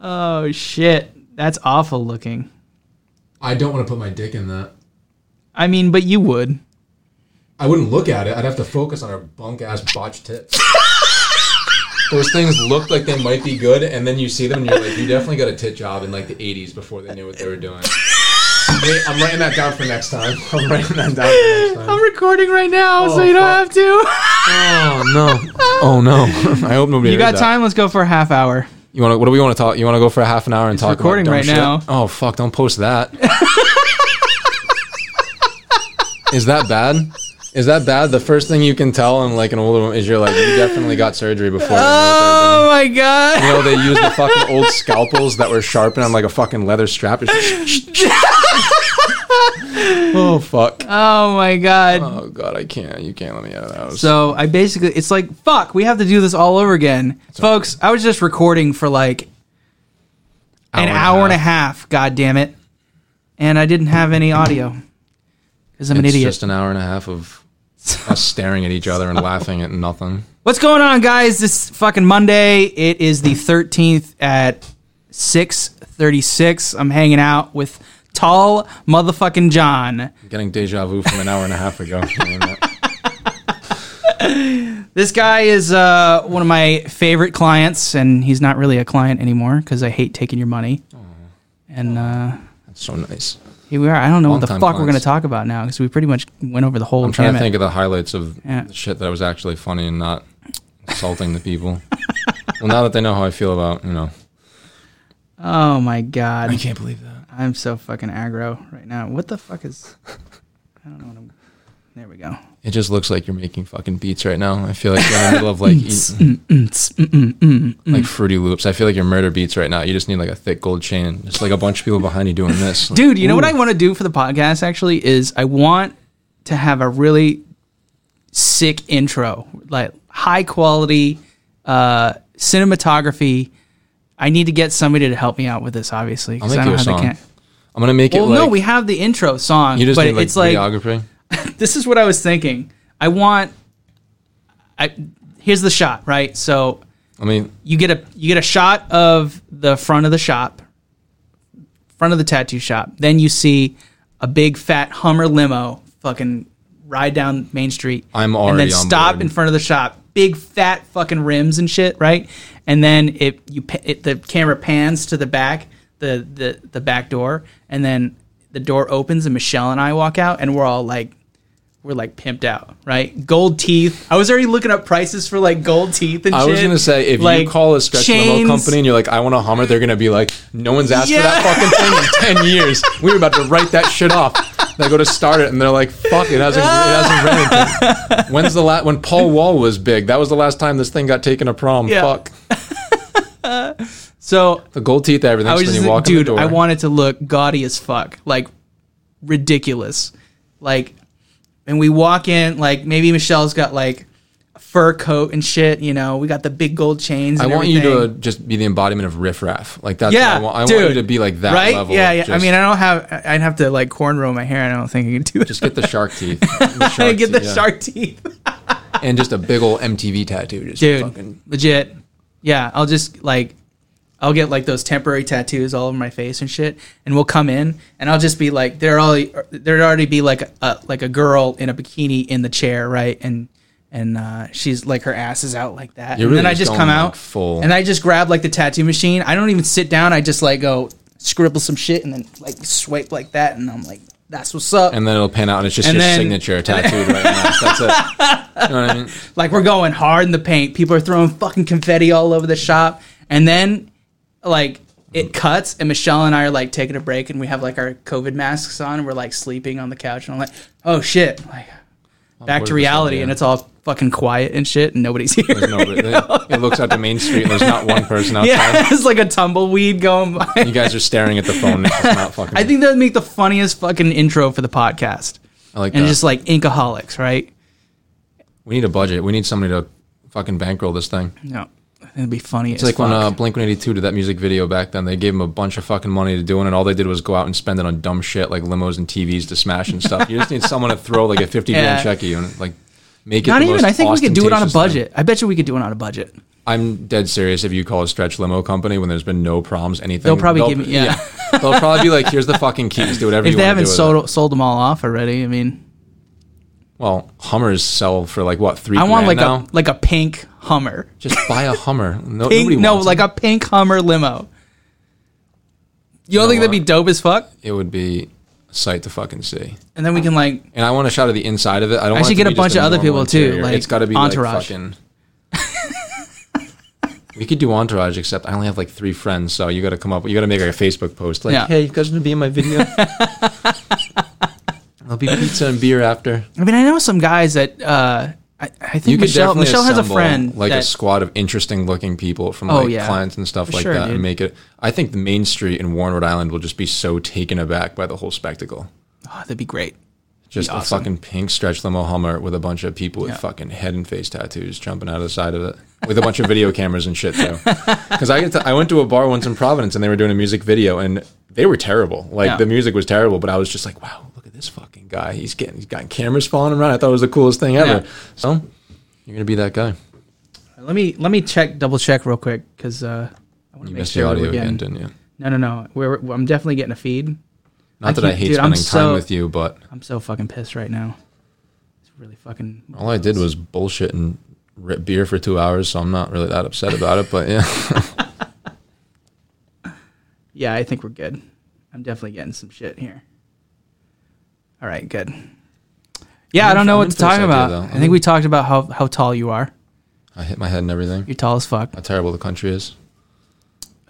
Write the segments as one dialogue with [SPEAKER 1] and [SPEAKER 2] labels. [SPEAKER 1] Oh shit, that's awful looking.
[SPEAKER 2] I don't want to put my dick in that.
[SPEAKER 1] I mean, but you would.
[SPEAKER 2] I wouldn't look at it. I'd have to focus on her bunk ass botched tits. Those things look like they might be good, and then you see them, and you're like, you definitely got a tit job in like the '80s before they knew what they were doing. Hey, I'm writing that down for next time. I'm writing that down for next time.
[SPEAKER 1] I'm recording right now, so
[SPEAKER 2] Oh,
[SPEAKER 1] you don't
[SPEAKER 2] fuck.
[SPEAKER 1] have to.
[SPEAKER 2] Oh no! Oh no! I hope nobody.
[SPEAKER 1] you got time? Let's go for a half hour.
[SPEAKER 2] You want? to? What do we want to talk? You want to go for a half an hour and talk?
[SPEAKER 1] recording
[SPEAKER 2] about dumb
[SPEAKER 1] right
[SPEAKER 2] shit?
[SPEAKER 1] now.
[SPEAKER 2] Oh fuck! Don't post that. is that bad? Is that bad? The first thing you can tell in like an older woman is you're like you definitely got surgery before.
[SPEAKER 1] Oh my god.
[SPEAKER 2] You know they used the fucking old scalpels that were sharpened on like a fucking leather strap. oh fuck!
[SPEAKER 1] Oh my god.
[SPEAKER 2] Oh god, I can't. You can't let me out of the house.
[SPEAKER 1] So I basically, it's like, fuck, we have to do this all over again. Folks, I was just recording for like an hour and a half, god damn it. And I didn't have any audio because I'm an
[SPEAKER 2] It's
[SPEAKER 1] idiot.
[SPEAKER 2] just an hour and a half of us staring at each other and laughing at nothing.
[SPEAKER 1] What's going on, guys? This fucking Monday. It is the 13th at 6.36. I'm hanging out with tall motherfucking John.
[SPEAKER 2] Getting deja vu from an hour and a half ago.
[SPEAKER 1] This guy is uh, one of my favorite clients, and he's not really a client anymore because I hate taking your money. And uh,
[SPEAKER 2] That's so nice.
[SPEAKER 1] Here we are. I don't know what the fuck
[SPEAKER 2] Long-time
[SPEAKER 1] we're going to
[SPEAKER 2] clients.
[SPEAKER 1] talk about now because we pretty much went over the whole.
[SPEAKER 2] I'm trying to
[SPEAKER 1] gamut.
[SPEAKER 2] think of the highlights of
[SPEAKER 1] Yeah.
[SPEAKER 2] the shit that was actually funny and not insulting the people. well, now that they know how I feel about, you know.
[SPEAKER 1] Oh my god,
[SPEAKER 2] can't believe that.
[SPEAKER 1] I'm so fucking aggro right now. What the fuck is? I don't know. What I'm... There we go.
[SPEAKER 2] It just looks like you're making fucking beats right now. I feel like you're in the middle of like eating, like Fruity Loops. I feel like you're murder beats right now. You just need like a thick gold chain, and just like a bunch of people behind you doing this. Like,
[SPEAKER 1] Dude, you know what I want to do for the podcast? Actually, is I want to have a really sick intro, like high quality uh, cinematography. I need to get somebody to help me out with this, obviously.
[SPEAKER 2] I'll
[SPEAKER 1] 'cause
[SPEAKER 2] make
[SPEAKER 1] I
[SPEAKER 2] you
[SPEAKER 1] don't
[SPEAKER 2] a
[SPEAKER 1] have the
[SPEAKER 2] song.
[SPEAKER 1] can-
[SPEAKER 2] I'm gonna make
[SPEAKER 1] Well,
[SPEAKER 2] it like
[SPEAKER 1] no, we have the intro song,
[SPEAKER 2] you just
[SPEAKER 1] but
[SPEAKER 2] need like
[SPEAKER 1] it's like
[SPEAKER 2] videography.
[SPEAKER 1] this is what I was thinking. I want. I here's the shot, right? So
[SPEAKER 2] I mean,
[SPEAKER 1] you get a you get a shot of the front of the shop, front of the tattoo shop. Then you see a big fat Hummer limo fucking ride down Main Street.
[SPEAKER 2] I'm
[SPEAKER 1] and then
[SPEAKER 2] already on
[SPEAKER 1] stop
[SPEAKER 2] board.
[SPEAKER 1] in front of the shop. Big fat fucking rims and shit, right? And then it you pa- it, the camera pans to the back, the the the back door, and then the door opens and Michelle and I walk out and we're all like we're like pimped out, right? Gold teeth. I was already looking up prices for like gold teeth and
[SPEAKER 2] I
[SPEAKER 1] shit.
[SPEAKER 2] was gonna say if
[SPEAKER 1] Like,
[SPEAKER 2] you call a stretch limo
[SPEAKER 1] chains.
[SPEAKER 2] company and you're like, I want a Hummer, they're gonna be like, no one's asked
[SPEAKER 1] Yeah.
[SPEAKER 2] for that fucking thing in ten years. We were about to write that shit off. They go to start it and they're like, fuck, it hasn't, it hasn't run anything. When's the last? When Paul Wall was big, that was the last time this thing got taken to prom.
[SPEAKER 1] Yeah.
[SPEAKER 2] Fuck
[SPEAKER 1] So
[SPEAKER 2] the gold teeth, everything.
[SPEAKER 1] I
[SPEAKER 2] So
[SPEAKER 1] was
[SPEAKER 2] then
[SPEAKER 1] just like,
[SPEAKER 2] you walk in
[SPEAKER 1] dude,
[SPEAKER 2] the door.
[SPEAKER 1] I want it to look gaudy as fuck, like ridiculous, like. And we walk in, like maybe Michelle's got like a fur coat and shit. You know, we got the big gold chains.
[SPEAKER 2] I
[SPEAKER 1] And
[SPEAKER 2] want
[SPEAKER 1] everything.
[SPEAKER 2] you to just be the embodiment of riffraff. Like that's.
[SPEAKER 1] yeah,
[SPEAKER 2] what I, want, I
[SPEAKER 1] dude,
[SPEAKER 2] want you to be like that
[SPEAKER 1] right?
[SPEAKER 2] level.
[SPEAKER 1] Yeah,
[SPEAKER 2] of
[SPEAKER 1] yeah. I
[SPEAKER 2] just-
[SPEAKER 1] mean, I don't have. I- I'd have to like cornrow my hair. and I don't think I can do that.
[SPEAKER 2] just get the shark teeth. The
[SPEAKER 1] I
[SPEAKER 2] shark
[SPEAKER 1] get the
[SPEAKER 2] teeth, yeah.
[SPEAKER 1] shark teeth.
[SPEAKER 2] and just a big old MTV tattoo. Just
[SPEAKER 1] dude
[SPEAKER 2] fucking
[SPEAKER 1] legit yeah i'll just like i'll get like those temporary tattoos all over my face and shit and we'll come in and i'll just be like there all there'd already be like a like a girl in a bikini in the chair right and and uh, she's like her ass is out like that
[SPEAKER 2] You're
[SPEAKER 1] and then
[SPEAKER 2] really
[SPEAKER 1] i just
[SPEAKER 2] going,
[SPEAKER 1] come
[SPEAKER 2] like,
[SPEAKER 1] out
[SPEAKER 2] full.
[SPEAKER 1] and i just grab like the tattoo machine i don't even sit down i just like go scribble some shit and then like swipe like that and i'm like that's what's up
[SPEAKER 2] and then it'll pan out and it's just
[SPEAKER 1] And
[SPEAKER 2] your
[SPEAKER 1] then-
[SPEAKER 2] signature tattooed right now. That's it. You know what I mean?
[SPEAKER 1] Like we're going hard in the paint. People are throwing fucking confetti all over the shop. And then like it cuts and Michelle and I are like taking a break and we have like our COVID masks on and we're like sleeping on the couch and I'm like, oh shit. Like back
[SPEAKER 2] what
[SPEAKER 1] to
[SPEAKER 2] is this
[SPEAKER 1] reality
[SPEAKER 2] idea?
[SPEAKER 1] and it's all fucking quiet and shit and nobody's here.
[SPEAKER 2] There's nobody. It looks out to Main Street and there's not one person outside.
[SPEAKER 1] yeah, it's like a tumbleweed going by.
[SPEAKER 2] You guys are staring at the phone. And it's just not fucking.
[SPEAKER 1] I think that would make the funniest fucking intro for the podcast.
[SPEAKER 2] I like
[SPEAKER 1] And
[SPEAKER 2] that.
[SPEAKER 1] just like Inkaholics, right?
[SPEAKER 2] we need a budget. We need somebody to fucking bankroll this thing.
[SPEAKER 1] No. It'd be funny.
[SPEAKER 2] It's like when uh, Blink 182 did that music video back then. They gave them a bunch of fucking money to do it, and all they did was go out and spend it on dumb shit like limos and TVs to smash and stuff. You just need someone to throw like a 50
[SPEAKER 1] Yeah.
[SPEAKER 2] grand check at you and like make it.
[SPEAKER 1] Not
[SPEAKER 2] the
[SPEAKER 1] even.
[SPEAKER 2] most
[SPEAKER 1] I think we could do it on a
[SPEAKER 2] ostentatious thing.
[SPEAKER 1] budget. I bet you we could do it on a budget.
[SPEAKER 2] I'm dead serious. If you call a stretch limo company when there's been no problems, anything
[SPEAKER 1] They'll probably give me- yeah.
[SPEAKER 2] they'll probably be like, "Here's the fucking keys. Do whatever
[SPEAKER 1] If
[SPEAKER 2] you
[SPEAKER 1] they
[SPEAKER 2] want to
[SPEAKER 1] haven't
[SPEAKER 2] do." with it."
[SPEAKER 1] sold sold them all off already, I mean,
[SPEAKER 2] Well, Hummers sell for like what three?
[SPEAKER 1] I want like
[SPEAKER 2] grand now?
[SPEAKER 1] a like a pink Hummer.
[SPEAKER 2] just buy a Hummer. No,
[SPEAKER 1] Pink,
[SPEAKER 2] nobody
[SPEAKER 1] no,
[SPEAKER 2] wants
[SPEAKER 1] like
[SPEAKER 2] it.
[SPEAKER 1] a pink Hummer limo. You
[SPEAKER 2] know
[SPEAKER 1] don't think that'd be
[SPEAKER 2] what?
[SPEAKER 1] dope as fuck?
[SPEAKER 2] it would be a sight to fucking see.
[SPEAKER 1] And then we can like
[SPEAKER 2] And I want a shot of the inside of it. I don't.
[SPEAKER 1] I
[SPEAKER 2] want
[SPEAKER 1] should
[SPEAKER 2] it to
[SPEAKER 1] get a
[SPEAKER 2] be just
[SPEAKER 1] bunch of other
[SPEAKER 2] normal
[SPEAKER 1] people, too,
[SPEAKER 2] interior.
[SPEAKER 1] like,
[SPEAKER 2] it's got to be
[SPEAKER 1] Entourage.
[SPEAKER 2] Like fucking we could do entourage, except I only have like three friends, so you got to come up. You got to make like a Facebook post, like,
[SPEAKER 1] Yeah.
[SPEAKER 2] "Hey, you guys want to be in my video?" I'll be pizza and beer after.
[SPEAKER 1] I mean, I know some guys that uh, I, I think
[SPEAKER 2] You could
[SPEAKER 1] Michelle
[SPEAKER 2] definitely
[SPEAKER 1] Michelle has a
[SPEAKER 2] assemble,
[SPEAKER 1] friend
[SPEAKER 2] like a
[SPEAKER 1] that,
[SPEAKER 2] squad of interesting looking people from
[SPEAKER 1] Oh,
[SPEAKER 2] like
[SPEAKER 1] yeah.
[SPEAKER 2] clients and stuff
[SPEAKER 1] For
[SPEAKER 2] like
[SPEAKER 1] sure,
[SPEAKER 2] that,
[SPEAKER 1] dude.
[SPEAKER 2] and make it. I think the main street in Warren, Rhode Island, will just be so taken aback by the whole spectacle.
[SPEAKER 1] oh, that'd be great.
[SPEAKER 2] Just
[SPEAKER 1] Be
[SPEAKER 2] a
[SPEAKER 1] awesome.
[SPEAKER 2] fucking pink stretch limo Hummer with a bunch of people with
[SPEAKER 1] Yeah.
[SPEAKER 2] fucking head and face tattoos jumping out of the side of it with a bunch of video cameras and shit too. Because I get to, I went to a bar once in Providence and they were doing a music video and they were terrible. Like
[SPEAKER 1] Yeah.
[SPEAKER 2] the music was terrible, but I was just like, wow, look at this fucking guy. He's getting he's got cameras following him around. I thought it was the coolest thing ever.
[SPEAKER 1] Yeah.
[SPEAKER 2] So you're gonna be that guy.
[SPEAKER 1] Let me let me check double check real quick because uh, I want to
[SPEAKER 2] You
[SPEAKER 1] make
[SPEAKER 2] missed
[SPEAKER 1] sure
[SPEAKER 2] the
[SPEAKER 1] that
[SPEAKER 2] audio
[SPEAKER 1] we're
[SPEAKER 2] again,
[SPEAKER 1] getting.
[SPEAKER 2] didn't you?
[SPEAKER 1] No, no, no. We're, I'm definitely getting a feed.
[SPEAKER 2] Not
[SPEAKER 1] I
[SPEAKER 2] that I
[SPEAKER 1] keep-
[SPEAKER 2] hate
[SPEAKER 1] dude, I'm
[SPEAKER 2] spending time
[SPEAKER 1] so-
[SPEAKER 2] with you, but
[SPEAKER 1] I'm so fucking pissed right now. It's really fucking.
[SPEAKER 2] all I did was bullshit and rip beer for two hours, so I'm not really that upset about it. But yeah.
[SPEAKER 1] Yeah, I think we're good. I'm definitely getting some shit here. All right, good. Yeah,
[SPEAKER 2] I'm
[SPEAKER 1] I
[SPEAKER 2] in-
[SPEAKER 1] don't know
[SPEAKER 2] I'm
[SPEAKER 1] what
[SPEAKER 2] in
[SPEAKER 1] to
[SPEAKER 2] for this
[SPEAKER 1] talk
[SPEAKER 2] idea,
[SPEAKER 1] about.
[SPEAKER 2] though.
[SPEAKER 1] I
[SPEAKER 2] I'm-
[SPEAKER 1] think we talked about how, how tall you are.
[SPEAKER 2] I hit my head and everything.
[SPEAKER 1] You're tall as fuck.
[SPEAKER 2] How terrible the country is.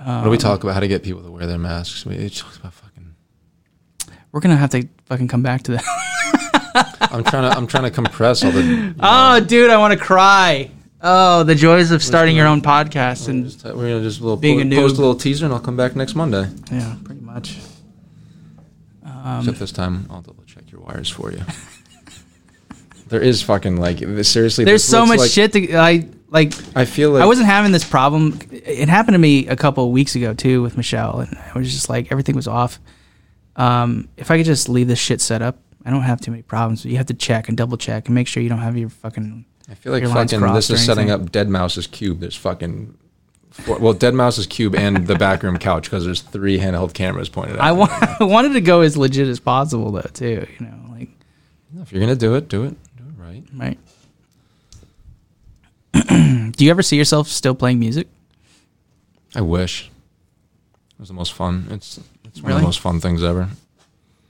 [SPEAKER 2] what do we talk about? How to get people to wear their masks? We it talks about fucking.
[SPEAKER 1] We're gonna have to fucking come back to that.
[SPEAKER 2] I'm trying to. I'm trying to compress all the.
[SPEAKER 1] Oh, dude, I want to cry. Oh, the joys of starting your own podcast and
[SPEAKER 2] Just, uh, we're gonna just a little
[SPEAKER 1] Being
[SPEAKER 2] po-
[SPEAKER 1] a noob.
[SPEAKER 2] post a little teaser, and I'll come back next Monday.
[SPEAKER 1] yeah, pretty much. Um,
[SPEAKER 2] Except this time, I'll double check your wires for you. there is fucking like this- seriously.
[SPEAKER 1] There's
[SPEAKER 2] this
[SPEAKER 1] so
[SPEAKER 2] looks
[SPEAKER 1] much
[SPEAKER 2] like-
[SPEAKER 1] shit to I like.
[SPEAKER 2] I feel like
[SPEAKER 1] I wasn't having this problem. It happened to me a couple of weeks ago too with Michelle, and I was just like everything was off. Um, if I could just leave this shit set up, I don't have too many problems. But you have to check and double check and make sure you don't have your fucking.
[SPEAKER 2] I feel like
[SPEAKER 1] your lines
[SPEAKER 2] fucking
[SPEAKER 1] crossed
[SPEAKER 2] this
[SPEAKER 1] or
[SPEAKER 2] is setting
[SPEAKER 1] anything.
[SPEAKER 2] up Dead Mouse's cube. There's fucking. Well, Dead Mouse's cube and the back room couch because there's three handheld cameras pointed at.
[SPEAKER 1] I,
[SPEAKER 2] me.
[SPEAKER 1] wa- I wanted to go as legit as possible though too. You know, like
[SPEAKER 2] If you're gonna do it, do it, do it right.
[SPEAKER 1] right. Do you ever see yourself still playing music?
[SPEAKER 2] I wish. It was the most fun. It's it's one of
[SPEAKER 1] Really?
[SPEAKER 2] the most fun things ever.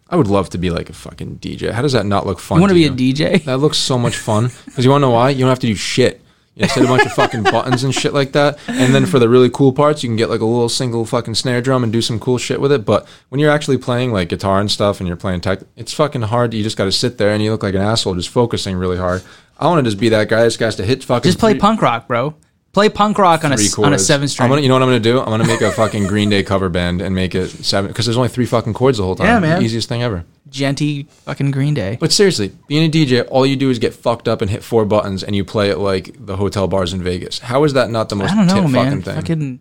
[SPEAKER 2] I would love to be like a fucking DJ. How does that not look fun?
[SPEAKER 1] You want to be a
[SPEAKER 2] you?
[SPEAKER 1] DJ?
[SPEAKER 2] That looks so much fun. Because you want to know why? You don't have to do shit. You just hit a bunch of fucking buttons and shit like that. And then for the really cool parts, you can get like a little single fucking snare drum and do some cool shit with it. But when you're actually playing like guitar and stuff and you're playing tech, it's fucking hard. You just got to sit there and you look like an asshole just focusing really hard. I want to just be that guy that just has to hit fucking.
[SPEAKER 1] Just play
[SPEAKER 2] three-
[SPEAKER 1] punk rock, bro. Play punk rock on a
[SPEAKER 2] three
[SPEAKER 1] s- on a
[SPEAKER 2] chords.
[SPEAKER 1] seven string.
[SPEAKER 2] I'm gonna, you know what I'm gonna do? I'm gonna make a fucking Green Day cover band and make it seven because there's only three fucking chords the whole time.
[SPEAKER 1] Yeah, man.
[SPEAKER 2] Easiest thing ever.
[SPEAKER 1] Genty fucking Green Day.
[SPEAKER 2] But seriously, being a DJ, all you do is get fucked up and hit four buttons and you play it like the hotel bars in Vegas. How is that not the most
[SPEAKER 1] I don't know,
[SPEAKER 2] tit
[SPEAKER 1] man.
[SPEAKER 2] fucking thing?
[SPEAKER 1] Fucking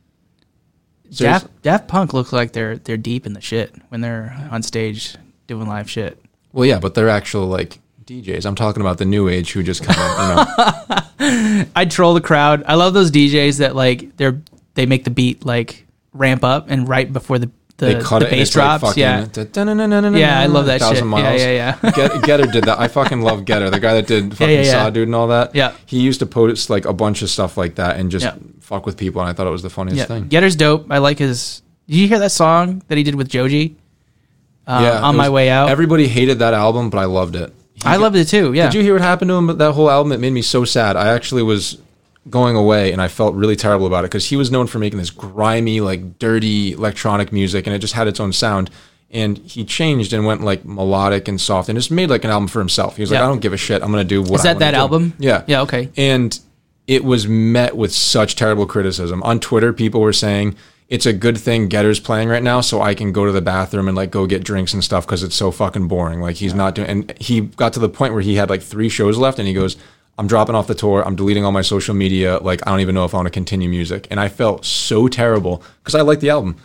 [SPEAKER 2] Seriously.
[SPEAKER 1] Daft, Daft Punk looks like they're they're deep in the shit when they're on stage doing live shit.
[SPEAKER 2] Well, yeah, but they're actual like DJs. I'm talking about the new age who just kind of you know.
[SPEAKER 1] I troll the crowd. I love those DJs that like they're they make the beat like ramp up and right before the the,
[SPEAKER 2] They cut
[SPEAKER 1] the
[SPEAKER 2] it.
[SPEAKER 1] bass drops. yeah,
[SPEAKER 2] yeah,
[SPEAKER 1] Yeah, I love that shit.
[SPEAKER 2] Thousand miles.
[SPEAKER 1] Yeah, yeah, yeah.
[SPEAKER 2] Get, Getter did that. I fucking love Getter, the guy that did fucking
[SPEAKER 1] yeah, yeah.
[SPEAKER 2] Saw Dude and all that.
[SPEAKER 1] Yeah.
[SPEAKER 2] he used to post like a bunch of stuff like that and just
[SPEAKER 1] Yeah.
[SPEAKER 2] fuck with people, and I thought it was the funniest
[SPEAKER 1] yeah.
[SPEAKER 2] thing.
[SPEAKER 1] Getter's dope. I like his. Did you hear that song that he did with Joji? Uh, on
[SPEAKER 2] it
[SPEAKER 1] my
[SPEAKER 2] was-
[SPEAKER 1] way out.
[SPEAKER 2] Everybody hated that album, but I loved it. He
[SPEAKER 1] I loved it too. Yeah.
[SPEAKER 2] Did you hear what happened to him? But That whole album, it made me so sad. I actually was going away, and I felt really terrible about it because he was known for making this grimy, like dirty electronic music, and it just had its own sound. And he changed and went like melodic and soft, and just made like an album for himself. He was like,
[SPEAKER 1] Yeah.
[SPEAKER 2] "I don't give a shit. I'm gonna do what."
[SPEAKER 1] Is that
[SPEAKER 2] I wanna
[SPEAKER 1] that
[SPEAKER 2] do."
[SPEAKER 1] album?
[SPEAKER 2] Yeah.
[SPEAKER 1] Yeah. Okay.
[SPEAKER 2] And it was met with such terrible criticism. On Twitter, people were saying, it's a good thing Getter's playing right now, so I can go to the bathroom and like go get drinks and stuff because it's so fucking boring. Like he's not doing. And he got to the point where he had like three shows left, and he goes, "I'm dropping off the tour. I'm deleting all my social media. Like I don't even know if I want to continue music." And I felt so terrible because I liked the album.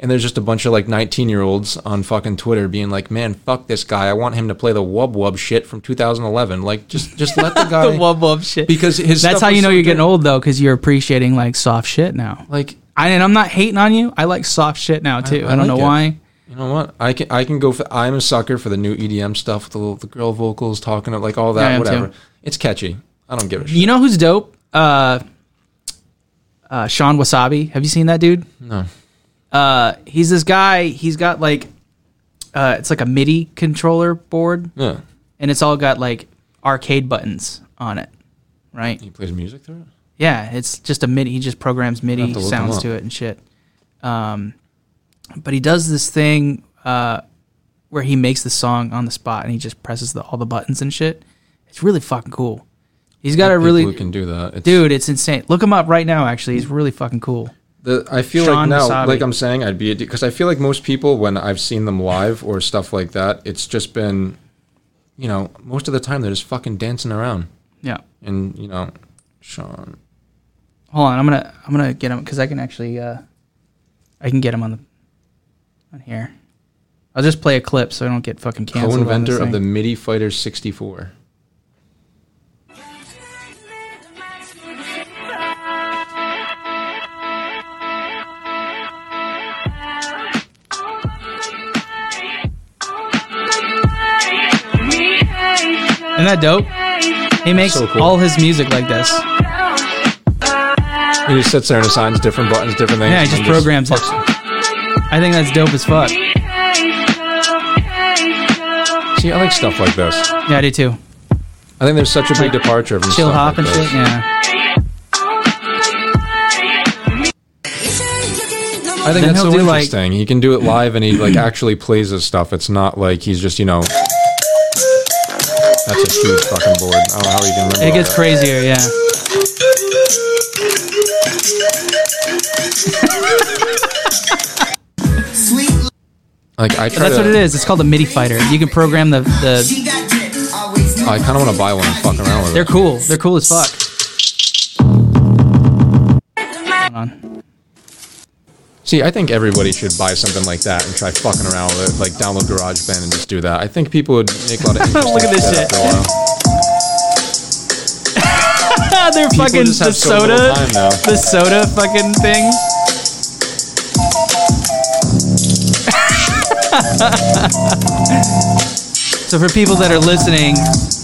[SPEAKER 2] And there's just a bunch of like 19 year olds on fucking Twitter being like, "Man, fuck this guy. I want him to play the wub wub shit from 2011." Like, just just let the guy.
[SPEAKER 1] the wub wub shit.
[SPEAKER 2] Because his
[SPEAKER 1] that's
[SPEAKER 2] stuff
[SPEAKER 1] how you
[SPEAKER 2] was
[SPEAKER 1] know
[SPEAKER 2] so
[SPEAKER 1] you're getting
[SPEAKER 2] good.
[SPEAKER 1] old though, because you're appreciating like soft shit now.
[SPEAKER 2] Like,
[SPEAKER 1] I, and I'm not hating on you. I like soft shit now too. I,
[SPEAKER 2] I
[SPEAKER 1] don't know
[SPEAKER 2] like
[SPEAKER 1] why.
[SPEAKER 2] it. you know what? I can I can go. For, I'm a sucker for the new EDM stuff with the little the girl vocals talking like all that.
[SPEAKER 1] Yeah, I am
[SPEAKER 2] whatever.
[SPEAKER 1] too.
[SPEAKER 2] It's catchy. I don't give a shit.
[SPEAKER 1] You know who's dope? Uh, uh, Sean Wasabi. Have you seen that dude?
[SPEAKER 2] No.
[SPEAKER 1] Uh, he's this guy. He's got like, uh, it's like a MIDI controller board,
[SPEAKER 2] Yeah.
[SPEAKER 1] and it's all got like arcade buttons on it, right?
[SPEAKER 2] He plays music through it.
[SPEAKER 1] Yeah, it's just a MIDI. He just programs MIDI
[SPEAKER 2] have to look
[SPEAKER 1] sounds
[SPEAKER 2] him up.
[SPEAKER 1] to it and shit. Um, but he does this thing uh, where he makes the song on the spot and he just presses the, all the buttons and shit. It's really fucking cool. He's got a
[SPEAKER 2] People
[SPEAKER 1] really
[SPEAKER 2] who can do that. It's,
[SPEAKER 1] dude. It's insane. Look him up right now. Actually, he's really fucking cool.
[SPEAKER 2] The, I feel
[SPEAKER 1] Sean
[SPEAKER 2] like now,
[SPEAKER 1] Wasabi.
[SPEAKER 2] like I'm saying, I'd be because I feel like most people when I've seen them live or stuff like that, it's just been, you know, most of the time they're just fucking dancing around
[SPEAKER 1] Yeah.
[SPEAKER 2] and you know, Sean.
[SPEAKER 1] Hold on. I'm gonna I'm gonna get him because I can actually uh, I can get him on the on here. I'll just play a clip so I don't get fucking canceled.
[SPEAKER 2] co-inventor
[SPEAKER 1] on
[SPEAKER 2] of
[SPEAKER 1] this
[SPEAKER 2] the
[SPEAKER 1] thing.
[SPEAKER 2] MIDI Fighter 64.
[SPEAKER 3] Isn't
[SPEAKER 1] that dope? He makes
[SPEAKER 2] So cool.
[SPEAKER 1] all his music like this.
[SPEAKER 2] He just sits there and assigns different buttons, different things.
[SPEAKER 1] Yeah, he
[SPEAKER 2] and
[SPEAKER 1] just
[SPEAKER 2] then
[SPEAKER 1] programs it.
[SPEAKER 2] fucks-
[SPEAKER 1] I think that's dope as fuck.
[SPEAKER 2] See, I like stuff like this.
[SPEAKER 1] Yeah, I do too.
[SPEAKER 2] I think there's such a big departure from
[SPEAKER 1] Chill
[SPEAKER 2] stuff
[SPEAKER 1] hop
[SPEAKER 2] like
[SPEAKER 1] and
[SPEAKER 2] this.
[SPEAKER 1] shit. Yeah.
[SPEAKER 2] I think
[SPEAKER 1] Then
[SPEAKER 2] that's
[SPEAKER 1] he'll
[SPEAKER 2] so
[SPEAKER 1] do, like-
[SPEAKER 2] interesting. he can do it live and he like actually plays his stuff. It's not like he's just you know. That's a huge fucking board. I don't know how he can remember.
[SPEAKER 1] It
[SPEAKER 2] all
[SPEAKER 1] gets
[SPEAKER 2] that.
[SPEAKER 1] crazier. Yeah.
[SPEAKER 2] Like I try
[SPEAKER 1] That's
[SPEAKER 2] to,
[SPEAKER 1] what it is. It's called the MIDI fighter. You can program the the.
[SPEAKER 2] I
[SPEAKER 4] I
[SPEAKER 2] kind of want to buy one and fuck around with
[SPEAKER 1] They're
[SPEAKER 2] it.
[SPEAKER 1] cool. They're cool as fuck. Hold on.
[SPEAKER 2] See, I think everybody should buy something like that and try fucking around with it. Like download GarageBand and just do that. I think people would make a lot of interesting
[SPEAKER 1] Look at this
[SPEAKER 2] stuff
[SPEAKER 1] shit.
[SPEAKER 2] after a while.
[SPEAKER 1] They're
[SPEAKER 2] People
[SPEAKER 1] fucking
[SPEAKER 2] just
[SPEAKER 1] the
[SPEAKER 2] have so little
[SPEAKER 1] soda.
[SPEAKER 2] time now.
[SPEAKER 1] The soda fucking thing. So for people that are listening,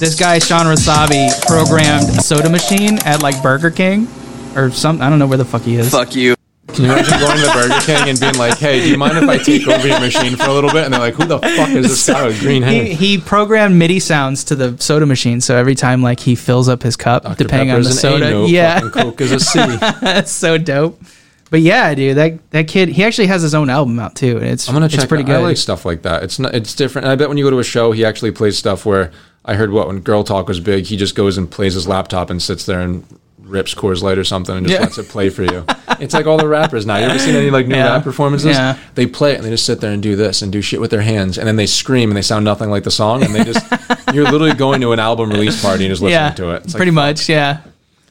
[SPEAKER 1] this guy Sean Rasabi programmed a soda machine at like Burger King or some I don't know where the fuck he is.
[SPEAKER 5] Fuck you.
[SPEAKER 2] Can you imagine going to Burger King and being like, "Hey, do you mind if I take over your machine for a little bit?" And they're like, "Who the fuck is this guy with green hair?"
[SPEAKER 1] He, he programmed MIDI sounds to the soda machine, so every time like he fills up his cup,
[SPEAKER 2] Dr.
[SPEAKER 1] depending on
[SPEAKER 2] Pepper's
[SPEAKER 1] the
[SPEAKER 2] an A
[SPEAKER 1] soda,
[SPEAKER 2] note,
[SPEAKER 1] yeah,
[SPEAKER 2] fucking Coke is a C.
[SPEAKER 1] that's so dope. But yeah, dude, that that kid, he actually has his own album out too, and it's
[SPEAKER 2] I'm gonna check.
[SPEAKER 1] it's pretty
[SPEAKER 2] I
[SPEAKER 1] good.
[SPEAKER 2] like stuff like that. It's not. It's different. And I bet when you go to a show, he actually plays stuff where I heard what when Girl Talk was big, he just goes and plays his laptop and sits there and rips Coors Light or something and just
[SPEAKER 1] Yeah.
[SPEAKER 2] lets it play for you. it's like all the rappers now. You ever seen any like new
[SPEAKER 1] Yeah.
[SPEAKER 2] rap performances?
[SPEAKER 1] Yeah.
[SPEAKER 2] They play it and they just sit there and do this and do shit with their hands and then they scream and they sound nothing like the song and they just you're literally going to an album release party and just listening
[SPEAKER 1] yeah,
[SPEAKER 2] to it. It's like,
[SPEAKER 1] pretty much, yeah.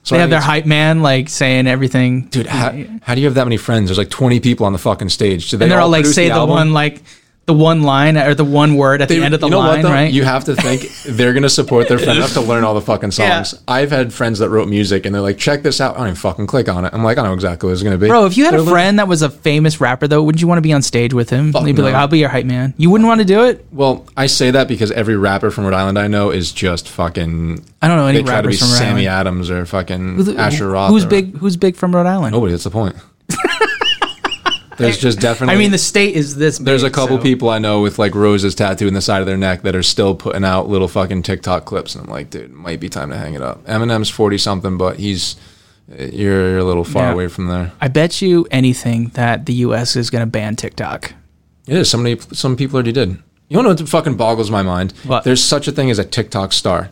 [SPEAKER 2] so
[SPEAKER 1] they
[SPEAKER 2] I
[SPEAKER 1] have
[SPEAKER 2] think
[SPEAKER 1] their
[SPEAKER 2] it's-
[SPEAKER 1] hype man like saying everything,
[SPEAKER 2] Dude, how, how do you have that many friends? There's like 20 people on the fucking stage. Do they
[SPEAKER 1] and they're all like
[SPEAKER 2] produce
[SPEAKER 1] say the,
[SPEAKER 2] album?
[SPEAKER 1] one like the one line or the one word at
[SPEAKER 2] They-
[SPEAKER 1] the end of the
[SPEAKER 2] you know what,
[SPEAKER 1] line,
[SPEAKER 2] though?
[SPEAKER 1] right?
[SPEAKER 2] You have to think they're going to support their friend enough to learn all the fucking
[SPEAKER 1] Yeah.
[SPEAKER 2] songs. I've had friends that wrote music and they're like, check this out. I don't even fucking click on it. I'm like, I know exactly what it's going to be.
[SPEAKER 1] Bro, if you had
[SPEAKER 2] They're
[SPEAKER 1] a
[SPEAKER 2] like,
[SPEAKER 1] friend that was a famous rapper, though, wouldn't you want to be on stage with him?
[SPEAKER 2] Fuck
[SPEAKER 1] You'd be
[SPEAKER 2] no.
[SPEAKER 1] like, "I'll be your hype man." You wouldn't want to do it.
[SPEAKER 2] well, I say that because every rapper from Rhode Island I know is just fucking.
[SPEAKER 1] I don't know any
[SPEAKER 2] They try to be
[SPEAKER 1] rappers from Rhode
[SPEAKER 2] Sammy
[SPEAKER 1] Island.
[SPEAKER 2] Adams or fucking
[SPEAKER 1] Who-
[SPEAKER 2] Asher Roth.
[SPEAKER 1] Who's
[SPEAKER 2] or-
[SPEAKER 1] big? Who's big from Rhode Island?
[SPEAKER 2] Nobody. That's the point. There's just definitely.
[SPEAKER 1] I mean, the state is this.
[SPEAKER 2] There's a
[SPEAKER 1] big,
[SPEAKER 2] couple
[SPEAKER 1] so-
[SPEAKER 2] people I know with like roses tattooed in the side of their neck that are still putting out little fucking TikTok clips, and I'm like, dude, might be time to hang it up. Eminem's forty something, but he's you're, you're a little far
[SPEAKER 1] Yeah.
[SPEAKER 2] away from there.
[SPEAKER 1] I bet you anything that the U.S. is going to ban TikTok.
[SPEAKER 2] It is. Somebody, some people already did. You know what fucking boggles my mind?
[SPEAKER 1] What?
[SPEAKER 2] There's such a thing as a TikTok star.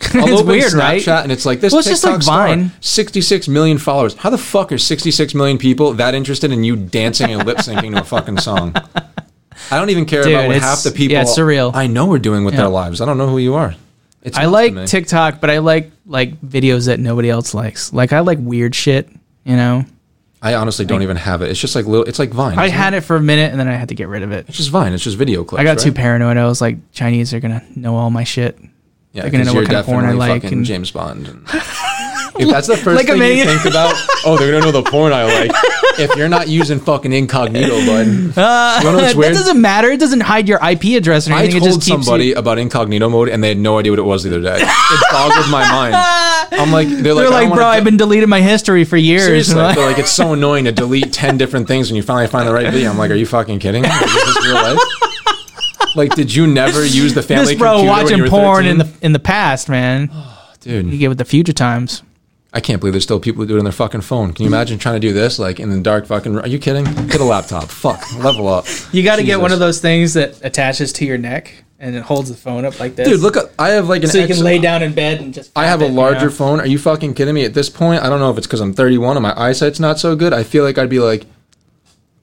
[SPEAKER 1] it's weird, right?
[SPEAKER 2] Snapchat and it's like this
[SPEAKER 1] Well, it's
[SPEAKER 2] TikTok
[SPEAKER 1] just like
[SPEAKER 2] star,
[SPEAKER 1] Vine.
[SPEAKER 2] 66 million followers. How the fuck are 66 million people that interested in you dancing and lip syncing to a fucking song? I don't even care
[SPEAKER 1] Dude,
[SPEAKER 2] about what
[SPEAKER 1] it's-
[SPEAKER 2] half the people
[SPEAKER 1] yeah, it's surreal.
[SPEAKER 2] I know are doing with
[SPEAKER 1] Yeah.
[SPEAKER 2] their lives. I don't know who you are. It's
[SPEAKER 1] I
[SPEAKER 2] nuts to
[SPEAKER 1] like
[SPEAKER 2] me.
[SPEAKER 1] TikTok, but I like like videos that nobody else likes. Like I like weird shit. You know,
[SPEAKER 2] I honestly don't even have it. It's just like little. It's like Vine.
[SPEAKER 1] I
[SPEAKER 2] isn't it?
[SPEAKER 1] had it for a minute and then I had to get rid of it.
[SPEAKER 2] It's just Vine. It's just video clips.
[SPEAKER 1] I got
[SPEAKER 2] right?
[SPEAKER 1] too paranoid. I was like, Chinese are gonna know all my shit.
[SPEAKER 2] Yeah,
[SPEAKER 1] They're gonna
[SPEAKER 2] 'cause
[SPEAKER 1] know what
[SPEAKER 2] you're
[SPEAKER 1] kind of porn I
[SPEAKER 2] definitely
[SPEAKER 1] like
[SPEAKER 2] fucking
[SPEAKER 1] and-
[SPEAKER 2] James Bond. and- if that's the first
[SPEAKER 1] Like a
[SPEAKER 2] thing you
[SPEAKER 1] minion.
[SPEAKER 2] think about, oh, they're gonna know the porn I like. If you're not using fucking incognito, bud. you wanna know what's
[SPEAKER 1] Uh, that
[SPEAKER 2] weird?
[SPEAKER 1] doesn't matter. It doesn't hide your IP address or
[SPEAKER 2] I
[SPEAKER 1] anything. it
[SPEAKER 2] told
[SPEAKER 1] just keeps
[SPEAKER 2] somebody
[SPEAKER 1] You,
[SPEAKER 2] about incognito mode, and they had no idea what it was the other day. It boggled my mind. I'm like, they're like,
[SPEAKER 1] they're
[SPEAKER 2] I
[SPEAKER 1] like,
[SPEAKER 2] don't
[SPEAKER 1] bro,
[SPEAKER 2] wanna
[SPEAKER 1] I've
[SPEAKER 2] do-
[SPEAKER 1] been deleting my history for years.
[SPEAKER 2] Seriously,
[SPEAKER 1] And I'm
[SPEAKER 2] they're
[SPEAKER 1] like-
[SPEAKER 2] like, it's so annoying to delete ten different things when you finally find the right video. I'm like, are you fucking kidding? Like, is this real life? Like, did you never use the
[SPEAKER 1] This
[SPEAKER 2] family
[SPEAKER 1] bro
[SPEAKER 2] computer when you
[SPEAKER 1] watching
[SPEAKER 2] were
[SPEAKER 1] porn
[SPEAKER 2] 13?
[SPEAKER 1] in the in the past, man.
[SPEAKER 2] dude?
[SPEAKER 1] You get with the future times.
[SPEAKER 2] I can't believe there's still people who do it on their fucking phone. Can you imagine trying to do this like in the dark fucking? Are you kidding? Get a laptop. Fuck. Level up.
[SPEAKER 1] You got to get one
[SPEAKER 2] Jesus.
[SPEAKER 1] of those things that attaches to your neck and it holds the phone up like this,
[SPEAKER 2] Dude, look. up- I have like an.
[SPEAKER 1] so you
[SPEAKER 2] ex-
[SPEAKER 1] can lay down in bed and just.
[SPEAKER 2] I have a
[SPEAKER 1] flap it, you
[SPEAKER 2] larger
[SPEAKER 1] know?
[SPEAKER 2] phone. Are you fucking kidding me? At this point, I don't know if it's because I'm 31 and my eyesight's not so good. I feel like I'd be like,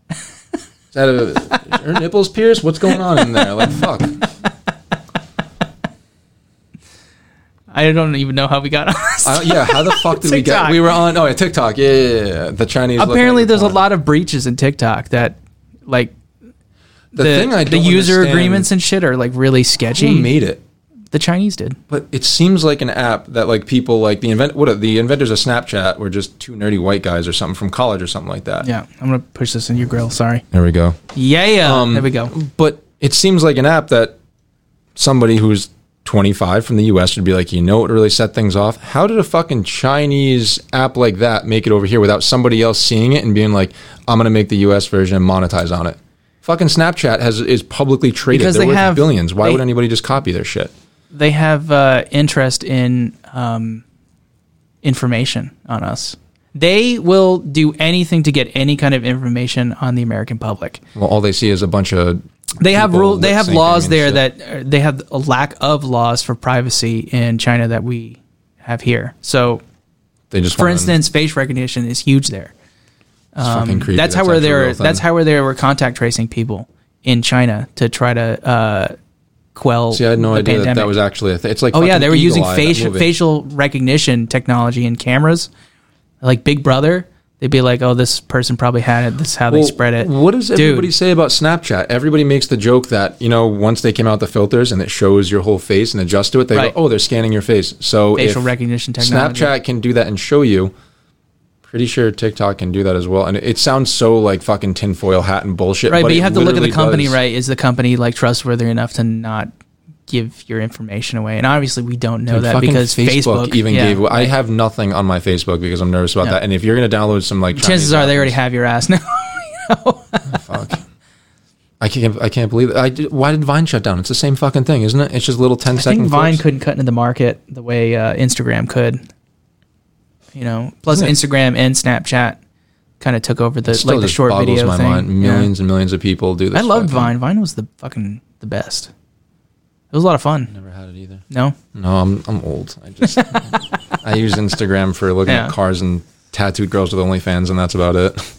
[SPEAKER 2] is that a, is her nipples pierced? What's going on in there? Like fuck.
[SPEAKER 1] I don't even know how we got on. this.
[SPEAKER 2] I, don't- yeah. How the fuck did we get?
[SPEAKER 1] TikTok.
[SPEAKER 2] We were on. Oh, yeah, TikTok. Yeah, yeah, yeah, yeah. The Chinese. looking
[SPEAKER 1] Apparently,
[SPEAKER 2] at the
[SPEAKER 1] there's a
[SPEAKER 2] porn.
[SPEAKER 1] lot of breaches in TikTok that, like,
[SPEAKER 2] The, thing I
[SPEAKER 1] the
[SPEAKER 2] don't
[SPEAKER 1] user
[SPEAKER 2] understand-
[SPEAKER 1] agreements and shit are like really
[SPEAKER 2] Who
[SPEAKER 1] sketchy.
[SPEAKER 2] made it?
[SPEAKER 1] The Chinese did.
[SPEAKER 2] But it seems like an app that like people like the invent what are- the inventors of Snapchat were just two nerdy white guys or something from college or something like that.
[SPEAKER 1] Yeah, I'm gonna push this in your grill. Sorry.
[SPEAKER 2] There we go.
[SPEAKER 1] Yeah, yeah.
[SPEAKER 2] Um,
[SPEAKER 1] there we go.
[SPEAKER 2] Mm. But it seems like an app that somebody who's 25 from the US would be like, you know what really set things off? How did a fucking Chinese app like that make it over here without somebody else seeing it and being like, I'm going to make the US version and monetize on it? Fucking Snapchat has is publicly traded.
[SPEAKER 1] Because
[SPEAKER 2] They're
[SPEAKER 1] they
[SPEAKER 2] worth
[SPEAKER 1] have-
[SPEAKER 2] billions. Why
[SPEAKER 1] they-
[SPEAKER 2] would anybody just copy their shit?
[SPEAKER 1] They have uh, interest in um, information on us. They will do anything to get any kind of information on the American public.
[SPEAKER 2] Well, all they see is a bunch of
[SPEAKER 1] They have
[SPEAKER 2] people
[SPEAKER 1] rule. They have
[SPEAKER 2] lip-syncing
[SPEAKER 1] laws
[SPEAKER 2] and
[SPEAKER 1] there
[SPEAKER 2] shit.
[SPEAKER 1] that that uh, they have a lack of laws for privacy in China that we have here. So,
[SPEAKER 2] they just
[SPEAKER 1] for
[SPEAKER 2] wanna-
[SPEAKER 1] instance, face recognition is huge there.
[SPEAKER 2] It's fucking creepy.
[SPEAKER 1] that's, how we're
[SPEAKER 2] actually a
[SPEAKER 1] there.
[SPEAKER 2] real thing.
[SPEAKER 1] That's how we're there. We're contact tracing people in China to try to uh, quell.
[SPEAKER 2] See, I had no
[SPEAKER 1] the
[SPEAKER 2] idea that
[SPEAKER 1] pandemic.
[SPEAKER 2] that was actually a thing. It's like
[SPEAKER 1] Oh yeah,
[SPEAKER 2] fucking
[SPEAKER 1] they were
[SPEAKER 2] Eagle
[SPEAKER 1] using
[SPEAKER 2] Eye, that
[SPEAKER 1] facial
[SPEAKER 2] movie.
[SPEAKER 1] facial recognition technology in cameras, like Big Brother. They'd be like, "Oh, this person probably had it. This is how they
[SPEAKER 2] Well,
[SPEAKER 1] spread it."
[SPEAKER 2] What does
[SPEAKER 1] Dude,
[SPEAKER 2] everybody say about Snapchat? Everybody makes the joke that you know once they came out the filters and it shows your whole face and adjusts to it, they
[SPEAKER 1] Right.
[SPEAKER 2] go, "Oh, they're scanning your face." So
[SPEAKER 1] Facial
[SPEAKER 2] if
[SPEAKER 1] recognition technology.
[SPEAKER 2] Snapchat can do that and show you. Pretty sure TikTok can do that as well. And it sounds so like fucking tinfoil hat and bullshit.
[SPEAKER 1] right? But, you
[SPEAKER 2] it
[SPEAKER 1] have to look at the
[SPEAKER 2] literally
[SPEAKER 1] company,
[SPEAKER 2] does.
[SPEAKER 1] right? Is the company like trustworthy enough to not give your information away? And obviously, we don't know
[SPEAKER 2] Dude,
[SPEAKER 1] that
[SPEAKER 2] fucking
[SPEAKER 1] because Facebook,
[SPEAKER 2] even
[SPEAKER 1] yeah.
[SPEAKER 2] gave. I have nothing on my Facebook because I'm nervous about
[SPEAKER 1] Yeah.
[SPEAKER 2] that. And if you're gonna download some like
[SPEAKER 1] Chances
[SPEAKER 2] Chinese
[SPEAKER 1] are they
[SPEAKER 2] app-
[SPEAKER 1] already have your ass now.
[SPEAKER 2] Fuck. I can't. I can't believe it. I did, why did Vine shut down? It's the same fucking thing, isn't it? It's just little
[SPEAKER 1] I
[SPEAKER 2] ten
[SPEAKER 1] think
[SPEAKER 2] second.
[SPEAKER 1] Vine
[SPEAKER 2] clips.
[SPEAKER 1] couldn't cut into the market the way uh, Instagram could. You know, plus
[SPEAKER 2] Yeah.
[SPEAKER 1] Instagram and Snapchat kind of took over the
[SPEAKER 2] Still
[SPEAKER 1] like the
[SPEAKER 2] just
[SPEAKER 1] short
[SPEAKER 2] boggles
[SPEAKER 1] video
[SPEAKER 2] my
[SPEAKER 1] thing.
[SPEAKER 2] mind.
[SPEAKER 1] Yeah.
[SPEAKER 2] Millions and millions of people do this.
[SPEAKER 1] I loved
[SPEAKER 2] fucking-
[SPEAKER 1] Vine. Vine was the fucking the best. It was a lot of fun.
[SPEAKER 2] Never had it either.
[SPEAKER 1] No,
[SPEAKER 2] No, I'm I'm old. I just I use Instagram for looking
[SPEAKER 1] Yeah.
[SPEAKER 2] at cars and tattooed girls with OnlyFans, and that's about it.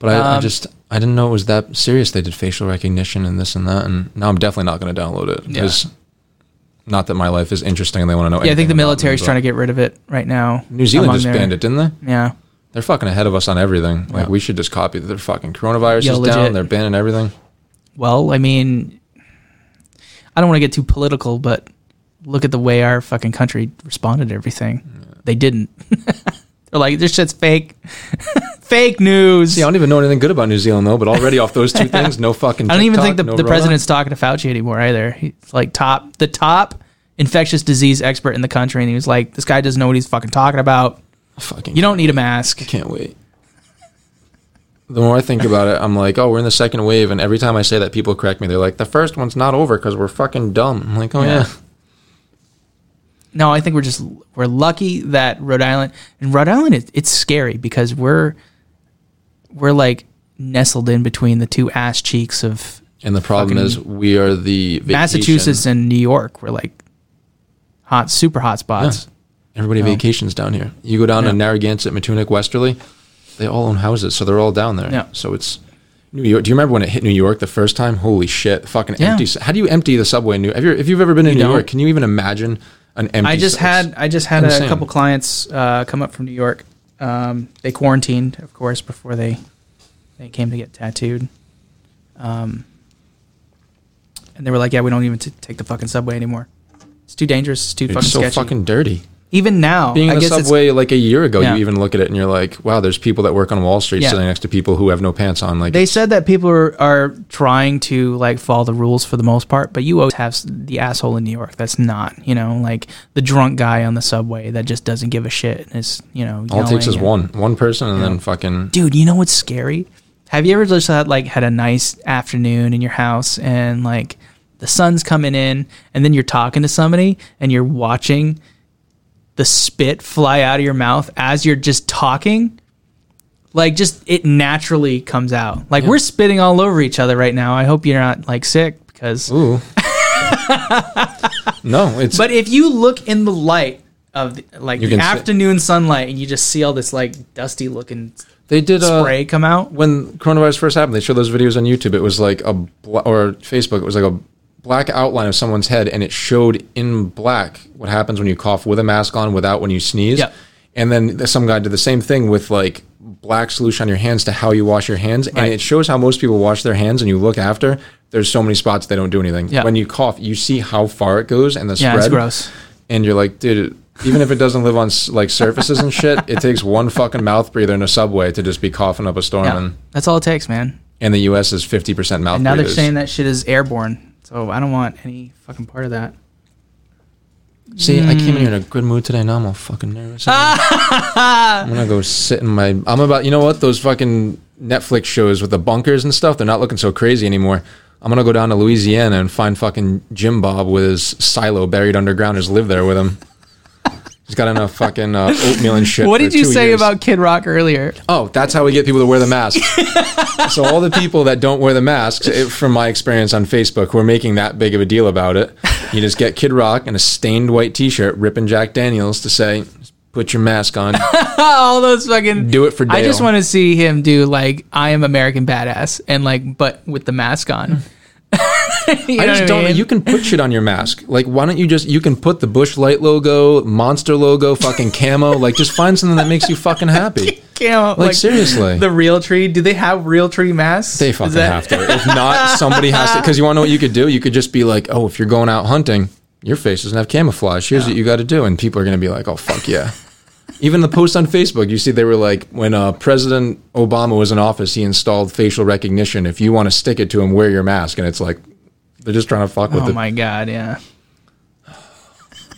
[SPEAKER 2] But I, I
[SPEAKER 1] Um,
[SPEAKER 2] just I didn't know it was that serious. They did facial recognition and this and that, and now I'm definitely not going to download it
[SPEAKER 1] Yeah.
[SPEAKER 2] because not that my life is interesting and they want to know.
[SPEAKER 1] yeah, I think the military's trying to get rid of it right now.
[SPEAKER 2] New Zealand
[SPEAKER 1] among
[SPEAKER 2] just
[SPEAKER 1] their-
[SPEAKER 2] banned it, didn't they?
[SPEAKER 1] Yeah,
[SPEAKER 2] They're fucking ahead of us on everything. Like we should just copy their fucking coronavirus
[SPEAKER 1] Yeah,
[SPEAKER 2] is
[SPEAKER 1] legit.
[SPEAKER 2] down. They're banning everything.
[SPEAKER 1] Well, I mean, I don't want to get too political, but look at the way our fucking country responded to everything. They didn't. They're like, this shit's fake. fake news.
[SPEAKER 2] See, I don't even know anything good about New Zealand though. But already off those two things, no fucking.
[SPEAKER 1] I don't even
[SPEAKER 2] TikTok,
[SPEAKER 1] think the,
[SPEAKER 2] no
[SPEAKER 1] the
[SPEAKER 2] Rona.
[SPEAKER 1] president's talking to Fauci anymore either. He's like top, the top infectious disease expert in the country. And he was like, this guy doesn't know what he's fucking talking about.
[SPEAKER 2] Fucking.
[SPEAKER 1] You don't need a mask.
[SPEAKER 2] Can't wait. The more I think about it, I'm like, oh, we're in the second wave, and every time I say that, people correct me. They're like, the first one's not over because we're fucking dumb. I'm like, oh
[SPEAKER 1] Yeah.
[SPEAKER 2] yeah.
[SPEAKER 1] No, I think we're just we're lucky that Rhode Island and Rhode Island it, it's scary because we're we're like nestled in between the two ass cheeks of
[SPEAKER 2] And the problem
[SPEAKER 1] Fucking
[SPEAKER 2] is, we are the vacation.
[SPEAKER 1] Massachusetts and New York. We're like hot super hot spots.
[SPEAKER 2] Everybody vacations down here. You go down
[SPEAKER 1] Yeah.
[SPEAKER 2] to Narragansett, Matunic, Westerly, they all own houses, so they're all down there.
[SPEAKER 1] Yeah.
[SPEAKER 2] So it's New York. Do you remember when it hit New York the first time? Holy shit! Fucking
[SPEAKER 1] Yeah.
[SPEAKER 2] empty. How do you empty the subway in New? Have you, if you've ever been in New
[SPEAKER 1] don't.
[SPEAKER 2] York, can you even imagine an empty?
[SPEAKER 1] I just
[SPEAKER 2] s-
[SPEAKER 1] had I just had a
[SPEAKER 2] insane.
[SPEAKER 1] couple clients uh, come up from New York Um, they quarantined, of course, before they they came to get tattooed. Um, and they were like, "Yeah, we don't even t- take the fucking subway anymore. It's too dangerous. It's too fucking
[SPEAKER 2] It's so
[SPEAKER 1] sketchy.
[SPEAKER 2] fucking dirty.
[SPEAKER 1] even now,
[SPEAKER 2] Being
[SPEAKER 1] I
[SPEAKER 2] in the
[SPEAKER 1] guess it's-
[SPEAKER 2] subway like a year ago,
[SPEAKER 1] Yeah.
[SPEAKER 2] you even look at it and you're like, wow, there's people that work on Wall Street
[SPEAKER 1] Yeah.
[SPEAKER 2] sitting next to people who have no pants on. Like,
[SPEAKER 1] They
[SPEAKER 2] it's-
[SPEAKER 1] said that people are, are trying to like follow the rules for the most part, but you always have s- the asshole in New York that's not, you know, like the drunk guy on the subway that just doesn't give a shit and is, you know,
[SPEAKER 2] all it takes
[SPEAKER 1] yelling
[SPEAKER 2] is
[SPEAKER 1] and-
[SPEAKER 2] one, one person, and then fucking
[SPEAKER 1] Dude, you know what's scary? Have you ever just had like had a nice afternoon in your house and like the sun's coming in and then you're talking to somebody and you're watching the spit fly out of your mouth as you're just talking? Like just it naturally comes out. Like we're spitting all over each other right now. I hope you're not like sick because
[SPEAKER 2] ooh. no, it's
[SPEAKER 1] but if you look in the light of the, like
[SPEAKER 2] You
[SPEAKER 1] the
[SPEAKER 2] can see-
[SPEAKER 1] afternoon sunlight and you just see all this like dusty looking
[SPEAKER 2] they did uh,
[SPEAKER 1] spray come out,
[SPEAKER 2] when coronavirus first happened, they showed those videos on YouTube. It was like a bla- or Facebook. It was like a black outline of someone's head, and it showed in black what happens when you cough with a mask on, without when you sneeze.
[SPEAKER 1] Yep.
[SPEAKER 2] And then th- some guy did the same thing with like black solution on your hands to how you wash your hands,
[SPEAKER 1] Right.
[SPEAKER 2] and it shows how most people wash their hands. And you look after, there's so many spots they don't do anything.
[SPEAKER 1] Yeah.
[SPEAKER 2] When you cough, you see how far it goes and the
[SPEAKER 1] Yeah,
[SPEAKER 2] spread.
[SPEAKER 1] it's gross.
[SPEAKER 2] And you're like, dude. Even if it doesn't live on s- like surfaces and shit, it takes one fucking mouth breather in a subway to just be coughing up a storm.
[SPEAKER 1] Yeah,
[SPEAKER 2] And
[SPEAKER 1] that's all it takes, man.
[SPEAKER 2] and the U.S. is 50% mouth
[SPEAKER 1] Now they're
[SPEAKER 2] breathers.
[SPEAKER 1] saying that shit is airborne, so I don't want any fucking part of that.
[SPEAKER 2] See, I came in here in a
[SPEAKER 1] Mm.
[SPEAKER 2] good mood today. Now I'm all fucking nervous. I'm gonna go sit in my. I'm about. You know what? Those fucking Netflix shows with the bunkers and stuff. They're not looking so crazy anymore. I'm gonna go down to Louisiana and find fucking Jim Bob with his silo buried underground. Just live there with him. He's got enough fucking uh, oatmeal and shit.
[SPEAKER 1] What
[SPEAKER 2] for
[SPEAKER 1] did you
[SPEAKER 2] two
[SPEAKER 1] say
[SPEAKER 2] years.
[SPEAKER 1] about Kid Rock earlier?
[SPEAKER 2] Oh, that's how we get people to wear the mask. so all the people that don't wear the masks, it, from my experience on Facebook, who are making that big of a deal about it, you just get Kid Rock and a stained white T-shirt, ripping Jack Daniels to say, "Put your mask on,
[SPEAKER 1] all those fucking.
[SPEAKER 2] do it for." Dale.
[SPEAKER 1] I just want to see him do like I am American badass and like but with the mask on. you know
[SPEAKER 2] I just
[SPEAKER 1] what
[SPEAKER 2] don't.
[SPEAKER 1] mean?
[SPEAKER 2] You can put shit on your mask. Like, why don't you just? You can put the Bush Light logo, Monster logo, fucking camo. Like, just find something that makes you fucking happy.
[SPEAKER 1] Can't,
[SPEAKER 2] Like, seriously.
[SPEAKER 1] the real tree. Do they have real tree masks?
[SPEAKER 2] They
[SPEAKER 1] Is
[SPEAKER 2] fucking
[SPEAKER 1] that-
[SPEAKER 2] have to. If not, somebody has to. Because you want to know what you could do? You could just be like, oh, if you're going out hunting, your face doesn't have camouflage. Here's what you got to do. And people are going to be like, oh, fuck yeah. Even the post on Facebook, you see, they were like, when uh, President Obama was in office, he installed facial recognition. If you want to stick it to him, wear your mask. And it's like, they're just trying to fuck with
[SPEAKER 1] Oh
[SPEAKER 2] it.
[SPEAKER 1] my god! Yeah.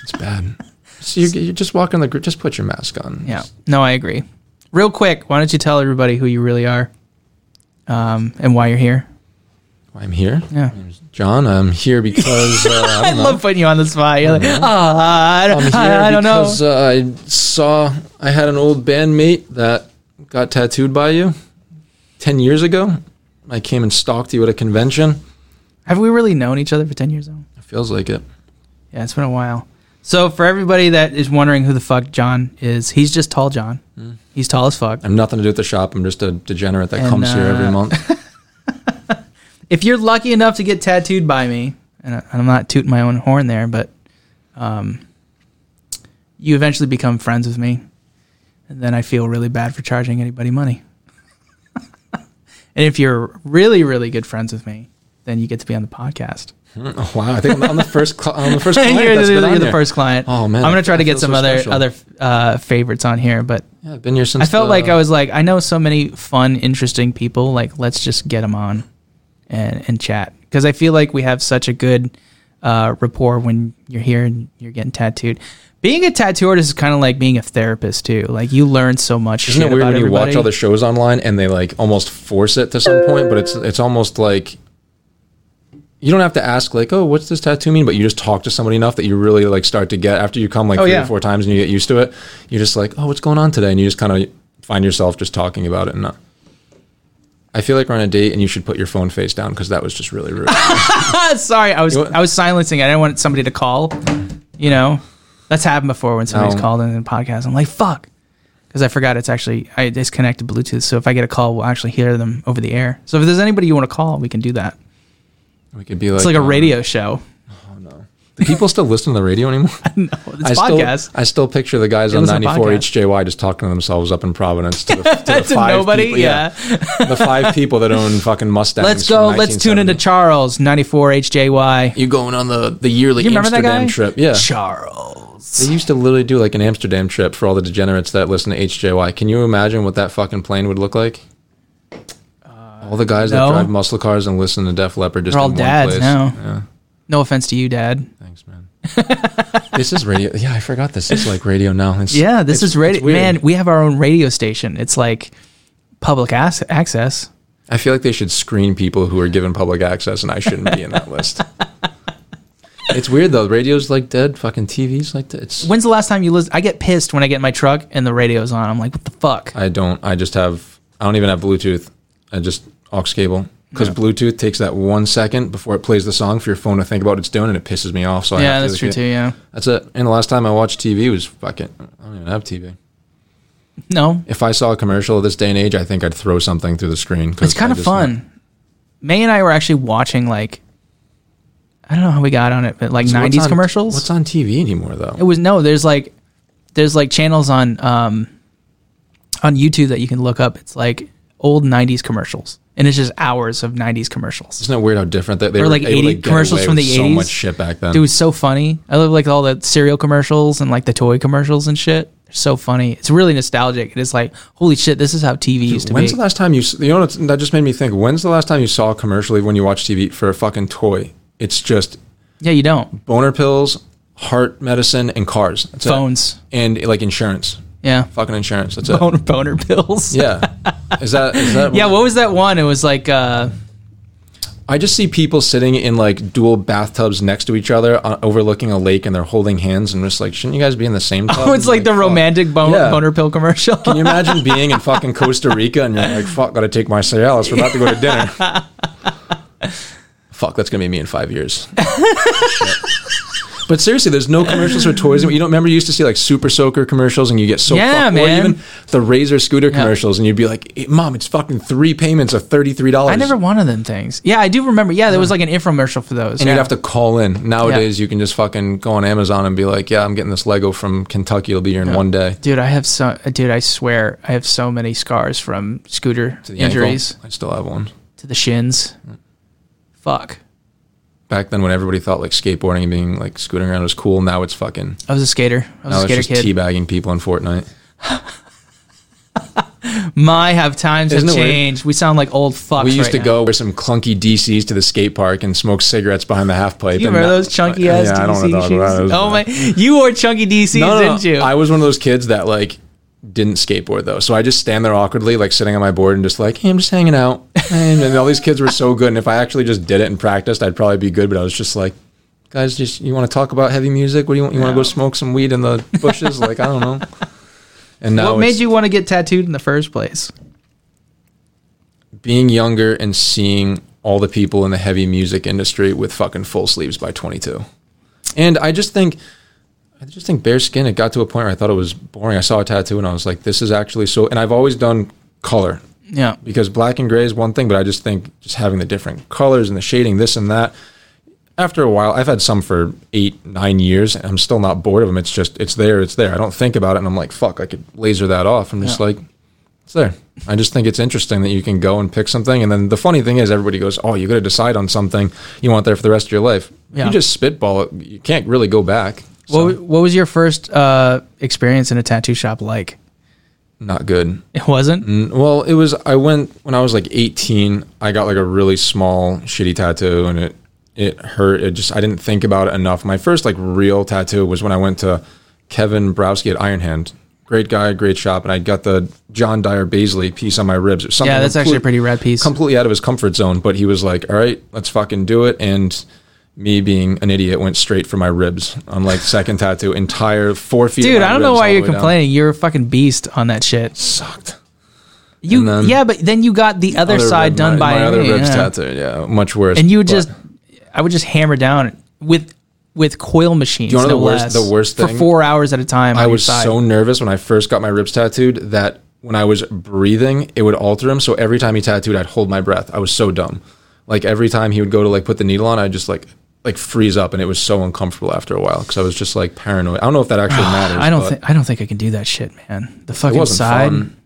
[SPEAKER 2] It's bad. So you're, you're just walking the group. Just put your mask on.
[SPEAKER 1] Yeah. No, I agree. Real quick, why don't you tell everybody who you really are, um, and why you're here?
[SPEAKER 2] I'm here.
[SPEAKER 1] Yeah.
[SPEAKER 2] John, I'm here because uh, I, don't
[SPEAKER 1] I
[SPEAKER 2] know.
[SPEAKER 1] love putting you on the spot. You're like, ah, I don't,
[SPEAKER 2] Mm-hmm. I'm here
[SPEAKER 1] I don't know.
[SPEAKER 2] because Uh, I saw I had an old bandmate that got tattooed by you ten years ago. I came and stalked you at a convention.
[SPEAKER 1] Have we really known each other for 10 years, though?
[SPEAKER 2] It feels like it.
[SPEAKER 1] Yeah, it's been a while. So, for everybody that is wondering who the fuck John is, he's just tall John. He's tall as fuck.
[SPEAKER 2] I have nothing to do with the shop. I'm just a degenerate that
[SPEAKER 1] And,
[SPEAKER 2] comes here every
[SPEAKER 1] uh,
[SPEAKER 2] month.
[SPEAKER 1] If you're lucky enough to get tattooed by me, and I- and I'm not tooting my own horn there, but um, you eventually become friends with me. And then I feel really bad for charging anybody money. and if you're really, really good friends with me, then you get to be on the podcast.
[SPEAKER 2] oh, wow, I think I'm the, I'm the first. Cl- I'm the first client
[SPEAKER 1] you're
[SPEAKER 2] that's
[SPEAKER 1] the,
[SPEAKER 2] been
[SPEAKER 1] you're
[SPEAKER 2] on
[SPEAKER 1] the
[SPEAKER 2] here.
[SPEAKER 1] first client.
[SPEAKER 2] Oh, man,
[SPEAKER 1] I'm
[SPEAKER 2] I
[SPEAKER 1] gonna try to
[SPEAKER 2] feel
[SPEAKER 1] get
[SPEAKER 2] so
[SPEAKER 1] some other
[SPEAKER 2] special.
[SPEAKER 1] other uh, favorites on here, but
[SPEAKER 2] Yeah, I've been here since.
[SPEAKER 1] I felt
[SPEAKER 2] the-
[SPEAKER 1] like I was like I know so many fun, interesting people. Like let's just get them on and and chat because I feel like we have such a good uh, rapport when you're here and you're getting tattooed. Being a tattoo artist is kind of like being a therapist too. Like you learn so much.
[SPEAKER 2] Isn't
[SPEAKER 1] shit
[SPEAKER 2] it weird
[SPEAKER 1] about
[SPEAKER 2] when you
[SPEAKER 1] everybody.
[SPEAKER 2] watch all the shows online and they like almost force it to some point, but it's it's almost like you don't have to ask like, oh, what's this tattoo mean? But you just talk to somebody enough that you really like start to get after you come like
[SPEAKER 1] Oh,
[SPEAKER 2] three
[SPEAKER 1] yeah.
[SPEAKER 2] or four times and you get used to it. You're just like, oh, what's going on today? And you just kind of find yourself just talking about it and not. I feel like we're on a date and you should put your phone face down because that was just really rude.
[SPEAKER 1] Sorry, I was
[SPEAKER 2] You want-
[SPEAKER 1] I was silencing. I didn't want somebody to call. You know, that's happened before when somebody's
[SPEAKER 2] No.
[SPEAKER 1] called in a podcast. I'm like, fuck, because I forgot it's actually I disconnected Bluetooth. So if I get a call, we'll actually hear them over the air. So if there's anybody you want to call, we can do that.
[SPEAKER 2] we could be like,
[SPEAKER 1] It's like a
[SPEAKER 2] um,
[SPEAKER 1] radio show.
[SPEAKER 2] Oh no. Do people still listen to the radio anymore?
[SPEAKER 1] No, it's
[SPEAKER 2] I
[SPEAKER 1] podcast.
[SPEAKER 2] Still, I still picture the guys on
[SPEAKER 1] listen to
[SPEAKER 2] 94
[SPEAKER 1] podcasts.
[SPEAKER 2] HJY just talking to themselves up in Providence to the, to the
[SPEAKER 1] To
[SPEAKER 2] five
[SPEAKER 1] nobody,
[SPEAKER 2] people, the five people that own fucking Mustangs.
[SPEAKER 1] Let's go.
[SPEAKER 2] from
[SPEAKER 1] Let's tune into
[SPEAKER 2] 1970.
[SPEAKER 1] Charles ninety four HJY.
[SPEAKER 2] you going on the the yearly
[SPEAKER 1] You remember that
[SPEAKER 2] Amsterdam
[SPEAKER 1] guy?
[SPEAKER 2] trip? Yeah,
[SPEAKER 1] Charles.
[SPEAKER 2] they used to literally do like an Amsterdam trip for all the degenerates that listen to HJY. Can you imagine what that fucking plane would look like? all the guys
[SPEAKER 1] Uh, no.
[SPEAKER 2] that drive muscle cars and listen to Def Leppard just
[SPEAKER 1] They're all
[SPEAKER 2] in one
[SPEAKER 1] dads
[SPEAKER 2] place.
[SPEAKER 1] now.
[SPEAKER 2] Yeah.
[SPEAKER 1] No offense to you, Dad.
[SPEAKER 2] Thanks, man. this is radio. Yeah, I forgot this. It's like radio now. It's,
[SPEAKER 1] Yeah, this
[SPEAKER 2] it's-
[SPEAKER 1] is radio.
[SPEAKER 2] it's weird.
[SPEAKER 1] Man, we have our own radio station. It's like public ac- access.
[SPEAKER 2] I feel like they should screen people who are given public access, and I shouldn't be in that list. It's weird though. Radio's like dead. Fucking TV's like dead. It's,
[SPEAKER 1] When's the last time you listened? I get pissed when I get in my truck and the radio's on. I'm like, what the fuck?
[SPEAKER 2] I don't. I just have. I don't even have Bluetooth. I just aux cable because Bluetooth takes that one second before it plays the song for your phone to think about what it's doing, and it pisses me off. So I
[SPEAKER 1] yeah,
[SPEAKER 2] have to
[SPEAKER 1] that's true
[SPEAKER 2] just
[SPEAKER 1] too.
[SPEAKER 2] get-
[SPEAKER 1] Yeah.
[SPEAKER 2] That's it. And the last time I watched TV was fucking. I don't even have TV.
[SPEAKER 1] No,
[SPEAKER 2] If I saw a commercial of this day and age, I think I'd throw something through the screen. 'cause
[SPEAKER 1] it's kind
[SPEAKER 2] I
[SPEAKER 1] of
[SPEAKER 2] just-
[SPEAKER 1] fun. May and I were actually watching like, I don't know how we got on it, but like
[SPEAKER 2] So what's
[SPEAKER 1] '90s
[SPEAKER 2] on-
[SPEAKER 1] commercials.
[SPEAKER 2] What's on TV anymore though?
[SPEAKER 1] It was no. There's like, there's like channels on um, on YouTube that you can look up. It's like old '90s commercials, and it's just hours of '90s commercials.
[SPEAKER 2] Isn't it weird how different that they
[SPEAKER 1] Or
[SPEAKER 2] were
[SPEAKER 1] like
[SPEAKER 2] able to
[SPEAKER 1] 80
[SPEAKER 2] get
[SPEAKER 1] commercials
[SPEAKER 2] away
[SPEAKER 1] from
[SPEAKER 2] with
[SPEAKER 1] the
[SPEAKER 2] So
[SPEAKER 1] 80s?
[SPEAKER 2] much shit back then.
[SPEAKER 1] Dude, it was so funny. I love like all the cereal commercials and like the toy commercials and shit. They're so funny. It's really nostalgic. It is like, holy shit, this is how TV used to
[SPEAKER 2] When's
[SPEAKER 1] be.
[SPEAKER 2] the last time you? s- You know what's- that just made me think. When's the last time you saw a commercial even when you watch TV for a fucking toy? It's just
[SPEAKER 1] yeah, you don't.
[SPEAKER 2] boner pills, heart medicine, and cars. That's it.
[SPEAKER 1] Phones.
[SPEAKER 2] and like insurance,
[SPEAKER 1] Yeah.
[SPEAKER 2] fucking insurance. That's it.
[SPEAKER 1] Boner, boner pills.
[SPEAKER 2] Yeah. Is that? Is that
[SPEAKER 1] Yeah, what was that one? It was like uh
[SPEAKER 2] I just see people sitting in like dual bathtubs next to each other, uh, overlooking a lake, and they're holding hands, and just like, shouldn't you guys be in the same? Tub?
[SPEAKER 1] oh, it's like the
[SPEAKER 2] fuck.
[SPEAKER 1] romantic bon-
[SPEAKER 2] Yeah.
[SPEAKER 1] boner pill commercial.
[SPEAKER 2] Can you imagine being in fucking Costa Rica and you're like, fuck, gotta take my Cialis. We're about to go to dinner. fuck, that's gonna be me in five years. but seriously, there's no commercials for toys. You don't remember you used to see like Super Soaker commercials and you get so
[SPEAKER 1] Yeah,
[SPEAKER 2] fucked.
[SPEAKER 1] man.
[SPEAKER 2] Or even the Razor scooter commercials and you'd be like, "Eh, mom, it's fucking three payments of thirty three dollars.
[SPEAKER 1] I never wanted them things. Yeah, I do remember. Yeah, there was like an infomercial for those.
[SPEAKER 2] and
[SPEAKER 1] yeah.
[SPEAKER 2] you'd have to call in. Nowadays, you can just fucking go on Amazon and be like, "Yeah, I'm getting this Lego from Kentucky. It'll be here in one day."
[SPEAKER 1] Dude, I have so dude, I swear I have so many scars from scooter
[SPEAKER 2] To the ankle. Mm.
[SPEAKER 1] injuries
[SPEAKER 2] I still have one.
[SPEAKER 1] to the shins. Fuck.
[SPEAKER 2] back then when everybody thought like skateboarding and being like scooting around was cool. Now it's fucking.
[SPEAKER 1] I was a skater. I was
[SPEAKER 2] Now
[SPEAKER 1] a
[SPEAKER 2] it's
[SPEAKER 1] skater
[SPEAKER 2] just
[SPEAKER 1] kid.
[SPEAKER 2] teabagging people in Fortnite.
[SPEAKER 1] My have times have
[SPEAKER 2] Isn't it weird?
[SPEAKER 1] changed. We sound like old fucks.
[SPEAKER 2] we used
[SPEAKER 1] right
[SPEAKER 2] to
[SPEAKER 1] now.
[SPEAKER 2] go wear some clunky DCs to the skate park and smoke cigarettes behind the half pipe.
[SPEAKER 1] You
[SPEAKER 2] and
[SPEAKER 1] remember
[SPEAKER 2] now-
[SPEAKER 1] those chunky ass
[SPEAKER 2] Yeah, I don't
[SPEAKER 1] DC
[SPEAKER 2] wanna talk about it. It
[SPEAKER 1] shoes?
[SPEAKER 2] was
[SPEAKER 1] Oh my!
[SPEAKER 2] bad.
[SPEAKER 1] You wore chunky DCs,
[SPEAKER 2] No, no, no.
[SPEAKER 1] didn't you?
[SPEAKER 2] I was one of those kids that like didn't skateboard though, so I just stand there awkwardly, like sitting on my board and just like, hey, I'm just hanging out. And, and all these kids were so good, and if I actually just did it and practiced, I'd probably be good. But I was just like, guys, just you want to talk about heavy music? What do you want? You want to go smoke some weed in the bushes? like I don't know. And now
[SPEAKER 1] what made
[SPEAKER 2] it's-
[SPEAKER 1] you want to get tattooed in the first place?
[SPEAKER 2] being younger and seeing all the people in the heavy music industry with fucking full sleeves by 22. And I just think, I just think bare skin, it got to a point where I thought it was boring. I saw a tattoo and I was like, this is actually so, and I've always done color
[SPEAKER 1] Yeah,
[SPEAKER 2] because black and gray is one thing, but I just think just having the different colors and the shading, this and that. After a while, I've had some for eight, nine years, and I'm still not bored of them. It's just, it's there, it's there. I don't think about it, and I'm like, fuck, I could laser that off. I'm just like, it's there. I just think it's interesting that you can go and pick something, and then the funny thing is, everybody goes, oh, you got to decide on something you want there for the rest of your life.
[SPEAKER 1] Yeah.
[SPEAKER 2] You just spitball it. You can't really go back. So,
[SPEAKER 1] What What was your first uh, experience in a tattoo shop like?
[SPEAKER 2] not good.
[SPEAKER 1] It wasn't.
[SPEAKER 2] Mm, Well, it was. I went when I was like 18. I got like a really small, shitty tattoo, and it it hurt. It just I didn't think about it enough. My first like real tattoo was when I went to Kevin Browski at Iron Hand. Great guy, great shop, and I got the John Dyer Baisley piece on my ribs. Or something
[SPEAKER 1] Yeah, that's actually a pretty
[SPEAKER 2] complete-
[SPEAKER 1] rad piece.
[SPEAKER 2] Completely out of his comfort zone, but he was like, "All right, let's fucking do it." And me being an idiot went straight for my ribs on like second tattoo, entire four feet. of
[SPEAKER 1] Dude,
[SPEAKER 2] my
[SPEAKER 1] I don't know
[SPEAKER 2] ribs
[SPEAKER 1] why
[SPEAKER 2] all the
[SPEAKER 1] you're
[SPEAKER 2] way down.
[SPEAKER 1] complaining. You're a fucking beast on that shit.
[SPEAKER 2] Sucked.
[SPEAKER 1] You
[SPEAKER 2] And then-
[SPEAKER 1] yeah, but then you got the other, side
[SPEAKER 2] rib-
[SPEAKER 1] done
[SPEAKER 2] my,
[SPEAKER 1] by
[SPEAKER 2] my other
[SPEAKER 1] me,
[SPEAKER 2] ribs
[SPEAKER 1] yeah.
[SPEAKER 2] tattooed. Yeah, much worse.
[SPEAKER 1] and you would
[SPEAKER 2] But
[SPEAKER 1] just I would just hammer down with with coil machines.
[SPEAKER 2] you wanna know
[SPEAKER 1] no
[SPEAKER 2] the worst-
[SPEAKER 1] less,
[SPEAKER 2] the worst
[SPEAKER 1] for
[SPEAKER 2] thing?
[SPEAKER 1] four hours at a time.
[SPEAKER 2] I was so nervous when I first got my ribs tattooed that when I was breathing, it would alter him. So every time he tattooed, I'd hold my breath. I was so dumb. Like every time he would go to like put the needle on, I'd just like. like freeze up, and it was so uncomfortable after a while because I was just like paranoid. I don't know if that actually matters.
[SPEAKER 1] I don't
[SPEAKER 2] but
[SPEAKER 1] think I don't think I can do that shit, man. The
[SPEAKER 2] it
[SPEAKER 1] fucking
[SPEAKER 2] wasn't
[SPEAKER 1] side.
[SPEAKER 2] fun.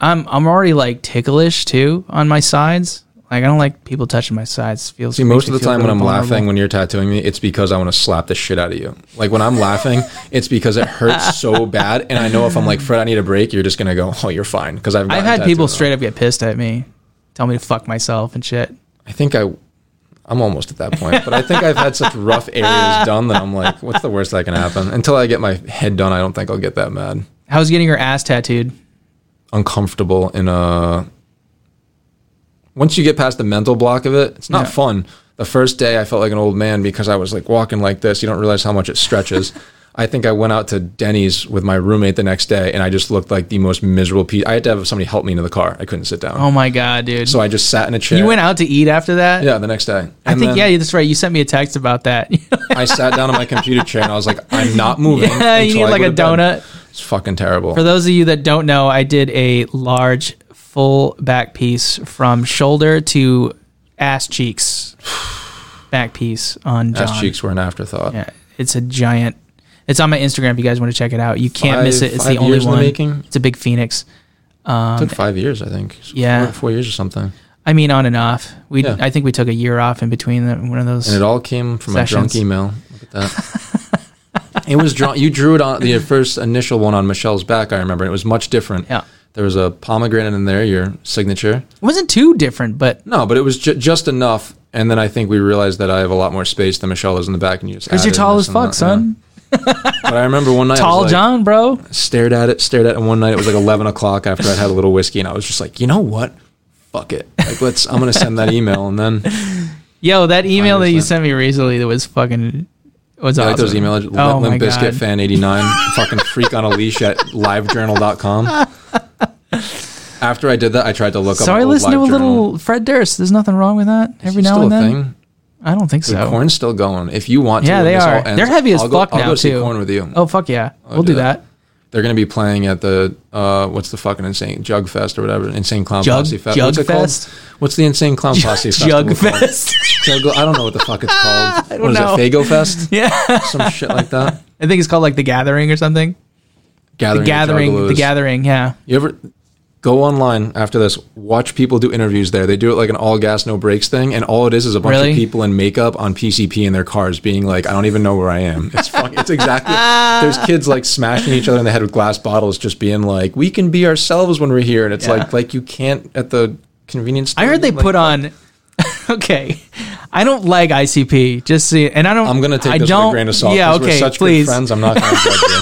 [SPEAKER 1] I'm I'm already like ticklish too on my sides. Like I don't like people touching my sides. Feels
[SPEAKER 2] See,
[SPEAKER 1] makes
[SPEAKER 2] most of
[SPEAKER 1] me
[SPEAKER 2] the
[SPEAKER 1] feel
[SPEAKER 2] time when
[SPEAKER 1] really
[SPEAKER 2] I'm
[SPEAKER 1] vulnerable.
[SPEAKER 2] laughing when you're tattooing me, it's because I want to slap the shit out of you. Like when I'm laughing, it's because it hurts so bad, and I know if I'm like Fred, I need a break, you're just gonna go, oh, you're fine, because I've
[SPEAKER 1] I've
[SPEAKER 2] gotten
[SPEAKER 1] had
[SPEAKER 2] tattooed
[SPEAKER 1] people
[SPEAKER 2] on.
[SPEAKER 1] straight up get pissed at me, tell me to fuck myself and shit.
[SPEAKER 2] I think I, I'm almost at that point, but I think I've had such rough areas done that I'm like, what's the worst that can happen? Until I get my head done, I don't think I'll get that mad.
[SPEAKER 1] How's getting your ass tattooed?
[SPEAKER 2] Uncomfortable in a. Once you get past the mental block of it, it's not
[SPEAKER 1] Yeah.
[SPEAKER 2] fun. The first day, I felt like an old man because I was like walking like this. You don't realize how much it stretches. I think I went out to Denny's with my roommate the next day, and I just looked like the most miserable piece. I had to have somebody help me into the car. I couldn't sit down,
[SPEAKER 1] Oh my god, dude!
[SPEAKER 2] so I just sat in a chair.
[SPEAKER 1] you went out to eat after that?
[SPEAKER 2] yeah, the next day.
[SPEAKER 1] I think yeah, that's right. You sent me a text about that.
[SPEAKER 2] I sat down on my computer chair and I was like, I'm not moving.
[SPEAKER 1] yeah, you
[SPEAKER 2] until
[SPEAKER 1] need
[SPEAKER 2] I
[SPEAKER 1] like
[SPEAKER 2] go
[SPEAKER 1] a
[SPEAKER 2] to bed.
[SPEAKER 1] donut.
[SPEAKER 2] It's fucking terrible.
[SPEAKER 1] For those of you that don't know, I did a large full back piece from shoulder to ass cheeks. Back piece on John.
[SPEAKER 2] Ass cheeks were an afterthought.
[SPEAKER 1] Yeah, it's a giant. It's on my Instagram. If you guys want to check it out, you can't miss
[SPEAKER 2] Five-
[SPEAKER 1] it. It's
[SPEAKER 2] five
[SPEAKER 1] the only
[SPEAKER 2] years in the
[SPEAKER 1] one.
[SPEAKER 2] making?
[SPEAKER 1] It's a big phoenix.
[SPEAKER 2] It took five years, I think. It's
[SPEAKER 1] Yeah.
[SPEAKER 2] Four, four years or something.
[SPEAKER 1] I mean, on and off. We
[SPEAKER 2] Yeah.
[SPEAKER 1] I think we took a year off in between the, one of those.
[SPEAKER 2] And it all came from a drunk
[SPEAKER 1] Sessions.
[SPEAKER 2] email. Look at that. it was drawn. You drew it on the first initial one on Michelle's back, I remember. and It was much different.
[SPEAKER 1] Yeah.
[SPEAKER 2] There was a pomegranate in there, your signature.
[SPEAKER 1] It wasn't too different, but
[SPEAKER 2] No, but it was ju- just enough. And then I think we realized that I have a lot more space than Michelle is in the back. And you just
[SPEAKER 1] because you're
[SPEAKER 2] added
[SPEAKER 1] tall as
[SPEAKER 2] this and that,
[SPEAKER 1] fuck, son.
[SPEAKER 2] yeah. But I remember one night. I was
[SPEAKER 1] Tall
[SPEAKER 2] like,
[SPEAKER 1] John, bro.
[SPEAKER 2] stared at it, stared at it one night. It was like 11 o'clock after I'd had a little whiskey, and I was just like, you know what? Fuck it. Like, let's, I'm going to send that email. And then,
[SPEAKER 1] Yo, that email that you
[SPEAKER 2] 100%.
[SPEAKER 1] sent me recently that was fucking was
[SPEAKER 2] I
[SPEAKER 1] awesome.
[SPEAKER 2] like those email Limp
[SPEAKER 1] Oh my
[SPEAKER 2] Limp Bizkit
[SPEAKER 1] god.
[SPEAKER 2] fan 89, fucking freak on a leash at livejournal.com. After I did that, I tried to look up.
[SPEAKER 1] So I
[SPEAKER 2] old
[SPEAKER 1] listened to a
[SPEAKER 2] LiveJournal.
[SPEAKER 1] little Fred Durst. There's nothing wrong with that.
[SPEAKER 2] Is
[SPEAKER 1] Every
[SPEAKER 2] it
[SPEAKER 1] now
[SPEAKER 2] still
[SPEAKER 1] and
[SPEAKER 2] a
[SPEAKER 1] then,
[SPEAKER 2] thing?
[SPEAKER 1] I don't think
[SPEAKER 2] Dude,
[SPEAKER 1] so.
[SPEAKER 2] Corn's still going. If you want to,
[SPEAKER 1] Yeah,
[SPEAKER 2] when
[SPEAKER 1] they
[SPEAKER 2] this all
[SPEAKER 1] are.
[SPEAKER 2] ends,
[SPEAKER 1] They're heavy as
[SPEAKER 2] I'll go-
[SPEAKER 1] fuck
[SPEAKER 2] I'll
[SPEAKER 1] now
[SPEAKER 2] go see
[SPEAKER 1] too.
[SPEAKER 2] Corn with you.
[SPEAKER 1] Oh fuck yeah,
[SPEAKER 2] I'll
[SPEAKER 1] we'll
[SPEAKER 2] do
[SPEAKER 1] do
[SPEAKER 2] that.
[SPEAKER 1] that.
[SPEAKER 2] They're going to be playing at the uh, what's the fucking insane Jug Fest or whatever Insane Clown
[SPEAKER 1] Jug-
[SPEAKER 2] Posse Fest.
[SPEAKER 1] Jug
[SPEAKER 2] what's it
[SPEAKER 1] Fest?
[SPEAKER 2] called? What's the Insane Clown Posse Festival
[SPEAKER 1] Jug
[SPEAKER 2] called?
[SPEAKER 1] fest.
[SPEAKER 2] Juggle- I don't know what the fuck it's called.
[SPEAKER 1] don't
[SPEAKER 2] What is
[SPEAKER 1] know.
[SPEAKER 2] it? Fago Fest?
[SPEAKER 1] yeah,
[SPEAKER 2] Some shit like that.
[SPEAKER 1] I think it's called like the Gathering or something.
[SPEAKER 2] Gathering.
[SPEAKER 1] The
[SPEAKER 2] of
[SPEAKER 1] Gathering, the
[SPEAKER 2] Juggalos.
[SPEAKER 1] Gathering. Yeah,
[SPEAKER 2] You ever go online after this? Watch people do interviews there. They do it like an all gas no breaks thing, and all it is is a bunch
[SPEAKER 1] Really?
[SPEAKER 2] of people in makeup on PCP in their cars, being like, "I don't even know where I am." It's fucking. It's exactly. There's kids like smashing each other in the head with glass bottles, just being like, "We can be ourselves when we're here," and it's
[SPEAKER 1] Yeah.
[SPEAKER 2] like like you can't at the convenience. Store.
[SPEAKER 1] I heard they
[SPEAKER 2] Like,
[SPEAKER 1] put on. okay, I don't like ICP. Just see, and I don't.
[SPEAKER 2] I'm gonna take
[SPEAKER 1] I
[SPEAKER 2] this
[SPEAKER 1] don't,
[SPEAKER 2] with a grain of salt.
[SPEAKER 1] Yeah,
[SPEAKER 2] 'cause
[SPEAKER 1] okay,
[SPEAKER 2] We're such
[SPEAKER 1] please.
[SPEAKER 2] good friends. I'm not gonna judge you.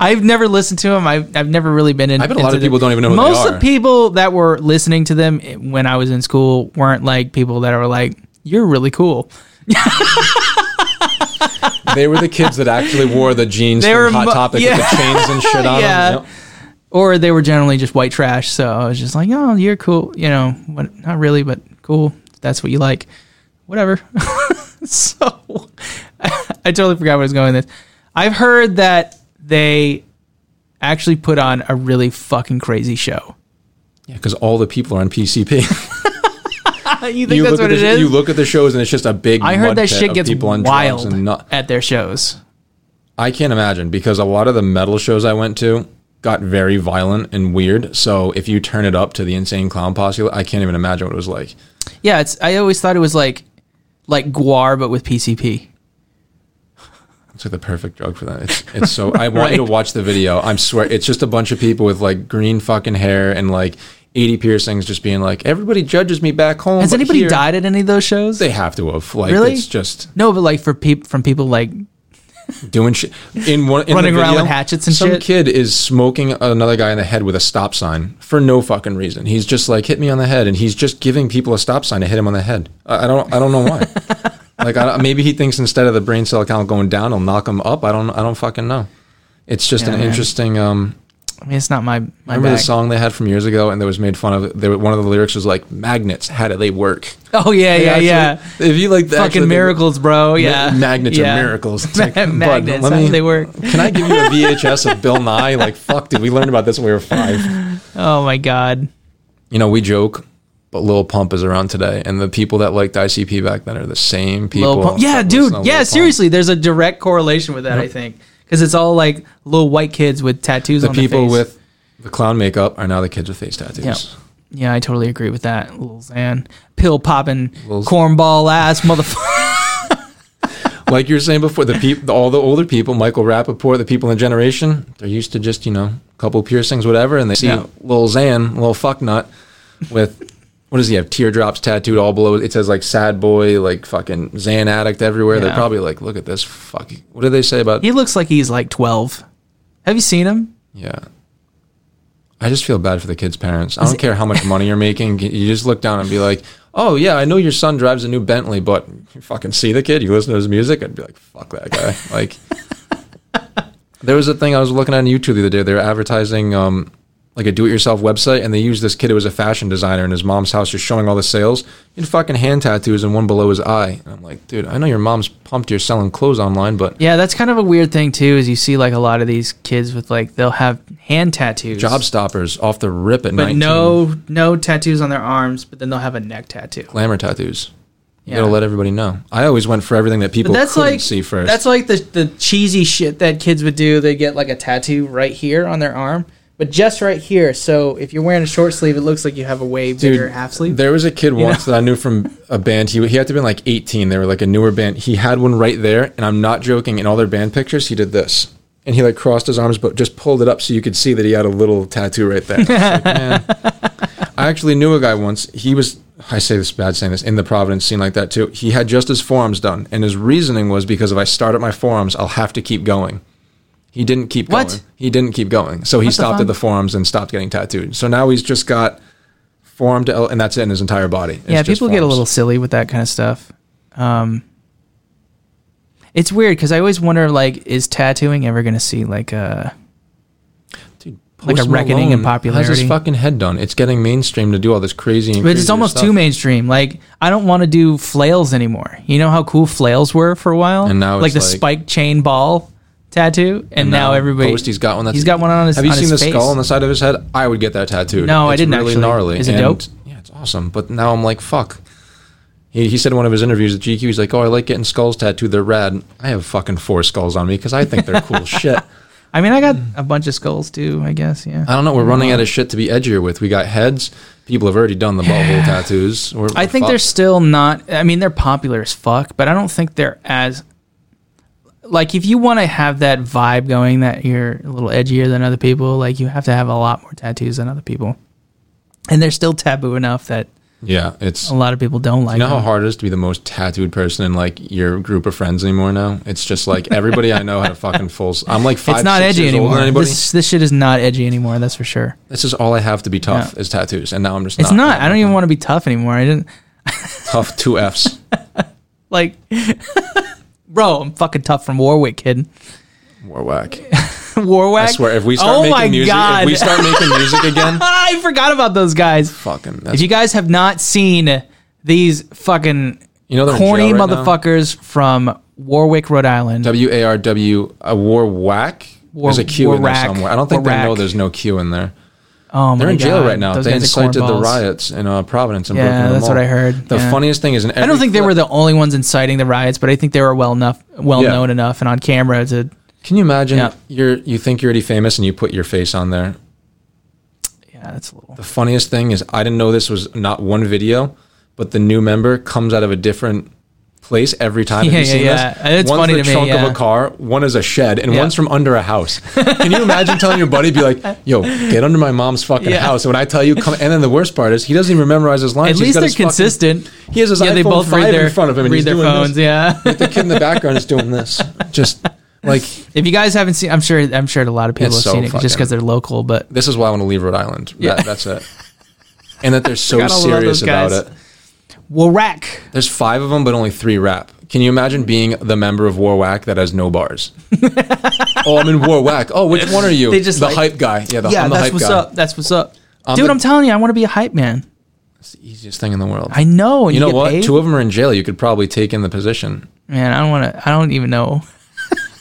[SPEAKER 1] I've never listened to them. I've, I've never really been in.
[SPEAKER 2] I bet a lot
[SPEAKER 1] into
[SPEAKER 2] of people
[SPEAKER 1] them.
[SPEAKER 2] don't even know who they
[SPEAKER 1] Most of
[SPEAKER 2] are.
[SPEAKER 1] the people that were listening to them eh, when I was in school weren't like people that were like, "You're really cool."
[SPEAKER 2] They were the kids that actually wore the jeans
[SPEAKER 1] They
[SPEAKER 2] from
[SPEAKER 1] were
[SPEAKER 2] Hot
[SPEAKER 1] mo-
[SPEAKER 2] Topic with the chains and shit on
[SPEAKER 1] Yeah.
[SPEAKER 2] them. Yep.
[SPEAKER 1] Or they were generally just white trash. So I was just like, "Oh, you're cool." You know, what, not really, but cool. That's what you like. Whatever. so I totally forgot where I was going with this. I've heard that they actually put on a really fucking crazy show.
[SPEAKER 2] Yeah, because all the people are on PCP.
[SPEAKER 1] Uh, you think
[SPEAKER 2] you,
[SPEAKER 1] that's
[SPEAKER 2] look
[SPEAKER 1] what
[SPEAKER 2] at
[SPEAKER 1] it
[SPEAKER 2] the,
[SPEAKER 1] is?
[SPEAKER 2] you look at the shows and it's just a big.
[SPEAKER 1] I heard
[SPEAKER 2] mud
[SPEAKER 1] that
[SPEAKER 2] pit
[SPEAKER 1] shit
[SPEAKER 2] of
[SPEAKER 1] gets
[SPEAKER 2] people on drugs
[SPEAKER 1] wild
[SPEAKER 2] and not.
[SPEAKER 1] at their shows.
[SPEAKER 2] I can't imagine because a lot of the metal shows I went to got very violent and weird. So if you turn it up to the Insane Clown Posse, I can't even imagine what it was like.
[SPEAKER 1] Yeah, it's. I always thought it was like, like Guar, but with PCP.
[SPEAKER 2] It's like the perfect drug for that. It's, it's so. I want you to
[SPEAKER 1] Right.
[SPEAKER 2] watch the video. I'm swear. It's just a bunch of people with like green fucking hair and like 80 piercings, just being like, everybody judges me back home.
[SPEAKER 1] Has
[SPEAKER 2] but
[SPEAKER 1] anybody
[SPEAKER 2] here-"
[SPEAKER 1] died at any of those shows?
[SPEAKER 2] They have to have. Like,
[SPEAKER 1] Really?
[SPEAKER 2] it's just
[SPEAKER 1] no, but like for peop from people like
[SPEAKER 2] doing shit in one in
[SPEAKER 1] Running
[SPEAKER 2] the
[SPEAKER 1] around
[SPEAKER 2] video,
[SPEAKER 1] with hatchets and
[SPEAKER 2] some
[SPEAKER 1] shit?
[SPEAKER 2] kid is smoking another guy in the head with a stop sign for no fucking reason. He's just like hit me on the head, and he's just giving people a stop sign to hit him on the head. I, I don't I don't know why. like I, don't- maybe he thinks instead of the brain cell count going down, he'll knock him up. I don't I don't fucking know. It's just
[SPEAKER 1] Yeah,
[SPEAKER 2] an
[SPEAKER 1] man.
[SPEAKER 2] interesting. Um,
[SPEAKER 1] I mean, it's not my my
[SPEAKER 2] remember
[SPEAKER 1] bag.
[SPEAKER 2] the song they had from years ago, and that was made fun of. They, were- one of the lyrics was like, "Magnets, how do they work?"
[SPEAKER 1] Oh yeah,
[SPEAKER 2] They
[SPEAKER 1] yeah,
[SPEAKER 2] actually-
[SPEAKER 1] yeah.
[SPEAKER 2] If you like, actually-
[SPEAKER 1] Fucking
[SPEAKER 2] they-
[SPEAKER 1] miracles, bro. Yeah,
[SPEAKER 2] Ma- magnets
[SPEAKER 1] yeah.
[SPEAKER 2] are miracles. It's
[SPEAKER 1] Ma-
[SPEAKER 2] bud,
[SPEAKER 1] magnets,
[SPEAKER 2] let
[SPEAKER 1] how do they work?
[SPEAKER 2] Can I give you a VHS of Bill Nye? Like, fuck, dude, we learned about this when we were five.
[SPEAKER 1] Oh my god.
[SPEAKER 2] You know, we joke but Lil Pump is around today, and the people that liked ICP back then are the same people.
[SPEAKER 1] Lil Pump. Yeah,
[SPEAKER 2] that listen to
[SPEAKER 1] dude.
[SPEAKER 2] Lil
[SPEAKER 1] Yeah,
[SPEAKER 2] Pump.
[SPEAKER 1] seriously. There's a direct correlation with that, I think, because it's all like little white kids with tattoos
[SPEAKER 2] The
[SPEAKER 1] on
[SPEAKER 2] people
[SPEAKER 1] their face.
[SPEAKER 2] with the clown makeup are now the kids with face tattoos.
[SPEAKER 1] Yeah. Yeah, I totally agree with that, Lil Xan. Pill popping,
[SPEAKER 2] Lil-
[SPEAKER 1] cornball ass motherfucker.
[SPEAKER 2] Like you were saying before, the people, all the older people, Michael Rappaport, the people in the generation, they're used to just you know a couple piercings, whatever, and they see
[SPEAKER 1] Yeah.
[SPEAKER 2] Lil Xan, Lil Fucknut, with what does he have? Teardrops tattooed all below. It says like sad boy, like fucking Xan addict everywhere. They're
[SPEAKER 1] Yeah.
[SPEAKER 2] probably like, look at this fuck. What do they say about?
[SPEAKER 1] he looks like he's like 12. Have you seen him?
[SPEAKER 2] Yeah. I just feel bad for the kids' parents. I don't care how much money you're making. You just look down and be like, oh, yeah, I know your son drives a new Bentley, but you fucking see the kid, you listen to his music, I'd be like, fuck that guy. Like, there was a thing I was looking at on YouTube the other day. They were advertising um, like a do it yourself website, and they used this kid who was a fashion designer in his mom's house just showing all the sales. He had fucking hand tattoos and one below his eye. And I'm like, dude, I know your mom's pumped you're selling clothes online, but
[SPEAKER 1] Yeah, that's kind of a weird thing, too, is you see like a lot of these kids with like, they'll have hand tattoos.
[SPEAKER 2] job stoppers off the rip at
[SPEAKER 1] But
[SPEAKER 2] 19.
[SPEAKER 1] no no tattoos on their arms, but then they'll have a neck tattoo.
[SPEAKER 2] glamour tattoos. You
[SPEAKER 1] Yeah.
[SPEAKER 2] gotta let everybody know. I always went for everything that people
[SPEAKER 1] But that's
[SPEAKER 2] couldn't
[SPEAKER 1] like
[SPEAKER 2] see first.
[SPEAKER 1] that's like the the cheesy shit that kids would do. They get like a tattoo right here on their arm, but just right here. So if you're wearing a short sleeve, it looks like you have a way bigger half sleeve.
[SPEAKER 2] There was a kid once that I knew from a band. He he had to be like 18. They were like a newer band. He had one right there, and I'm not joking. In all their band pictures, he did this, and he like crossed his arms, but just pulled it up so you could see that he had a little tattoo right there. I, was like, "Man." I actually knew a guy once. He was I say this bad saying this in the Providence scene like that too. He had just his forearms done, and his reasoning was because if I start at my forearms, I'll have to keep going. He didn't keep
[SPEAKER 1] What?
[SPEAKER 2] going. He didn't keep going. So he stopped
[SPEAKER 1] fuck?
[SPEAKER 2] at the forearms and stopped getting tattooed. So now he's just got forearm to el- and that's it in his entire body. It's
[SPEAKER 1] yeah,
[SPEAKER 2] just
[SPEAKER 1] people get a
[SPEAKER 2] forearms.
[SPEAKER 1] little silly with that kind of stuff. Um, it's weird because I always wonder like, is tattooing ever going to see like a
[SPEAKER 2] Dude,
[SPEAKER 1] like a
[SPEAKER 2] Post
[SPEAKER 1] reckoning in
[SPEAKER 2] Malone Has
[SPEAKER 1] popularity.
[SPEAKER 2] his fucking head done? It's getting mainstream to do all this crazy. And
[SPEAKER 1] But it's
[SPEAKER 2] crazier
[SPEAKER 1] almost
[SPEAKER 2] stuff.
[SPEAKER 1] too mainstream. Like I don't want to do flails anymore. You know how cool flails were for a while,
[SPEAKER 2] And now
[SPEAKER 1] like
[SPEAKER 2] it's
[SPEAKER 1] the
[SPEAKER 2] like-
[SPEAKER 1] spike chain ball tattoo, and, now, everybody
[SPEAKER 2] Post, he's got one. That's,
[SPEAKER 1] he's got one on his.
[SPEAKER 2] Have you
[SPEAKER 1] on
[SPEAKER 2] seen
[SPEAKER 1] his
[SPEAKER 2] the
[SPEAKER 1] face.
[SPEAKER 2] skull on the side of his head? I would get that tattooed.
[SPEAKER 1] No, I
[SPEAKER 2] It's
[SPEAKER 1] didn't
[SPEAKER 2] Really
[SPEAKER 1] actually.
[SPEAKER 2] gnarly.
[SPEAKER 1] Is it
[SPEAKER 2] and-
[SPEAKER 1] dope?
[SPEAKER 2] Yeah, it's awesome. But now I'm like, fuck. He, he said in one of his interviews at GQ, he's like, oh, I like getting skulls tattooed. They're rad. I have fucking four skulls on me because I think they're cool shit.
[SPEAKER 1] I mean, I got a bunch of skulls too. I guess, yeah.
[SPEAKER 2] Mm. I don't know. We're running out of shit to be edgier with. We got heads. People have already done the butthole tattoos. We're,
[SPEAKER 1] I
[SPEAKER 2] we're
[SPEAKER 1] think
[SPEAKER 2] fucked.
[SPEAKER 1] they're still not. I mean, they're popular as fuck, but I don't think they're as like if you want to have that vibe going that you're a little edgier than other people, like you have to have a lot more tattoos than other people, and they're still taboo enough that
[SPEAKER 2] yeah. It's
[SPEAKER 1] a lot of people don't like.
[SPEAKER 2] you know how
[SPEAKER 1] them.
[SPEAKER 2] hard it is to be the most tattooed person in like your group of friends anymore. Now it's just like everybody I know had a fucking full. s- I'm like five.
[SPEAKER 1] it's not
[SPEAKER 2] six
[SPEAKER 1] edgy
[SPEAKER 2] years older
[SPEAKER 1] anymore.
[SPEAKER 2] than anybody. This,
[SPEAKER 1] This this shit is not edgy anymore. That's for sure.
[SPEAKER 2] is all I have to be tough is tattoos, and now I'm just
[SPEAKER 1] It's
[SPEAKER 2] not,
[SPEAKER 1] not. I don't even want to be tough anymore. I didn't
[SPEAKER 2] tough. Two Fs.
[SPEAKER 1] like, bro. I'm fucking tough from Warwick, kid.
[SPEAKER 2] Warwack.
[SPEAKER 1] Warwick.
[SPEAKER 2] I swear, if we start
[SPEAKER 1] oh my
[SPEAKER 2] making music,
[SPEAKER 1] god,
[SPEAKER 2] if we start making music again,
[SPEAKER 1] I forgot about those guys.
[SPEAKER 2] fucking.
[SPEAKER 1] If
[SPEAKER 2] That's,
[SPEAKER 1] you guys have not seen these fucking
[SPEAKER 2] you know, they're in
[SPEAKER 1] corny
[SPEAKER 2] jail right now?
[SPEAKER 1] motherfuckers from Warwick, Rhode Island,
[SPEAKER 2] W A R W a war whack.
[SPEAKER 1] War-
[SPEAKER 2] There's a Q in there
[SPEAKER 1] warrack.
[SPEAKER 2] somewhere. I don't think they know
[SPEAKER 1] Warrack.
[SPEAKER 2] there's no Q in there.
[SPEAKER 1] oh my
[SPEAKER 2] They're in jail
[SPEAKER 1] God,
[SPEAKER 2] right now.
[SPEAKER 1] those
[SPEAKER 2] They
[SPEAKER 1] guys are
[SPEAKER 2] incited the
[SPEAKER 1] cornballs.
[SPEAKER 2] riots in uh, Providence and
[SPEAKER 1] Yeah,
[SPEAKER 2] Brooklyn.
[SPEAKER 1] that's what I heard.
[SPEAKER 2] The
[SPEAKER 1] Yeah.
[SPEAKER 2] funniest thing is, in every
[SPEAKER 1] I don't think they
[SPEAKER 2] clip-
[SPEAKER 1] were the only ones inciting the riots, but I think they were well enough, well
[SPEAKER 2] Yeah.
[SPEAKER 1] known enough, and on camera to.
[SPEAKER 2] Can you imagine?
[SPEAKER 1] Yeah.
[SPEAKER 2] You're you think you're already famous and you put your face on there.
[SPEAKER 1] Yeah, that's a little.
[SPEAKER 2] The funniest thing is, I didn't know this was not one video, but the new member comes out of a different place every time. Have
[SPEAKER 1] Yeah,
[SPEAKER 2] you
[SPEAKER 1] yeah,
[SPEAKER 2] seen
[SPEAKER 1] yeah.
[SPEAKER 2] this?
[SPEAKER 1] And it's
[SPEAKER 2] one's
[SPEAKER 1] funny
[SPEAKER 2] the
[SPEAKER 1] to me,
[SPEAKER 2] trunk
[SPEAKER 1] yeah.
[SPEAKER 2] of a car, one is a shed, and
[SPEAKER 1] Yeah.
[SPEAKER 2] one's from under a house. Can you imagine telling your buddy, be like, "Yo, get under my mom's fucking
[SPEAKER 1] Yeah.
[SPEAKER 2] house." And when I tell you, come. And then the worst part is, he doesn't even memorize his lines.
[SPEAKER 1] At least
[SPEAKER 2] He's got
[SPEAKER 1] they're
[SPEAKER 2] his fucking-
[SPEAKER 1] consistent.
[SPEAKER 2] he has his
[SPEAKER 1] yeah,
[SPEAKER 2] iPhone
[SPEAKER 1] they both read
[SPEAKER 2] five
[SPEAKER 1] their
[SPEAKER 2] in front of him. and
[SPEAKER 1] read
[SPEAKER 2] he's
[SPEAKER 1] their
[SPEAKER 2] doing
[SPEAKER 1] phones.
[SPEAKER 2] This.
[SPEAKER 1] Yeah.
[SPEAKER 2] The kid in the background is doing this. Just like
[SPEAKER 1] if you guys haven't seen, I'm sure I'm sure a lot of people
[SPEAKER 2] It's
[SPEAKER 1] have
[SPEAKER 2] so
[SPEAKER 1] seen it just
[SPEAKER 2] fucking-
[SPEAKER 1] because they're local, but
[SPEAKER 2] this is why I want to leave Rhode Island.
[SPEAKER 1] Yeah.
[SPEAKER 2] That, that's it. And that they're so
[SPEAKER 1] Forgot all about
[SPEAKER 2] serious
[SPEAKER 1] those
[SPEAKER 2] about
[SPEAKER 1] guys.
[SPEAKER 2] it.
[SPEAKER 1] Warrack.
[SPEAKER 2] There's five of them, but only three rap. Can you imagine being the member of Warwack that has no bars? oh, I'm in Warwack. Oh, which one are you?
[SPEAKER 1] They just
[SPEAKER 2] the
[SPEAKER 1] like-
[SPEAKER 2] hype guy. Yeah, the,
[SPEAKER 1] Yeah,
[SPEAKER 2] I'm the
[SPEAKER 1] that's
[SPEAKER 2] hype
[SPEAKER 1] what's
[SPEAKER 2] guy.
[SPEAKER 1] up. That's what's up.
[SPEAKER 2] I'm
[SPEAKER 1] Dude,
[SPEAKER 2] the-
[SPEAKER 1] I'm telling you, I want to be a hype man.
[SPEAKER 2] It's the easiest thing in the world.
[SPEAKER 1] I know. And
[SPEAKER 2] you know
[SPEAKER 1] get
[SPEAKER 2] what?
[SPEAKER 1] paid.
[SPEAKER 2] Two of them are in jail. You could probably take in the position.
[SPEAKER 1] Man, I don't want to. I don't even know.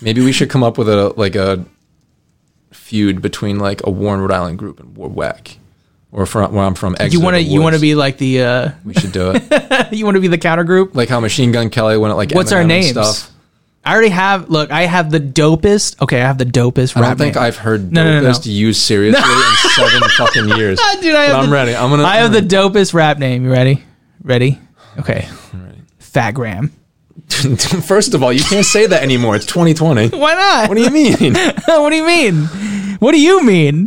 [SPEAKER 2] Maybe we should come up with a like a feud between like a Warren Rhode Island group and Warwack. or from where I'm from. Exit
[SPEAKER 1] you
[SPEAKER 2] of
[SPEAKER 1] want to
[SPEAKER 2] the
[SPEAKER 1] you want to
[SPEAKER 2] Woods.
[SPEAKER 1] be like the uh,
[SPEAKER 2] We should do it.
[SPEAKER 1] you want to be the counter group.
[SPEAKER 2] like how Machine Gun Kelly went at like
[SPEAKER 1] What's our
[SPEAKER 2] Eminem and
[SPEAKER 1] names?
[SPEAKER 2] Stuff.
[SPEAKER 1] I already have. Look, I have the dopest. Okay, I have the dopest.
[SPEAKER 2] I
[SPEAKER 1] rap
[SPEAKER 2] don't think
[SPEAKER 1] name.
[SPEAKER 2] I've heard
[SPEAKER 1] No, no, no,
[SPEAKER 2] dopest
[SPEAKER 1] no.
[SPEAKER 2] used seriously in seven fucking years.
[SPEAKER 1] Dude, I have
[SPEAKER 2] But I'm
[SPEAKER 1] the-
[SPEAKER 2] ready. I'm gonna.
[SPEAKER 1] I have the dopest rap name. You ready? Ready? Okay. Fat Graham.
[SPEAKER 2] the. First of all, you can't say that anymore. It's 2020.
[SPEAKER 1] Why not?
[SPEAKER 2] What do you mean? What
[SPEAKER 1] what do you mean? What do you mean?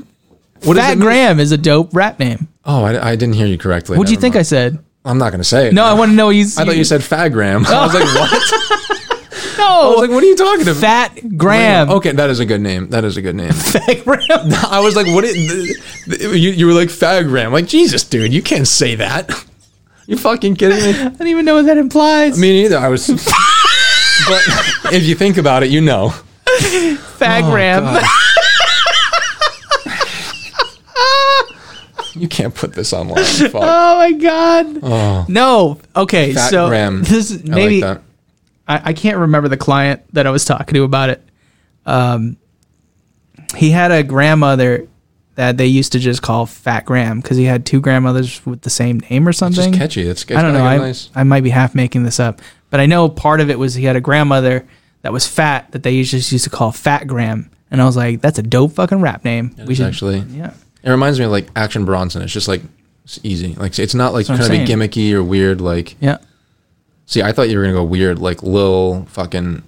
[SPEAKER 2] does it
[SPEAKER 1] Fat
[SPEAKER 2] mean?
[SPEAKER 1] Graham is a dope rap name.
[SPEAKER 2] Oh, I, I didn't hear you correctly.
[SPEAKER 1] What do you
[SPEAKER 2] Never
[SPEAKER 1] think I
[SPEAKER 2] mind.
[SPEAKER 1] said?
[SPEAKER 2] I'm not gonna say it.
[SPEAKER 1] No, I want to know what you.
[SPEAKER 2] I thought you said fagram. I was like, what?
[SPEAKER 1] no.
[SPEAKER 2] I was like, what are you talking about?
[SPEAKER 1] Fat Graham.
[SPEAKER 2] Oh, Okay, that is a good name. That is a good name.
[SPEAKER 1] Fat Graham.
[SPEAKER 2] I was like, what? Is, you, you were like fagram. Like Jesus, dude, you can't say that. You fucking kidding me?
[SPEAKER 1] I don't even know what that implies.
[SPEAKER 2] Me neither. I was. but if you think about it, you know.
[SPEAKER 1] Fat Graham.
[SPEAKER 2] Oh, God. you can't put this online. Fuck.
[SPEAKER 1] Oh my god. No. Okay.
[SPEAKER 2] Oh. Fat
[SPEAKER 1] so
[SPEAKER 2] Graham.
[SPEAKER 1] this is
[SPEAKER 2] I
[SPEAKER 1] maybe
[SPEAKER 2] like that.
[SPEAKER 1] I, I can't remember the client that I was talking to about it. Um, he had a grandmother that they used to just call Fat Graham because he had two grandmothers with the same name or
[SPEAKER 2] It's
[SPEAKER 1] something.
[SPEAKER 2] just catchy. It's, it's
[SPEAKER 1] I don't know. I,
[SPEAKER 2] Nice.
[SPEAKER 1] I might be half making this up, but I know part of it was he had a grandmother that was fat that they just used to call Fat Graham, and I was like, that's a dope fucking rap name.
[SPEAKER 2] We actually.
[SPEAKER 1] yeah.
[SPEAKER 2] It reminds me of like Action Bronson. It's just like it's easy. Like it's not like
[SPEAKER 1] what
[SPEAKER 2] trying to
[SPEAKER 1] I'm
[SPEAKER 2] be
[SPEAKER 1] saying.
[SPEAKER 2] gimmicky or weird. Like
[SPEAKER 1] Yeah.
[SPEAKER 2] see, I thought you were gonna go weird. Like Lil fucking.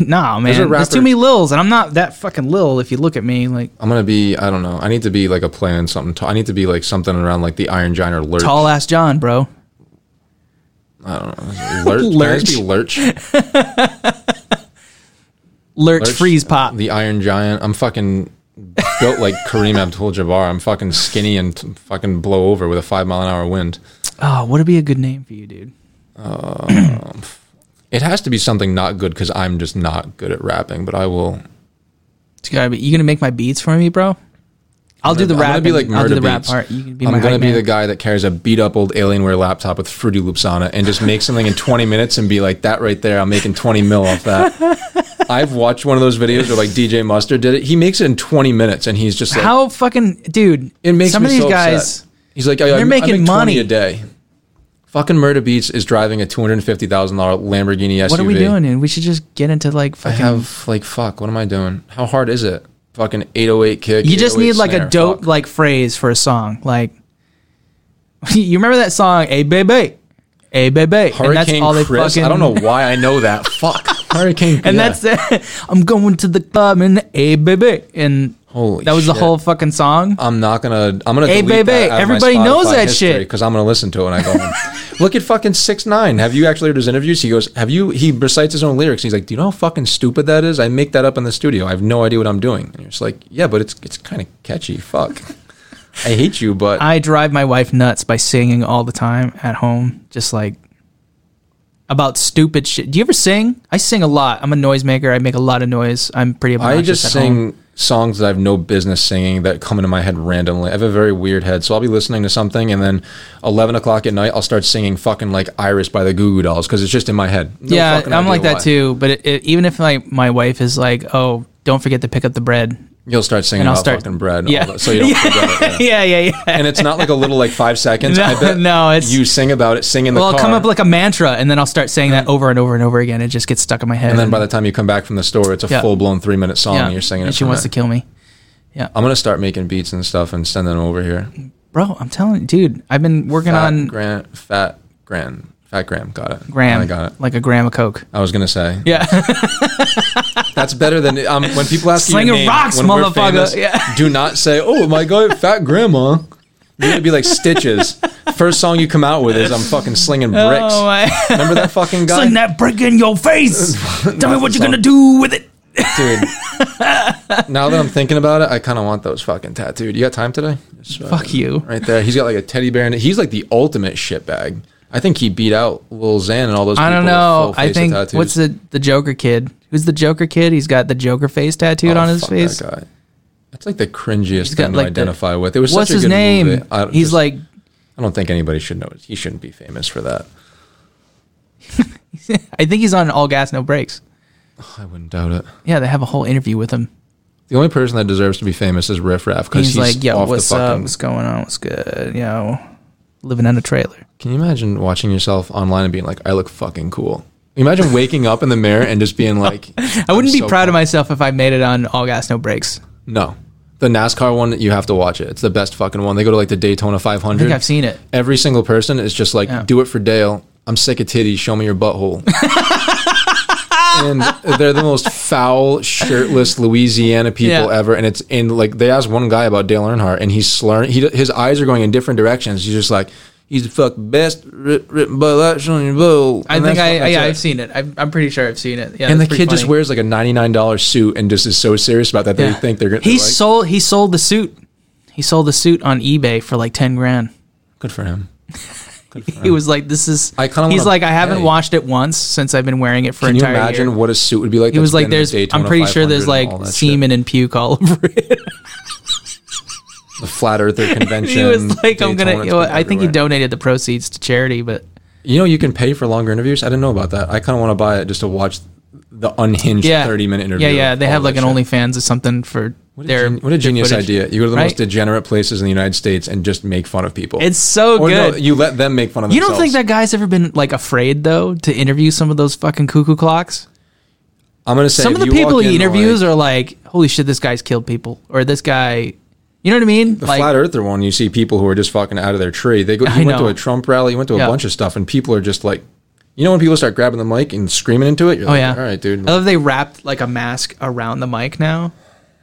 [SPEAKER 1] Nah,
[SPEAKER 2] a
[SPEAKER 1] man. There's
[SPEAKER 2] rapper-
[SPEAKER 1] too many Lils, and I'm not that fucking Lil if you look at me. Like,
[SPEAKER 2] I'm gonna be. I don't know. I need to be like a play on something. T- I need to be like something around like the Iron Giant or Lurch.
[SPEAKER 1] tall ass John, bro.
[SPEAKER 2] Lurch. Can I
[SPEAKER 1] Lurch.
[SPEAKER 2] just be Lurch.
[SPEAKER 1] Lurch,
[SPEAKER 2] Lurch,
[SPEAKER 1] freeze pop.
[SPEAKER 2] The Iron Giant. I'm fucking built like Kareem Abdul-Jabbar. I'm fucking skinny and t- fucking blow over with a five mile an hour wind.
[SPEAKER 1] Oh, what'd be a good name for you, dude?
[SPEAKER 2] It has to be something not good because I'm just not good at rapping. But I will.
[SPEAKER 1] It's gotta be. You gonna make my beats for me, bro? I'll do the
[SPEAKER 2] I'm gonna
[SPEAKER 1] rap.
[SPEAKER 2] be like
[SPEAKER 1] I'll do
[SPEAKER 2] murder
[SPEAKER 1] the rap
[SPEAKER 2] beats.
[SPEAKER 1] part. You can be my
[SPEAKER 2] I'm gonna
[SPEAKER 1] hype
[SPEAKER 2] be
[SPEAKER 1] man.
[SPEAKER 2] the guy that carries a beat up old Alienware laptop with Fruity Loops on it and just make something in 20 minutes and be like, that right there, I'm making 20 mil off that. I've watched one of those videos where like DJ Mustard did it. He makes it in 20 minutes and he's just like,
[SPEAKER 1] How fucking dude?
[SPEAKER 2] it makes
[SPEAKER 1] some
[SPEAKER 2] me
[SPEAKER 1] of these
[SPEAKER 2] so upset.
[SPEAKER 1] guys.
[SPEAKER 2] He's like, "Oh, I, I,
[SPEAKER 1] they're
[SPEAKER 2] making
[SPEAKER 1] making
[SPEAKER 2] money
[SPEAKER 1] money.
[SPEAKER 2] a day. Fucking Murder Beats is driving a two hundred and fifty thousand dollar Lamborghini SUV.
[SPEAKER 1] What are we doing? And we should just get into like
[SPEAKER 2] I
[SPEAKER 1] fucking.
[SPEAKER 2] have like fuck. What am I doing? How hard is it? Fucking eight oh eight kick.
[SPEAKER 1] you just
[SPEAKER 2] 808
[SPEAKER 1] need like
[SPEAKER 2] snare,
[SPEAKER 1] a dope
[SPEAKER 2] fuck.
[SPEAKER 1] like phrase for a song. Like, you remember that song? Hey baby, hey baby, and that's
[SPEAKER 2] Hurricane
[SPEAKER 1] all they
[SPEAKER 2] Chris.
[SPEAKER 1] fucking.
[SPEAKER 2] I don't know why I know that. fuck. Hurricane.
[SPEAKER 1] And
[SPEAKER 2] yeah.
[SPEAKER 1] that's it. I'm going to the club and hey baby, and
[SPEAKER 2] Holy
[SPEAKER 1] that was the
[SPEAKER 2] shit.
[SPEAKER 1] whole fucking song.
[SPEAKER 2] I'm not gonna. I'm gonna.
[SPEAKER 1] Hey,
[SPEAKER 2] delete
[SPEAKER 1] baby,
[SPEAKER 2] that out of my
[SPEAKER 1] everybody knows
[SPEAKER 2] Spotify
[SPEAKER 1] that
[SPEAKER 2] history
[SPEAKER 1] shit.
[SPEAKER 2] because I'm gonna listen to it when I go home. Look at fucking six nine. Have you actually heard his interviews? He goes, "Have you?" He recites his own lyrics. He's like, "Do you know how fucking stupid that is? I make that up in the studio. I have no idea what I'm doing." And you're just like, "Yeah, but it's it's kind of catchy. Fuck, I hate you, but
[SPEAKER 1] I drive my wife nuts by singing all the time at home, just like about stupid shit. Do you ever sing? I sing a lot. I'm a noisemaker. I make a lot of noise. I'm pretty obnoxious.
[SPEAKER 2] I just
[SPEAKER 1] at
[SPEAKER 2] sing
[SPEAKER 1] Home.
[SPEAKER 2] songs that I have no business singing that come into my head randomly. I have a very weird head, so I'll be listening to something, and then eleven o'clock at night, I'll start singing fucking like "Iris" by the Goo Goo Dolls because it's just in my head. No
[SPEAKER 1] yeah,
[SPEAKER 2] fucking
[SPEAKER 1] I'm
[SPEAKER 2] idea
[SPEAKER 1] like that
[SPEAKER 2] why.
[SPEAKER 1] too. But it, it, even if like my wife is like, "Oh, don't forget to pick up the bread,"
[SPEAKER 2] You'll start singing
[SPEAKER 1] And I'll
[SPEAKER 2] about
[SPEAKER 1] start-
[SPEAKER 2] fucking bread, and
[SPEAKER 1] yeah.
[SPEAKER 2] all that, so you don't forget it. yeah.
[SPEAKER 1] yeah, yeah, yeah.
[SPEAKER 2] And it's not like a little like five seconds.
[SPEAKER 1] No,
[SPEAKER 2] I bet
[SPEAKER 1] no, it's-
[SPEAKER 2] you sing about it, sing in the
[SPEAKER 1] well, I'll
[SPEAKER 2] car,
[SPEAKER 1] come up like a mantra, and then I'll start saying that over and over and over again. It just gets stuck in my head.
[SPEAKER 2] and then by the time you come back from the store, it's a
[SPEAKER 1] Yeah.
[SPEAKER 2] full blown three minute song,
[SPEAKER 1] yeah,
[SPEAKER 2] and you're singing
[SPEAKER 1] and
[SPEAKER 2] it.
[SPEAKER 1] she
[SPEAKER 2] from
[SPEAKER 1] wants to
[SPEAKER 2] there.
[SPEAKER 1] kill me.
[SPEAKER 2] I'm gonna start making beats and stuff and send them over here.
[SPEAKER 1] Bro, I'm telling you, dude, I've been working
[SPEAKER 2] Fat
[SPEAKER 1] on
[SPEAKER 2] Grant, fat Graham, fat Graham, got it.
[SPEAKER 1] Graham
[SPEAKER 2] I got it.
[SPEAKER 1] like a gram of Coke.
[SPEAKER 2] I was gonna say
[SPEAKER 1] Yeah.
[SPEAKER 2] that's better than um, when people ask you
[SPEAKER 1] Slinging
[SPEAKER 2] your name,
[SPEAKER 1] rocks,
[SPEAKER 2] when we're
[SPEAKER 1] motherfucker.
[SPEAKER 2] famous,
[SPEAKER 1] Yeah.
[SPEAKER 2] Do not say, "Oh my god, fat grandma." You're gonna be like stitches. First song you come out with is "I'm fucking slinging bricks."
[SPEAKER 1] Oh my.
[SPEAKER 2] Remember that fucking guy?
[SPEAKER 1] Sling that brick in your face. Tell me what you're gonna do with it.
[SPEAKER 2] dude. now that I'm thinking about it, I kind of want those fucking tattooed. You got time today? Just
[SPEAKER 1] Fuck you.
[SPEAKER 2] Right there. He's got like a teddy bear in it. He's like the ultimate shitbag. I think he beat out Lil Xan and all those.
[SPEAKER 1] I don't
[SPEAKER 2] people with
[SPEAKER 1] know.
[SPEAKER 2] full face
[SPEAKER 1] I
[SPEAKER 2] of
[SPEAKER 1] think
[SPEAKER 2] tattoos.
[SPEAKER 1] what's the the Joker kid? Who's the Joker kid? He's got the Joker face tattooed
[SPEAKER 2] Oh,
[SPEAKER 1] on his
[SPEAKER 2] fuck
[SPEAKER 1] face.
[SPEAKER 2] That guy. That's like the cringiest
[SPEAKER 1] got,
[SPEAKER 2] thing
[SPEAKER 1] like,
[SPEAKER 2] to
[SPEAKER 1] the-
[SPEAKER 2] identify with. It was
[SPEAKER 1] What's
[SPEAKER 2] such a
[SPEAKER 1] his
[SPEAKER 2] good
[SPEAKER 1] name?
[SPEAKER 2] movie. I don't-
[SPEAKER 1] He's
[SPEAKER 2] just-
[SPEAKER 1] like
[SPEAKER 2] I don't think anybody should know. it. He shouldn't be famous for that.
[SPEAKER 1] I think he's on All Gas No Breaks.
[SPEAKER 2] I wouldn't doubt it.
[SPEAKER 1] Yeah, they have a whole interview with him.
[SPEAKER 2] The only person that deserves to be famous is Riff Raff because
[SPEAKER 1] He's,
[SPEAKER 2] he's,
[SPEAKER 1] like, yo,
[SPEAKER 2] Oh, off
[SPEAKER 1] what's
[SPEAKER 2] the
[SPEAKER 1] up?
[SPEAKER 2] fucking.
[SPEAKER 1] What's going on? What's good? You know, living in a trailer.
[SPEAKER 2] Can you imagine watching yourself online and being like, I look fucking cool? Imagine waking up in the mirror and just being like,
[SPEAKER 1] I wouldn't be
[SPEAKER 2] so
[SPEAKER 1] proud of myself if I made it on All Gas No Breaks.
[SPEAKER 2] no. The NASCAR one, you have to watch it. It's the best fucking one. They go to like the Daytona 500.
[SPEAKER 1] I think I've seen it.
[SPEAKER 2] Every single person is just like,
[SPEAKER 1] Yeah.
[SPEAKER 2] do it for Dale. I'm sick of titties. Show me your butthole. and they're the most foul, shirtless Louisiana people
[SPEAKER 1] Yeah.
[SPEAKER 2] ever. And it's and like they asked one guy about Dale Earnhardt, and he's slurring. He, his eyes are going in different directions. He's just like, he's the fuck best. Rip, rip, but that's on your butthole.
[SPEAKER 1] I
[SPEAKER 2] And
[SPEAKER 1] think
[SPEAKER 2] that's-
[SPEAKER 1] I, I
[SPEAKER 2] that's
[SPEAKER 1] yeah,
[SPEAKER 2] it.
[SPEAKER 1] I've seen it. I've, I'm pretty sure I've seen it. Yeah,
[SPEAKER 2] and the
[SPEAKER 1] that's
[SPEAKER 2] kid
[SPEAKER 1] pretty
[SPEAKER 2] just
[SPEAKER 1] funny.
[SPEAKER 2] wears like a ninety nine dollar suit and just is so serious about that that
[SPEAKER 1] Yeah.
[SPEAKER 2] they think they're gonna.
[SPEAKER 1] He
[SPEAKER 2] they're like-
[SPEAKER 1] sold. He sold the suit. He sold the suit on eBay for like ten grand.
[SPEAKER 2] good for him. Good for
[SPEAKER 1] He
[SPEAKER 2] him.
[SPEAKER 1] was like, "This is."
[SPEAKER 2] Uh-huh. I kinda
[SPEAKER 1] He's
[SPEAKER 2] wanna
[SPEAKER 1] like, "I haven't
[SPEAKER 2] pay."
[SPEAKER 1] watched it once since I've been wearing it for
[SPEAKER 2] Can
[SPEAKER 1] an
[SPEAKER 2] you
[SPEAKER 1] entire
[SPEAKER 2] imagine
[SPEAKER 1] year."
[SPEAKER 2] what a suit would be like?
[SPEAKER 1] He was
[SPEAKER 2] that's
[SPEAKER 1] like,
[SPEAKER 2] been in the
[SPEAKER 1] "There's." I'm
[SPEAKER 2] Daytona
[SPEAKER 1] pretty sure there's
[SPEAKER 2] 500
[SPEAKER 1] like
[SPEAKER 2] and all that shit.
[SPEAKER 1] semen and puke all over it.
[SPEAKER 2] The flat earther convention.
[SPEAKER 1] he was like, "I'm
[SPEAKER 2] Daytona,
[SPEAKER 1] gonna."
[SPEAKER 2] it's
[SPEAKER 1] You know,
[SPEAKER 2] been
[SPEAKER 1] I think he
[SPEAKER 2] everywhere.
[SPEAKER 1] donated the proceeds to charity, but
[SPEAKER 2] You know, you can pay for longer interviews. I didn't know about that. I kind of want to buy it just to watch the unhinged
[SPEAKER 1] yeah,
[SPEAKER 2] thirty minute interview.
[SPEAKER 1] Yeah, yeah.
[SPEAKER 2] of
[SPEAKER 1] They
[SPEAKER 2] all
[SPEAKER 1] have
[SPEAKER 2] that
[SPEAKER 1] like an
[SPEAKER 2] shit.
[SPEAKER 1] OnlyFans or something for
[SPEAKER 2] What a,
[SPEAKER 1] their.
[SPEAKER 2] gen- what a
[SPEAKER 1] their
[SPEAKER 2] genius
[SPEAKER 1] footage.
[SPEAKER 2] idea! You go to the
[SPEAKER 1] Right?
[SPEAKER 2] most degenerate places in the United States and just make fun of people.
[SPEAKER 1] It's so
[SPEAKER 2] or no,
[SPEAKER 1] good.
[SPEAKER 2] you let them make fun of
[SPEAKER 1] You
[SPEAKER 2] themselves.
[SPEAKER 1] don't think that guy's ever been like afraid though to interview some of those fucking cuckoo clocks?
[SPEAKER 2] I'm gonna say
[SPEAKER 1] some of
[SPEAKER 2] if
[SPEAKER 1] the
[SPEAKER 2] you walk
[SPEAKER 1] people he
[SPEAKER 2] in,
[SPEAKER 1] interviews
[SPEAKER 2] like,
[SPEAKER 1] are like, "Holy shit, this guy's killed people," or "This guy," you know what I mean?
[SPEAKER 2] The
[SPEAKER 1] like,
[SPEAKER 2] flat earther one, you see people who are just fucking out of their tree. They go,
[SPEAKER 1] I
[SPEAKER 2] you went
[SPEAKER 1] know.
[SPEAKER 2] to a Trump rally, you went to a
[SPEAKER 1] Yeah.
[SPEAKER 2] bunch of stuff, and people are just like, you know, when people start grabbing the mic and screaming into it, you're
[SPEAKER 1] oh
[SPEAKER 2] like,
[SPEAKER 1] yeah,
[SPEAKER 2] all right, dude.
[SPEAKER 1] I love they wrapped like a mask around the mic now.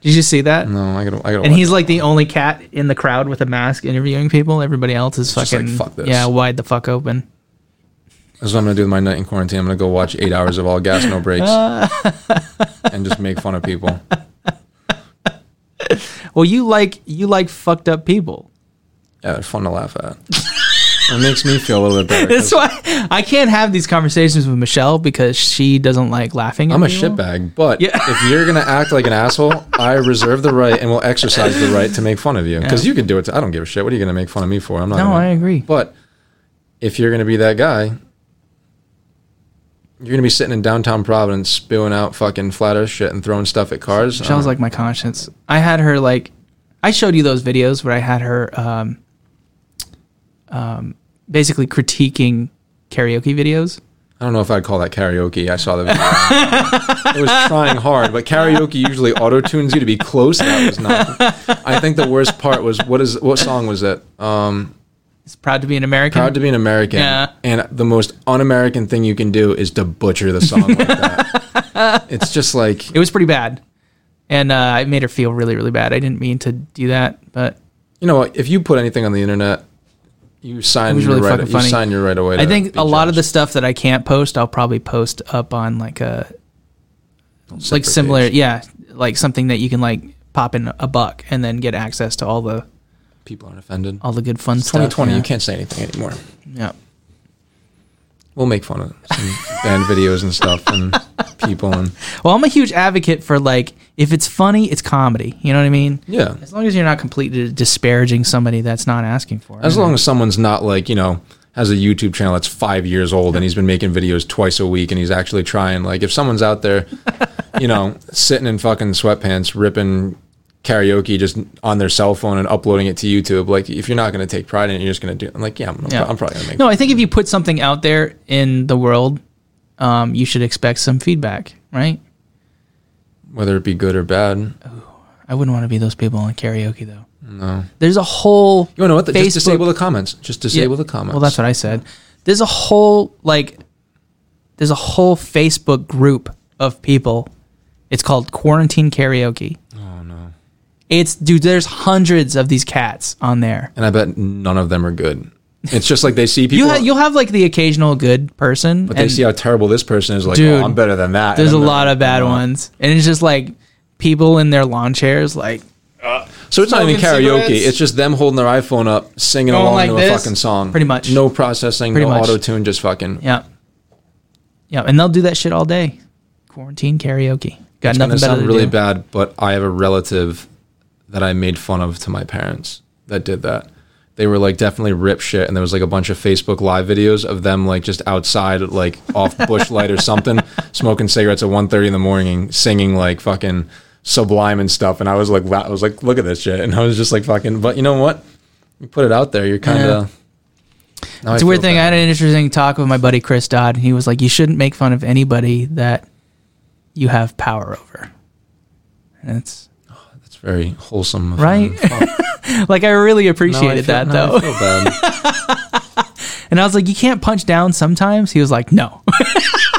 [SPEAKER 1] Did you see that?
[SPEAKER 2] no, I gotta, I gotta.
[SPEAKER 1] And
[SPEAKER 2] watch
[SPEAKER 1] he's like the only cat in the crowd with a mask interviewing people. Everybody else is
[SPEAKER 2] just
[SPEAKER 1] fucking
[SPEAKER 2] like, fuck this.
[SPEAKER 1] yeah, wide the fuck open.
[SPEAKER 2] That's what I'm gonna do with my night in quarantine. I'm gonna go watch eight hours of all gas, no breaks, and just make fun of people.
[SPEAKER 1] Well, you like you like fucked up people.
[SPEAKER 2] Yeah, they're fun to laugh at. it makes me feel a little bit better. 'cause
[SPEAKER 1] That's why I can't have these conversations with Michelle because she doesn't like laughing. At
[SPEAKER 2] I'm a
[SPEAKER 1] people.
[SPEAKER 2] shitbag, but
[SPEAKER 1] Yeah.
[SPEAKER 2] if you're gonna act like an asshole, I reserve the right and will exercise the right to make fun of you because you can do it. To, I don't give a shit. What are you gonna make fun of me for? I'm not.
[SPEAKER 1] No,
[SPEAKER 2] gonna-
[SPEAKER 1] I agree.
[SPEAKER 2] But if you're gonna be that guy, you're gonna be sitting in downtown Providence spewing out fucking flat Earth shit and throwing stuff at cars.
[SPEAKER 1] Michelle's
[SPEAKER 2] Uh,
[SPEAKER 1] like my conscience. I had her like, I showed you those videos where I had her, um, um, basically critiquing karaoke videos.
[SPEAKER 2] I don't know if I'd call that karaoke. I saw the video. it was trying hard, but karaoke usually auto tunes you to be close. That was not. I think the worst part was what is what song was it? Um,
[SPEAKER 1] It's proud to be an American.
[SPEAKER 2] Proud to be an American.
[SPEAKER 1] Yeah.
[SPEAKER 2] And the most un-American thing you can do is to butcher the song like that. It's just like
[SPEAKER 1] it was pretty bad, and uh, I made her feel really, really bad. I didn't mean to do that, but
[SPEAKER 2] you know what? If you put anything on the internet, you sign
[SPEAKER 1] was
[SPEAKER 2] your
[SPEAKER 1] really
[SPEAKER 2] right.
[SPEAKER 1] fucking
[SPEAKER 2] You
[SPEAKER 1] funny.
[SPEAKER 2] sign your right away.
[SPEAKER 1] I
[SPEAKER 2] to
[SPEAKER 1] think
[SPEAKER 2] be
[SPEAKER 1] a lot of
[SPEAKER 2] judged.
[SPEAKER 1] the stuff that I can't post, I'll probably post up on like a like
[SPEAKER 2] separate
[SPEAKER 1] similar,
[SPEAKER 2] page.
[SPEAKER 1] yeah, like something that you can like pop in a buck and then get access to all the
[SPEAKER 2] people aren't offended.
[SPEAKER 1] all the good fun stuff.
[SPEAKER 2] 2020,
[SPEAKER 1] yeah.
[SPEAKER 2] you can't say anything anymore.
[SPEAKER 1] Yeah.
[SPEAKER 2] We'll make fun of some band videos and stuff and people and
[SPEAKER 1] Well, I'm a huge advocate for like if it's funny, it's comedy. You know what I mean?
[SPEAKER 2] yeah.
[SPEAKER 1] As long as you're not completely disparaging somebody that's not asking for it.
[SPEAKER 2] As long as someone's not like, you know, has a YouTube channel that's five years old and he's been making videos twice a week and he's actually trying. Like, if someone's out there, you know, sitting in fucking sweatpants, ripping karaoke just on their cell phone and uploading it to YouTube, like, if you're not going to take pride in it, you're just going to do it. I'm like, yeah, I'm, I'm
[SPEAKER 1] Yeah.
[SPEAKER 2] pro- I'm probably going to make
[SPEAKER 1] no, I think if you put something out there in the world, um, you should expect some feedback, right?
[SPEAKER 2] whether it be good or bad. You
[SPEAKER 1] I wouldn't want to be those people on karaoke though. No. There's a whole
[SPEAKER 2] want to know what? The,
[SPEAKER 1] Facebook-
[SPEAKER 2] just disable the comments. Just disable
[SPEAKER 1] Yeah.
[SPEAKER 2] the comments.
[SPEAKER 1] Well, that's what I said. There's a whole like there's a whole Facebook group of people. It's called Quarantine Karaoke.
[SPEAKER 2] Oh, no.
[SPEAKER 1] It's dude, there's hundreds of these cats on there.
[SPEAKER 2] And I bet none of them are good. It's just like they see people.
[SPEAKER 1] You ha- you'll have like the occasional good person,
[SPEAKER 2] but they
[SPEAKER 1] and
[SPEAKER 2] see how terrible this person is. Like,
[SPEAKER 1] Dude,
[SPEAKER 2] oh, I'm better than that.
[SPEAKER 1] there's a
[SPEAKER 2] And I'm
[SPEAKER 1] lot
[SPEAKER 2] like,
[SPEAKER 1] of bad
[SPEAKER 2] "Oh."
[SPEAKER 1] ones, and it's just like people in their lawn chairs, like
[SPEAKER 2] So it's not even
[SPEAKER 1] Smoking
[SPEAKER 2] karaoke.
[SPEAKER 1] cigarettes.
[SPEAKER 2] It's just them holding their iPhone up, singing
[SPEAKER 1] Going
[SPEAKER 2] along
[SPEAKER 1] like
[SPEAKER 2] to a
[SPEAKER 1] this,
[SPEAKER 2] fucking song.
[SPEAKER 1] pretty much.
[SPEAKER 2] No processing,
[SPEAKER 1] Pretty
[SPEAKER 2] no
[SPEAKER 1] much.
[SPEAKER 2] auto tune, just fucking.
[SPEAKER 1] yeah, yeah, and they'll do that shit all day. Quarantine karaoke, got nothing
[SPEAKER 2] It's gonna
[SPEAKER 1] better
[SPEAKER 2] sound
[SPEAKER 1] to
[SPEAKER 2] really
[SPEAKER 1] do.
[SPEAKER 2] bad, but I have a relative that I made fun of to my parents that did that. They were like definitely rip shit, and there was like a bunch of Facebook live videos of them like just outside, like off bush light or something, smoking cigarettes at 1.30 in the morning, singing like fucking Sublime and stuff, and I was like, wow, I was like, look at this shit, and I was just like, fucking. But you know what? You put it out there, you're kind of.
[SPEAKER 1] It's a weird thing. I had an interesting talk with my buddy Chris Dodd. He was like, "You shouldn't make fun of anybody that you have power over." And it's
[SPEAKER 2] It's very wholesome, of
[SPEAKER 1] Right?
[SPEAKER 2] him. Mm, Fuck.
[SPEAKER 1] like I really
[SPEAKER 2] Now I feel-
[SPEAKER 1] appreciated that
[SPEAKER 2] now I
[SPEAKER 1] though.
[SPEAKER 2] feel bad.
[SPEAKER 1] And I was like, "You can't punch down sometimes." He was like, "No."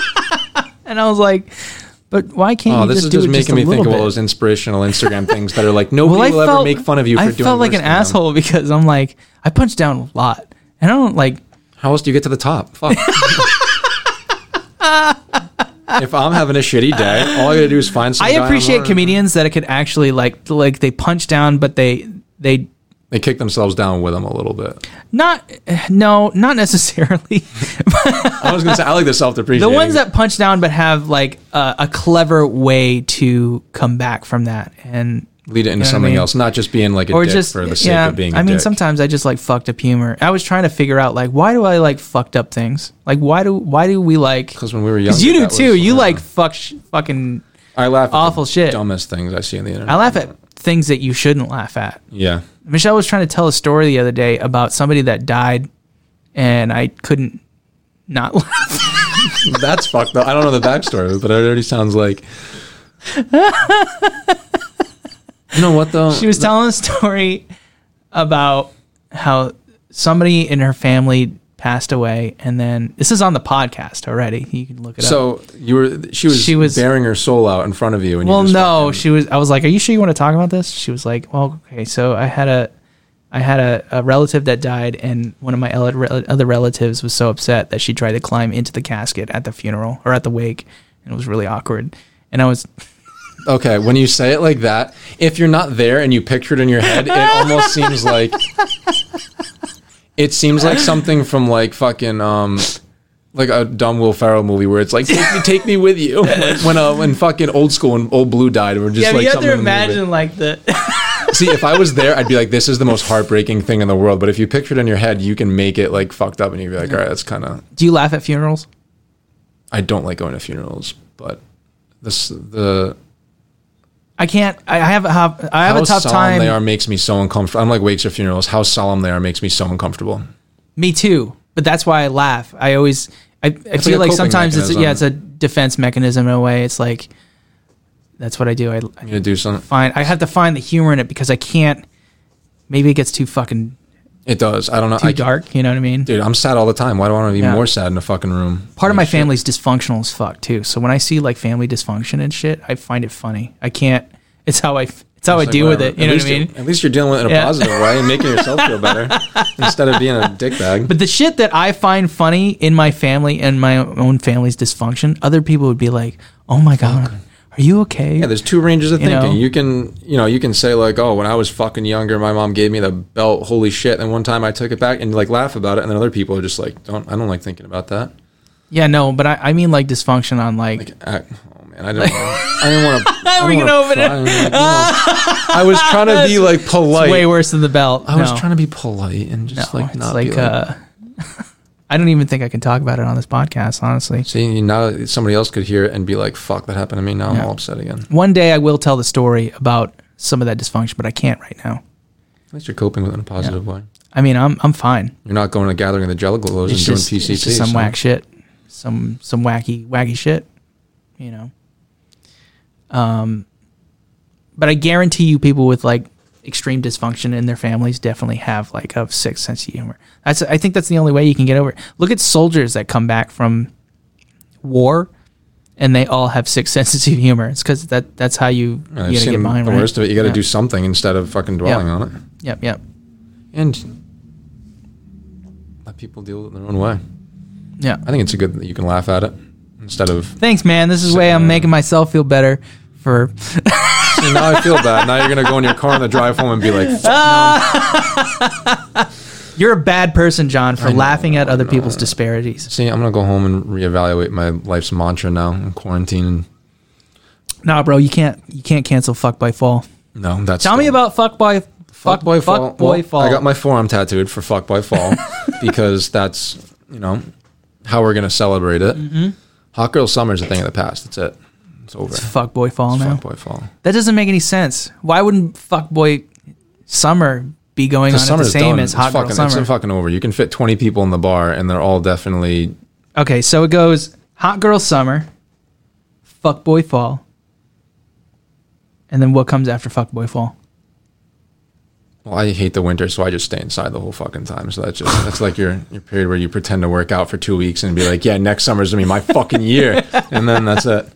[SPEAKER 1] and I was like, "But why can't
[SPEAKER 2] Oh,
[SPEAKER 1] you
[SPEAKER 2] this
[SPEAKER 1] just
[SPEAKER 2] is
[SPEAKER 1] do
[SPEAKER 2] just
[SPEAKER 1] it
[SPEAKER 2] making
[SPEAKER 1] just a
[SPEAKER 2] me think
[SPEAKER 1] little
[SPEAKER 2] of
[SPEAKER 1] bit?"
[SPEAKER 2] all those inspirational Instagram things that are like nobody
[SPEAKER 1] well, I
[SPEAKER 2] will
[SPEAKER 1] felt,
[SPEAKER 2] ever make fun of you for
[SPEAKER 1] I
[SPEAKER 2] doing.
[SPEAKER 1] felt like
[SPEAKER 2] worse
[SPEAKER 1] an
[SPEAKER 2] than them.
[SPEAKER 1] asshole because I'm like, I punch down a lot, and I don't like.
[SPEAKER 2] How else do you get to the top? Fuck. if I'm having a shitty day, all I gotta do is find. Some
[SPEAKER 1] I
[SPEAKER 2] guy
[SPEAKER 1] appreciate
[SPEAKER 2] online.
[SPEAKER 1] comedians that could actually like, like they punch down, but they they
[SPEAKER 2] They kick themselves down with them a little bit.
[SPEAKER 1] not no not necessarily
[SPEAKER 2] I was gonna say I like the self
[SPEAKER 1] the
[SPEAKER 2] depreciation.
[SPEAKER 1] ones that punch down but have like a, a clever way to come back from that and
[SPEAKER 2] lead it into
[SPEAKER 1] know what I
[SPEAKER 2] something
[SPEAKER 1] mean?
[SPEAKER 2] else, not just being like a
[SPEAKER 1] or
[SPEAKER 2] dick
[SPEAKER 1] just
[SPEAKER 2] for the sake
[SPEAKER 1] yeah,
[SPEAKER 2] of being. I
[SPEAKER 1] I mean, sometimes I just like fucked up humor. I was trying to figure out like why do I like fucked up things? Like why do why do we like?
[SPEAKER 2] because when we were young,
[SPEAKER 1] Because you do too. you
[SPEAKER 2] uh,
[SPEAKER 1] like fuck sh- fucking.
[SPEAKER 2] I laugh at the
[SPEAKER 1] awful shit.
[SPEAKER 2] dumbest things I see on the internet.
[SPEAKER 1] I laugh at things that you shouldn't laugh at.
[SPEAKER 2] yeah.
[SPEAKER 1] Michelle was trying to tell a story the other day about somebody that died, and I couldn't not laugh.
[SPEAKER 2] That's fucked up. I don't know the backstory, but it already sounds like. you know what though?
[SPEAKER 1] She was telling a story about how somebody in her family passed away, and then this is on the podcast already. You can look it up.
[SPEAKER 2] so you were. She was.
[SPEAKER 1] She
[SPEAKER 2] She
[SPEAKER 1] was-
[SPEAKER 2] was bearing her soul out in front of you. And
[SPEAKER 1] Well,
[SPEAKER 2] you just
[SPEAKER 1] no,
[SPEAKER 2] fucking-
[SPEAKER 1] she was. I was like, "Are you sure you want to talk about this?" She was like, "Well, okay, so I had a, I had a, a relative that died, and one of my ele- rel- other relatives was so upset that she tried to climb into the casket at the funeral or at the wake, and it was really awkward." And I was,
[SPEAKER 2] okay, when you say it like that, if you're not there and you picture it in your head, it almost seems like it seems like something from like fucking um like a dumb Will Ferrell movie where it's like take me, take me with you. Like when uh, when fucking old school and old blue died, we're just
[SPEAKER 1] yeah,
[SPEAKER 2] like
[SPEAKER 1] you have
[SPEAKER 2] something
[SPEAKER 1] to
[SPEAKER 2] in the movie.
[SPEAKER 1] imagine like the.
[SPEAKER 2] See, if I was there, I'd be like, this is the most heartbreaking thing in the world. But if you picture it in your head, you can make it like fucked up and you'd be like, all right, that's kind of,
[SPEAKER 1] Do you laugh at funerals?
[SPEAKER 2] I don't like going to funerals, but this, the,
[SPEAKER 1] I can't. I have a hop- I have
[SPEAKER 2] how
[SPEAKER 1] a tough
[SPEAKER 2] solemn
[SPEAKER 1] time.
[SPEAKER 2] they are makes me so uncomfortable. I'm like wakes or funerals. How solemn they are makes me so uncomfortable.
[SPEAKER 1] Me too. But that's why I laugh. I always I, I
[SPEAKER 2] like
[SPEAKER 1] feel
[SPEAKER 2] a
[SPEAKER 1] like,
[SPEAKER 2] coping
[SPEAKER 1] sometimes it's
[SPEAKER 2] mechanism.
[SPEAKER 1] yeah, it's a defense mechanism in a way. It's like that's what I do. I, I
[SPEAKER 2] You know, do something.
[SPEAKER 1] find I have to find the humor in it because I can't maybe it gets too fucking
[SPEAKER 2] It does. I don't know.
[SPEAKER 1] too
[SPEAKER 2] I,
[SPEAKER 1] dark, you know what I mean?
[SPEAKER 2] dude, I'm sad all the time. Why do I want to be
[SPEAKER 1] Yeah.
[SPEAKER 2] more sad in a fucking room?
[SPEAKER 1] Part of
[SPEAKER 2] Like,
[SPEAKER 1] my
[SPEAKER 2] shit.
[SPEAKER 1] family's dysfunctional as fuck too. So when I see like family dysfunction and shit, I find it funny. I can't it's how I f- it's how I
[SPEAKER 2] It's like,
[SPEAKER 1] deal with
[SPEAKER 2] whatever.
[SPEAKER 1] it, you
[SPEAKER 2] At
[SPEAKER 1] know what
[SPEAKER 2] least
[SPEAKER 1] I mean?
[SPEAKER 2] At least you're dealing with it in a
[SPEAKER 1] Yeah.
[SPEAKER 2] positive way and making yourself feel better instead of being a dickbag.
[SPEAKER 1] But the shit that I find funny in my family and my own family's dysfunction, other people would be like, "Oh my god, are you okay?"
[SPEAKER 2] Yeah, there's two ranges of
[SPEAKER 1] You
[SPEAKER 2] thinking.
[SPEAKER 1] know?
[SPEAKER 2] You can, you know, you can say like, "Oh, when I was fucking younger, my mom gave me the belt. Holy shit!" And one time I took it back and like laugh about it, and then other people are just like, "Don't, I don't like thinking about that."
[SPEAKER 1] Yeah, no, but I, I mean like dysfunction on like,
[SPEAKER 2] I, oh man, I didn't. wanna, I didn't want to.
[SPEAKER 1] We're gonna open it.
[SPEAKER 2] I was trying to be like polite.
[SPEAKER 1] it's way worse than the belt.
[SPEAKER 2] I was trying to be polite and just like
[SPEAKER 1] it's
[SPEAKER 2] not
[SPEAKER 1] like,
[SPEAKER 2] be like.
[SPEAKER 1] uh, I don't even think I can talk about it on this podcast, honestly.
[SPEAKER 2] See, now somebody else could hear it and be like, "Fuck, that happened to me." Now I'm all upset again.
[SPEAKER 1] One day I will tell the story about some of that dysfunction, but I can't right now.
[SPEAKER 2] At least you're coping with it in a positive way.
[SPEAKER 1] I mean, I'm I'm fine.
[SPEAKER 2] You're not going to gathering of the Jello Globes and
[SPEAKER 1] It's
[SPEAKER 2] doing
[SPEAKER 1] just,
[SPEAKER 2] PCT.
[SPEAKER 1] it's just some
[SPEAKER 2] so-
[SPEAKER 1] whack shit, some some wacky wacky shit, you know. Um, but I guarantee you, people with like extreme dysfunction in their families definitely have like a sick sense of humor. That's I think that's the only way you can get over. It. Look at soldiers that come back from war, and they all have sick senses of humor. It's because that that's how you you
[SPEAKER 2] Yeah, I've
[SPEAKER 1] gotta get
[SPEAKER 2] seen
[SPEAKER 1] behind
[SPEAKER 2] the
[SPEAKER 1] right?
[SPEAKER 2] worst of it. You got to
[SPEAKER 1] yeah.
[SPEAKER 2] do something instead of fucking dwelling on it,
[SPEAKER 1] Yep, yep,
[SPEAKER 2] and let people deal with it their own way.
[SPEAKER 1] yeah.
[SPEAKER 2] I think it's a good that you can laugh at it instead of.
[SPEAKER 1] Thanks, man. This is the way I'm
[SPEAKER 2] around.
[SPEAKER 1] making myself feel better for
[SPEAKER 2] See, now I feel bad. Now you're gonna go in your car on the drive home and be like, "Fuck."
[SPEAKER 1] You're a bad person, John, for
[SPEAKER 2] know,
[SPEAKER 1] laughing at
[SPEAKER 2] I
[SPEAKER 1] other
[SPEAKER 2] know.
[SPEAKER 1] people's disparities.
[SPEAKER 2] "See, I'm gonna go home and reevaluate my life's mantra now in quarantine."
[SPEAKER 1] Nah, bro, you can't you can't cancel fuck by fall.
[SPEAKER 2] And no, that's
[SPEAKER 1] Tell me
[SPEAKER 2] still-
[SPEAKER 1] about fuck by fuck,
[SPEAKER 2] Fuckboy
[SPEAKER 1] fuck
[SPEAKER 2] Fall.
[SPEAKER 1] boy
[SPEAKER 2] Well,
[SPEAKER 1] fall.
[SPEAKER 2] I got my forearm tattooed for Fuckboy Fall because that's, you know, how we're going to celebrate it. Hot Girl Summer's a thing of the past. That's it. It's
[SPEAKER 1] Mm-hmm.
[SPEAKER 2] over.
[SPEAKER 1] It's fuckboy fall now.
[SPEAKER 2] Fuckboy fall.
[SPEAKER 1] That doesn't make any sense. Why wouldn't fuckboy summer be going on
[SPEAKER 2] Because
[SPEAKER 1] at the
[SPEAKER 2] summer's
[SPEAKER 1] same
[SPEAKER 2] done.
[SPEAKER 1] as hot
[SPEAKER 2] fucking,
[SPEAKER 1] girl summer?
[SPEAKER 2] It's fucking over. You can fit 20 people in the bar, and they're all definitely
[SPEAKER 1] okay, so it goes hot girl summer, fuckboy fall, and then what comes after fuckboy fall?
[SPEAKER 2] Well, I hate the winter, so I just stay inside the whole fucking time. So that's just that's like your your period where you pretend to work out for two weeks and be like, yeah, next summer's gonna be my fucking year, and then that's it.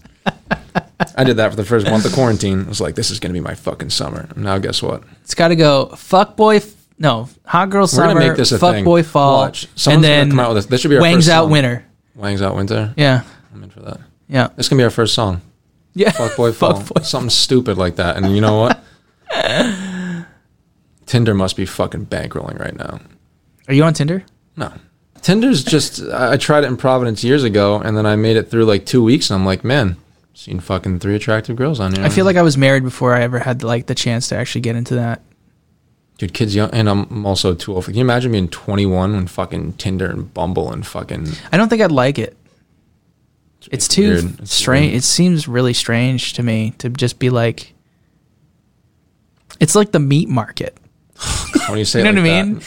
[SPEAKER 2] I did that for the first month of quarantine. I was like, this is gonna be my fucking summer. Now, guess what?
[SPEAKER 1] It's got to go fuckboy. F- no, hot girl
[SPEAKER 2] We're
[SPEAKER 1] summer.
[SPEAKER 2] gonna make this a thing.
[SPEAKER 1] fuckboy fall,
[SPEAKER 2] Watch.
[SPEAKER 1] and
[SPEAKER 2] Someone's
[SPEAKER 1] then
[SPEAKER 2] gonna come out with this. This should be our
[SPEAKER 1] wangs
[SPEAKER 2] first
[SPEAKER 1] out
[SPEAKER 2] song.
[SPEAKER 1] winter.
[SPEAKER 2] Wangs out winter.
[SPEAKER 1] Yeah,
[SPEAKER 2] I'm in for that.
[SPEAKER 1] yeah,
[SPEAKER 2] This can be our first song.
[SPEAKER 1] yeah.
[SPEAKER 2] Fuck boy fall.
[SPEAKER 1] Fuckboy.
[SPEAKER 2] Something stupid like that. And you know what? Tinder must be fucking bankrolling right now.
[SPEAKER 1] Are you on Tinder?
[SPEAKER 2] No. Tinder's just, I I tried it in Providence years ago, and then I made it through like two weeks, and I'm like, man, seen fucking three attractive girls on here.
[SPEAKER 1] I feel like I was married before I ever had like the chance to actually get into that.
[SPEAKER 2] Dude, kids young, and I'm I'm also too old. Can you imagine being 21 when fucking Tinder and Bumble and fucking.
[SPEAKER 1] I don't think I'd like it. It's, too
[SPEAKER 2] weird. It's
[SPEAKER 1] strange.
[SPEAKER 2] weird.
[SPEAKER 1] It seems really strange to me to just be like. It's like the meat market.
[SPEAKER 2] When you say
[SPEAKER 1] You know
[SPEAKER 2] it
[SPEAKER 1] what
[SPEAKER 2] like
[SPEAKER 1] I
[SPEAKER 2] that.
[SPEAKER 1] mean?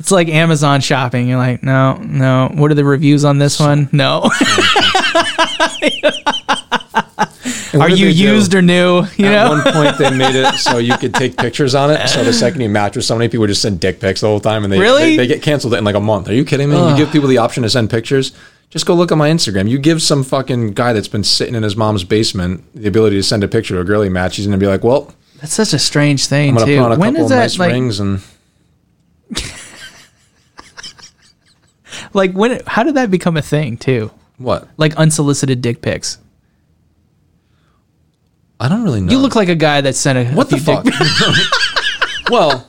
[SPEAKER 1] It's like Amazon shopping. You're like, no, no. What are the reviews on this one? No.
[SPEAKER 2] And what
[SPEAKER 1] are
[SPEAKER 2] did
[SPEAKER 1] you
[SPEAKER 2] they do?
[SPEAKER 1] used or new? You
[SPEAKER 2] At
[SPEAKER 1] know.
[SPEAKER 2] one point, they made it so you could take pictures on it. So the second you match with somebody, people just send dick pics the whole time, and they
[SPEAKER 1] Really?
[SPEAKER 2] they, they get canceled in like a month. Are you kidding me? You give people the option to send pictures. Just go look at my Instagram. You give some fucking guy that's been sitting in his mom's basement the ability to send a picture to a girl he matches, and be like, "Well,
[SPEAKER 1] That's such a strange thing
[SPEAKER 2] I'm gonna
[SPEAKER 1] too.
[SPEAKER 2] put on a
[SPEAKER 1] when
[SPEAKER 2] couple
[SPEAKER 1] is
[SPEAKER 2] of
[SPEAKER 1] that
[SPEAKER 2] nice
[SPEAKER 1] like?
[SPEAKER 2] rings." And
[SPEAKER 1] Like when? How did that become a thing too?
[SPEAKER 2] what?
[SPEAKER 1] Like unsolicited dick pics.
[SPEAKER 2] I don't really know.
[SPEAKER 1] You look like a guy that sent a a
[SPEAKER 2] what the
[SPEAKER 1] few dick
[SPEAKER 2] fuck? well,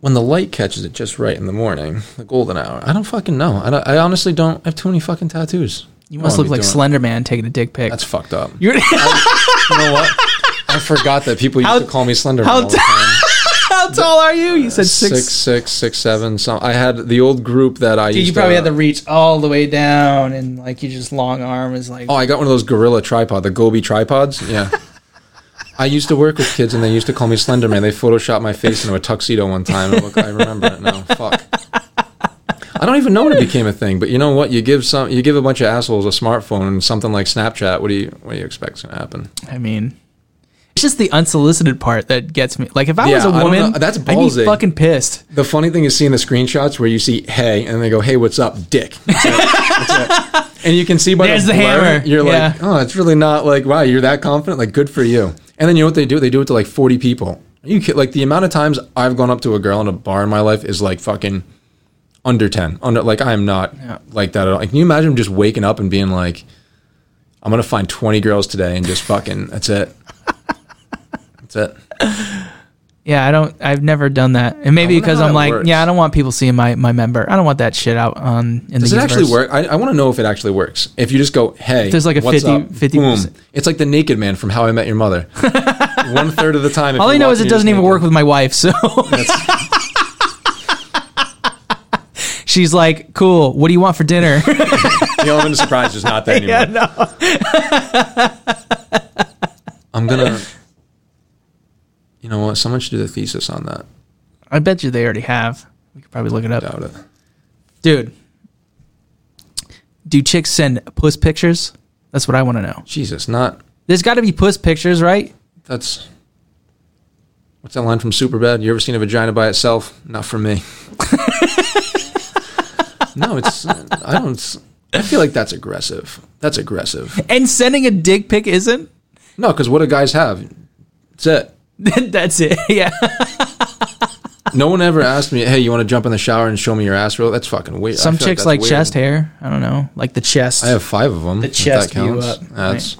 [SPEAKER 2] when the light catches it just right in the morning, the golden hour. I don't fucking know. I, don't- I honestly don't I have too many fucking tattoos.
[SPEAKER 1] You must look like Slender Man taking a dick pic.
[SPEAKER 2] That's fucked up. You
[SPEAKER 1] You're,
[SPEAKER 2] know what? I forgot that people used
[SPEAKER 1] How-
[SPEAKER 2] to call me Slender. Man
[SPEAKER 1] how
[SPEAKER 2] all the
[SPEAKER 1] t-
[SPEAKER 2] time.
[SPEAKER 1] how tall are you? You said six.
[SPEAKER 2] Six, six, six, seven. So I had the old group that I
[SPEAKER 1] Dude,
[SPEAKER 2] used.
[SPEAKER 1] you probably
[SPEAKER 2] to,
[SPEAKER 1] had to reach all the way down, and like you just long arm is like.
[SPEAKER 2] Oh, I got one of those gorilla tripod, the Gobi tripods. Yeah. I used to work with kids, and they used to call me Slender Man. They photoshopped my face into a tuxedo one time. And look, I remember it now. Fuck. I don't even know when it became a thing, but you know what? You give some, you give a bunch of assholes a smartphone and something like Snapchat. What do you, what do you expect's gonna happen?
[SPEAKER 1] I mean, it's just the unsolicited part that gets me. Like if I was
[SPEAKER 2] Yeah,
[SPEAKER 1] a
[SPEAKER 2] I don't
[SPEAKER 1] woman,
[SPEAKER 2] know. That's
[SPEAKER 1] I'd be
[SPEAKER 2] ballsy.
[SPEAKER 1] fucking pissed.
[SPEAKER 2] The funny thing is seeing the screenshots where you see "Hey" and they go "Hey, what's up, Dick?" That's it. That's it. And you can see by
[SPEAKER 1] There's the
[SPEAKER 2] the, blur,
[SPEAKER 1] hammer.
[SPEAKER 2] You're
[SPEAKER 1] Yeah.
[SPEAKER 2] like, oh, it's really not like wow, you're that confident. Like, good for you. And then you know what they do? They do it to like 40 people. Are you kid- like the amount of times I've gone up to a girl in a bar in my life is like fucking under 10. Under like I am not like that at all. Like, can you imagine just waking up and being like, I'm gonna find 20 girls today and just fucking that's it. That's it.
[SPEAKER 1] Yeah, I don't. I've never done that, and maybe
[SPEAKER 2] I wonder
[SPEAKER 1] because
[SPEAKER 2] how
[SPEAKER 1] I'm
[SPEAKER 2] that
[SPEAKER 1] like,
[SPEAKER 2] works.
[SPEAKER 1] yeah, I don't want people seeing my my member. I don't want that shit out on in
[SPEAKER 2] Does
[SPEAKER 1] the
[SPEAKER 2] it actually
[SPEAKER 1] universe.
[SPEAKER 2] work? I, I want to know if it actually works. If you just go, hey,
[SPEAKER 1] there's like a
[SPEAKER 2] what's
[SPEAKER 1] 50
[SPEAKER 2] up?
[SPEAKER 1] 50%.
[SPEAKER 2] Boom. It's like the naked man from How I Met Your Mother. One third of the time. if
[SPEAKER 1] All I
[SPEAKER 2] you're
[SPEAKER 1] know is
[SPEAKER 2] watching,
[SPEAKER 1] it doesn't
[SPEAKER 2] you're just
[SPEAKER 1] even work
[SPEAKER 2] naked.
[SPEAKER 1] with my wife, so she's like, "Cool, what do you want for dinner?"
[SPEAKER 2] the element of surprise is not that anymore. I'm gonna. You know what? Someone should do the thesis on that.
[SPEAKER 1] I bet you they already have. We could probably look it up,
[SPEAKER 2] Doubt it.
[SPEAKER 1] dude. Do chicks send puss pictures? That's what I want to know.
[SPEAKER 2] Jesus, not
[SPEAKER 1] There's got to be puss pictures, right?
[SPEAKER 2] that's. What's that line from Superbad? You ever seen a vagina by itself? Not for me. no, it's. I don't. I feel like that's aggressive. That's aggressive.
[SPEAKER 1] And sending a dick pic isn't.
[SPEAKER 2] No, because what do guys have? That's it.
[SPEAKER 1] That's it. Yeah.
[SPEAKER 2] No one ever asked me, "Hey, you want to jump in the shower and show me your ass real?" That's fucking weird. I
[SPEAKER 1] Some
[SPEAKER 2] feel
[SPEAKER 1] chicks
[SPEAKER 2] that's
[SPEAKER 1] like
[SPEAKER 2] weird.
[SPEAKER 1] chest hair. I don't know, like the chest.
[SPEAKER 2] I have five of them. The
[SPEAKER 1] chest view up,
[SPEAKER 2] That's.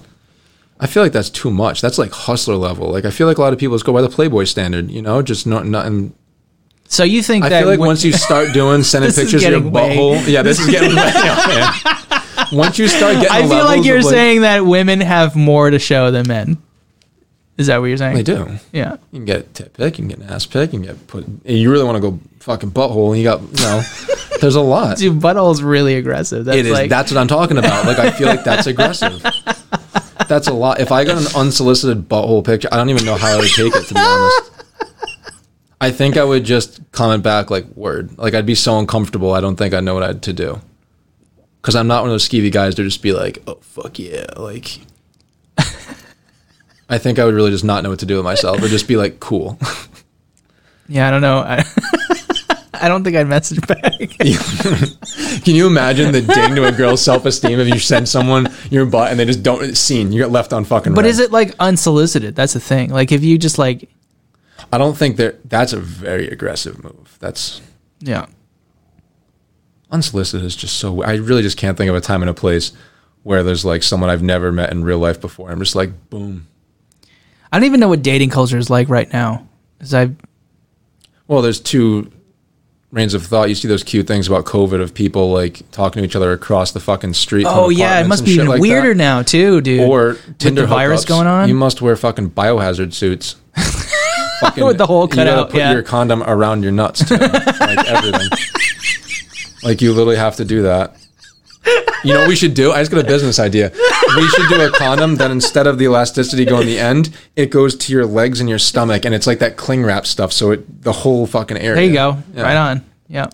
[SPEAKER 2] I feel like that's too much. That's like hustler level. Like I feel like a lot of people just go by the Playboy standard. You know, just not nothing.
[SPEAKER 1] so you think
[SPEAKER 2] I
[SPEAKER 1] that
[SPEAKER 2] feel like
[SPEAKER 1] when-
[SPEAKER 2] once you start doing sending
[SPEAKER 1] This is
[SPEAKER 2] pictures of your
[SPEAKER 1] getting way-
[SPEAKER 2] butthole, yeah, this is getting way. Yeah, yeah. Once you start getting,
[SPEAKER 1] I
[SPEAKER 2] the
[SPEAKER 1] feel like
[SPEAKER 2] levels
[SPEAKER 1] you're
[SPEAKER 2] of,
[SPEAKER 1] saying that women have more to show than men. Is that what you're saying?
[SPEAKER 2] they do.
[SPEAKER 1] Yeah.
[SPEAKER 2] You can get a tit pic, you can get an ass pic, you can get put. You really want to go fucking butthole, and you got you know, there's a lot.
[SPEAKER 1] Dude, butthole's really aggressive. That's
[SPEAKER 2] it is.
[SPEAKER 1] like
[SPEAKER 2] that's what I'm talking about. Like I feel like that's aggressive. That's a lot. If I got an unsolicited butthole picture, I don't even know how I would take it. To be honest, I think I would just comment back like "word." Like I'd be so uncomfortable. I don't think I know what I'd to do. Because I'm not one of those skeevy guys to just be like, "Oh fuck yeah!" Like, I think I would really just not know what to do with myself, or just be like, "Cool."
[SPEAKER 1] yeah, I don't know. I, I don't think I'd message back.
[SPEAKER 2] Can you imagine the ding to a girl's self esteem if you send someone your butt and they just don't seen? You get left on fucking.
[SPEAKER 1] but
[SPEAKER 2] red.
[SPEAKER 1] is it like unsolicited? That's the thing. Like if you just like
[SPEAKER 2] I don't think that that's a very aggressive move. That's
[SPEAKER 1] yeah.
[SPEAKER 2] unsolicited is just so. I really just can't think of a time and a place where there's like someone I've never met in real life before. I'm just like boom.
[SPEAKER 1] I don't even know what dating culture is like right now. Cuz I
[SPEAKER 2] Well, there's two reigns of thought. You see those cute things about COVID of people like talking to each other across the fucking street. from
[SPEAKER 1] Oh yeah, it
[SPEAKER 2] apartments
[SPEAKER 1] must
[SPEAKER 2] and
[SPEAKER 1] be
[SPEAKER 2] shit
[SPEAKER 1] even
[SPEAKER 2] like that.
[SPEAKER 1] weirder now too, dude.
[SPEAKER 2] Or Tinder
[SPEAKER 1] the virus
[SPEAKER 2] hookups.
[SPEAKER 1] going on?
[SPEAKER 2] You must wear fucking biohazard suits. fucking,
[SPEAKER 1] With the hole cut
[SPEAKER 2] you gotta
[SPEAKER 1] out,
[SPEAKER 2] Put
[SPEAKER 1] yeah.
[SPEAKER 2] your condom around your nuts too. like everything. Like you literally have to do that. You know what we should do? I just got a business idea. We should do a condom that instead of the elasticity going the end, it goes to your legs and your stomach, and it's like that cling wrap stuff. So it the whole fucking area.
[SPEAKER 1] there you go.
[SPEAKER 2] Yeah.
[SPEAKER 1] Right on. Yeah.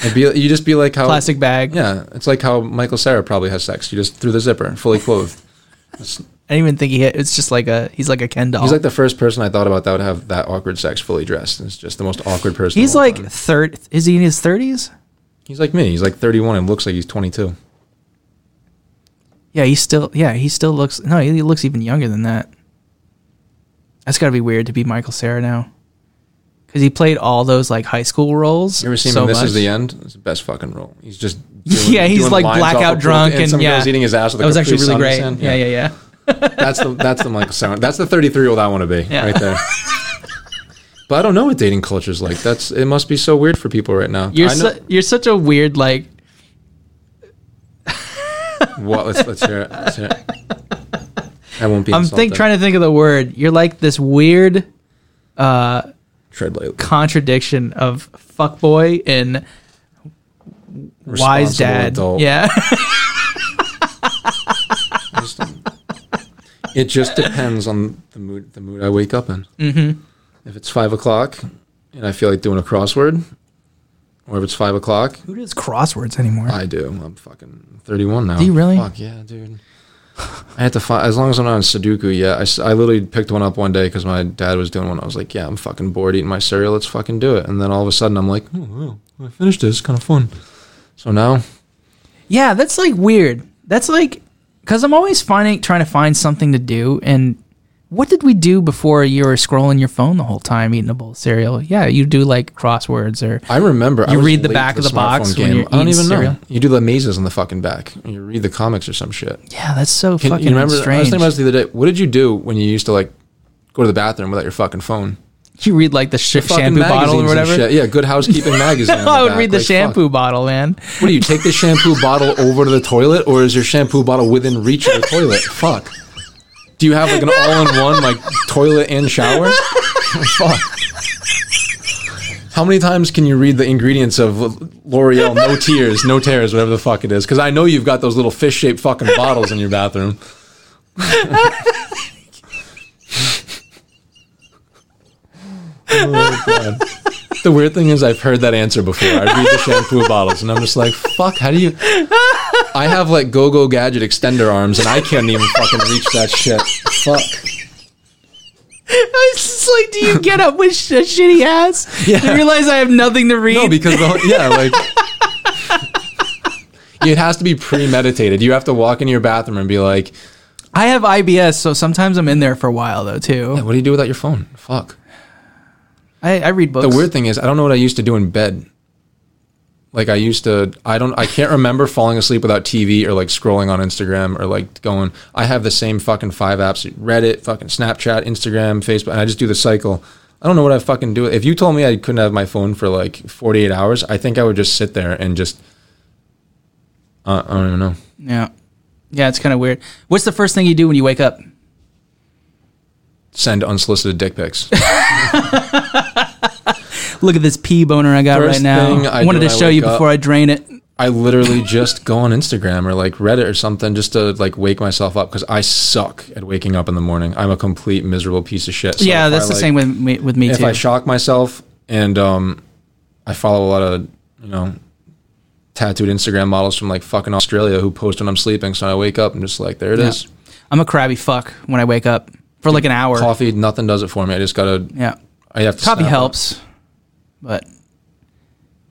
[SPEAKER 2] It'd be, you just be like how
[SPEAKER 1] Plastic bag.
[SPEAKER 2] Yeah, it's like how Michael Sarah probably has sex. You just through the zipper, fully clothed.
[SPEAKER 1] I didn't even think he hit. It's just like a he's like a Ken doll.
[SPEAKER 2] He's like the first person I thought about that would have that awkward sex fully dressed. It's just the most awkward person.
[SPEAKER 1] He's
[SPEAKER 2] of all
[SPEAKER 1] like
[SPEAKER 2] time.
[SPEAKER 1] third. Is he in his thirties?
[SPEAKER 2] he's like me. He's like 31 and looks like he's 22.
[SPEAKER 1] Yeah, he's still. Yeah, he still looks. No, he looks even younger than that. That's gotta be weird to be Michael Sarah now, because he played all those like high school roles.
[SPEAKER 2] You ever seen
[SPEAKER 1] so
[SPEAKER 2] him? in This
[SPEAKER 1] much.
[SPEAKER 2] is the end. It's the best fucking role. He's just
[SPEAKER 1] Yeah, he's like
[SPEAKER 2] lines off
[SPEAKER 1] blackout
[SPEAKER 2] of-
[SPEAKER 1] drunk and,
[SPEAKER 2] some
[SPEAKER 1] yeah.
[SPEAKER 2] guy's eating his ass with a
[SPEAKER 1] That was actually
[SPEAKER 2] Capri
[SPEAKER 1] really
[SPEAKER 2] Sun in
[SPEAKER 1] great.
[SPEAKER 2] his hand.
[SPEAKER 1] Yeah, yeah, yeah.
[SPEAKER 2] That's the that's the Michael Sarah. That's the 33 year old I want to be
[SPEAKER 1] Yeah.
[SPEAKER 2] right there. But I don't know what dating culture is like. That's it must be so weird for people right now.
[SPEAKER 1] You're
[SPEAKER 2] I know,
[SPEAKER 1] su- you're such a weird like.
[SPEAKER 2] what? Let's let's hear it. Let's hear it. I won't be.
[SPEAKER 1] I'm think trying to think of the word. You're like this weird
[SPEAKER 2] tread lightly.
[SPEAKER 1] contradiction of fuckboy and wise
[SPEAKER 2] Responsible
[SPEAKER 1] dad.
[SPEAKER 2] adult.
[SPEAKER 1] Yeah.
[SPEAKER 2] Just, um, it just depends on the mood the mood I wake up in. Mm-hmm. If it's five o'clock and I feel like doing a crossword, or if it's five o'clock,
[SPEAKER 1] Who does crosswords anymore?
[SPEAKER 2] I do. I'm fucking 31 now.
[SPEAKER 1] Do you really?
[SPEAKER 2] Fuck yeah, dude. I had to find as long as I'm not in Sudoku. Yeah, I, s- I literally picked one up one day because my dad was doing one. I was like, yeah, I'm fucking bored eating my cereal. Let's fucking do it. And then all of a sudden, I'm like, oh, wow, I finished this. Kind of fun. So now,
[SPEAKER 1] Yeah, that's like weird. That's like because I'm always finding trying to find something to do. And what did we do before you were scrolling your phone the whole time eating a bowl of cereal? Yeah, you do like crosswords or
[SPEAKER 2] I remember I
[SPEAKER 1] You
[SPEAKER 2] was
[SPEAKER 1] read the
[SPEAKER 2] late
[SPEAKER 1] back
[SPEAKER 2] to
[SPEAKER 1] of the box
[SPEAKER 2] smartphone
[SPEAKER 1] when you're
[SPEAKER 2] I don't
[SPEAKER 1] eating
[SPEAKER 2] even
[SPEAKER 1] cereal.
[SPEAKER 2] know. You do the mazes on the fucking back. and You read the comics or some shit.
[SPEAKER 1] yeah, that's so
[SPEAKER 2] Can,
[SPEAKER 1] fucking
[SPEAKER 2] you remember? I was
[SPEAKER 1] strange.
[SPEAKER 2] thinking about this the other day. What did you do when you used to like go to the bathroom without your fucking phone?
[SPEAKER 1] you read like the, sh-
[SPEAKER 2] Fucking
[SPEAKER 1] shampoo bottle
[SPEAKER 2] magazines
[SPEAKER 1] or
[SPEAKER 2] and
[SPEAKER 1] whatever.
[SPEAKER 2] shit. Yeah, Good Housekeeping magazine. on the
[SPEAKER 1] I would
[SPEAKER 2] back.
[SPEAKER 1] read the
[SPEAKER 2] Like, fuck.
[SPEAKER 1] shampoo bottle, man.
[SPEAKER 2] What do you take the shampoo bottle over to the toilet, or is your shampoo bottle within reach of the toilet? Fuck. Do you have like an all-in-one like toilet and shower? Fuck. How many times can you read the ingredients of L'Oreal No Tears, No Tears, whatever the fuck it is? Because I know you've got those little fish-shaped fucking bottles in your bathroom. Oh, God. The weird thing is, I've heard that answer before. I read the shampoo bottles, and I'm just like, "Fuck! How do you?" I have like go-go gadget extender arms, and I can't even fucking reach that shit. Fuck.
[SPEAKER 1] I was just like, do you get up with sh- a shitty ass?
[SPEAKER 2] Yeah.
[SPEAKER 1] You realize I have nothing to read.
[SPEAKER 2] No, because the whole, yeah, like it has to be premeditated. You have to walk into your bathroom and be like,
[SPEAKER 1] I have IBS, so sometimes I'm in there for a while though too.
[SPEAKER 2] "What do you do without your phone?" Fuck.
[SPEAKER 1] I, I read books.
[SPEAKER 2] The weird thing is, I don't know what I used to do in bed. Like I used to, I don't, I can't remember falling asleep without TV or like scrolling on Instagram or like going. I have the same fucking five apps: Reddit, fucking Snapchat, Instagram, Facebook, and I just do the cycle. I don't know what I fucking do. If you told me I couldn't have my phone for like 48 hours, I think I would just sit there and just. Uh, I don't even know.
[SPEAKER 1] Yeah. Yeah, it's kind of weird. What's the first thing you do when you wake up?
[SPEAKER 2] send unsolicited dick pics.
[SPEAKER 1] Look at this pee boner I got
[SPEAKER 2] First
[SPEAKER 1] right now.
[SPEAKER 2] thing I
[SPEAKER 1] I wanted
[SPEAKER 2] do
[SPEAKER 1] to
[SPEAKER 2] when I
[SPEAKER 1] show you
[SPEAKER 2] wake up-
[SPEAKER 1] before I drain it.
[SPEAKER 2] I literally just go on Instagram or like Reddit or something just to like wake myself up because I suck at waking up in the morning. I'm a complete miserable piece of shit. So
[SPEAKER 1] yeah,
[SPEAKER 2] if
[SPEAKER 1] that's
[SPEAKER 2] I,
[SPEAKER 1] the
[SPEAKER 2] like-
[SPEAKER 1] same with me, with me
[SPEAKER 2] If
[SPEAKER 1] too.
[SPEAKER 2] I shock myself and um, I follow a lot of you know tattooed Instagram models from like fucking Australia who post when I'm sleeping, so I wake up and just like there it
[SPEAKER 1] Yeah.
[SPEAKER 2] is.
[SPEAKER 1] I'm a crabby fuck when I wake up for like an hour.
[SPEAKER 2] Coffee, nothing does it for me. I just gotta.
[SPEAKER 1] Yeah,
[SPEAKER 2] I have to.
[SPEAKER 1] coffee
[SPEAKER 2] snap up.
[SPEAKER 1] helps, but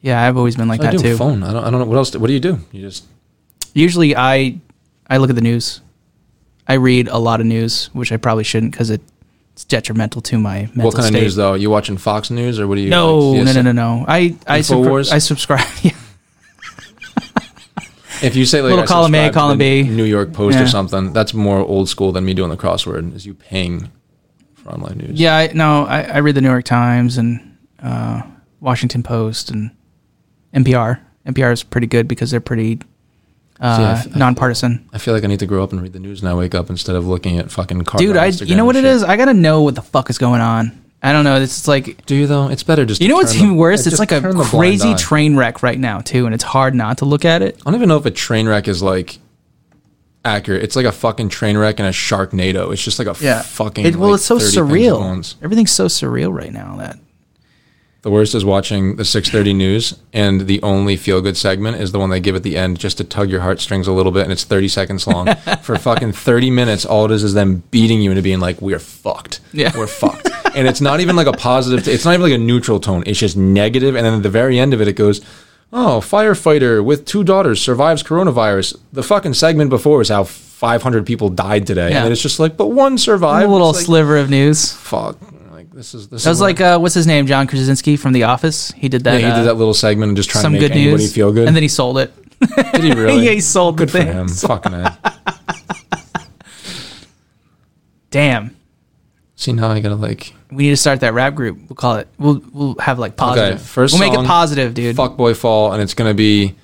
[SPEAKER 1] yeah, I've always been like
[SPEAKER 2] I
[SPEAKER 1] that
[SPEAKER 2] do
[SPEAKER 1] too.
[SPEAKER 2] phone. I don't. I don't know what else. do- What do you do? You just
[SPEAKER 1] Usually, I I look at the news. I read a lot of news, which I probably shouldn't because it's detrimental to my mental
[SPEAKER 2] what kind
[SPEAKER 1] state.
[SPEAKER 2] of news though? You watching Fox News or what do you?
[SPEAKER 1] No,
[SPEAKER 2] like,
[SPEAKER 1] no,
[SPEAKER 2] E
[SPEAKER 1] no,
[SPEAKER 2] CSN?
[SPEAKER 1] no, no. I I,
[SPEAKER 2] Infowars?
[SPEAKER 1] subscri- I subscribe. Yeah.
[SPEAKER 2] If you say like
[SPEAKER 1] Little
[SPEAKER 2] I
[SPEAKER 1] column A,
[SPEAKER 2] subscribe to
[SPEAKER 1] column
[SPEAKER 2] the
[SPEAKER 1] B.
[SPEAKER 2] New York Post
[SPEAKER 1] Yeah.
[SPEAKER 2] or something, that's more old school than me doing the crossword. Is you paying for online news?
[SPEAKER 1] Yeah, I, no, I, I read the New York Times and uh, Washington Post and NPR. NPR is pretty good because they're pretty
[SPEAKER 2] See, I
[SPEAKER 1] uh,
[SPEAKER 2] f- I-
[SPEAKER 1] nonpartisan.
[SPEAKER 2] I feel like I need to grow up and read the news, and I wake up instead of looking at fucking. Card
[SPEAKER 1] Dude, I you know what it is? I gotta know what the fuck is going on. I don't know. It's like
[SPEAKER 2] Do you though? It's better just.
[SPEAKER 1] you
[SPEAKER 2] to
[SPEAKER 1] know what's
[SPEAKER 2] turn the-
[SPEAKER 1] even worse.
[SPEAKER 2] just
[SPEAKER 1] It's like a
[SPEAKER 2] turn the blind
[SPEAKER 1] crazy
[SPEAKER 2] eye.
[SPEAKER 1] train wreck right now too, and it's hard not to look at it.
[SPEAKER 2] I don't even know if a train wreck is like accurate. It's like a fucking train wreck and a sharknado. It's just like a fucking.
[SPEAKER 1] It, well,
[SPEAKER 2] like,
[SPEAKER 1] it's so
[SPEAKER 2] 30 things at
[SPEAKER 1] surreal.
[SPEAKER 2] once.
[SPEAKER 1] Everything's so surreal right now. That
[SPEAKER 2] The worst is watching the 6:30 news, and the only feel-good segment is the one they give at the end, just to tug your heartstrings a little bit, and it's 30 seconds long. For fucking 30 minutes, all it is is them beating you into being like, "We're fucked.
[SPEAKER 1] Yeah.
[SPEAKER 2] we're fucked." and it's not even like a positive. it's not even like a neutral tone. It's just negative. And then at the very end of it, it goes. Oh, firefighter with two daughters survives coronavirus. The fucking segment before is how 500 people died today,
[SPEAKER 1] Yeah.
[SPEAKER 2] and then it's just like, but one survived.
[SPEAKER 1] a little
[SPEAKER 2] It's like,
[SPEAKER 1] sliver of news.
[SPEAKER 2] fuck. Like this is this
[SPEAKER 1] That was
[SPEAKER 2] is what-
[SPEAKER 1] like uh, what's his name, John Krasinski from The Office. He did that.
[SPEAKER 2] yeah, he
[SPEAKER 1] uh,
[SPEAKER 2] did that little segment and just trying to
[SPEAKER 1] some
[SPEAKER 2] make
[SPEAKER 1] good
[SPEAKER 2] anybody
[SPEAKER 1] news.
[SPEAKER 2] feel good.
[SPEAKER 1] And then he sold it.
[SPEAKER 2] did he really?
[SPEAKER 1] yeah, he sold
[SPEAKER 2] good
[SPEAKER 1] the
[SPEAKER 2] for
[SPEAKER 1] thing.
[SPEAKER 2] him. Fucking A.
[SPEAKER 1] Damn.
[SPEAKER 2] See now I gotta like
[SPEAKER 1] We need to start that rap group. We'll call it. We'll we'll have like positive.
[SPEAKER 2] first
[SPEAKER 1] we'll make
[SPEAKER 2] song,
[SPEAKER 1] it positive, dude.
[SPEAKER 2] fuck boy fall, and it's gonna be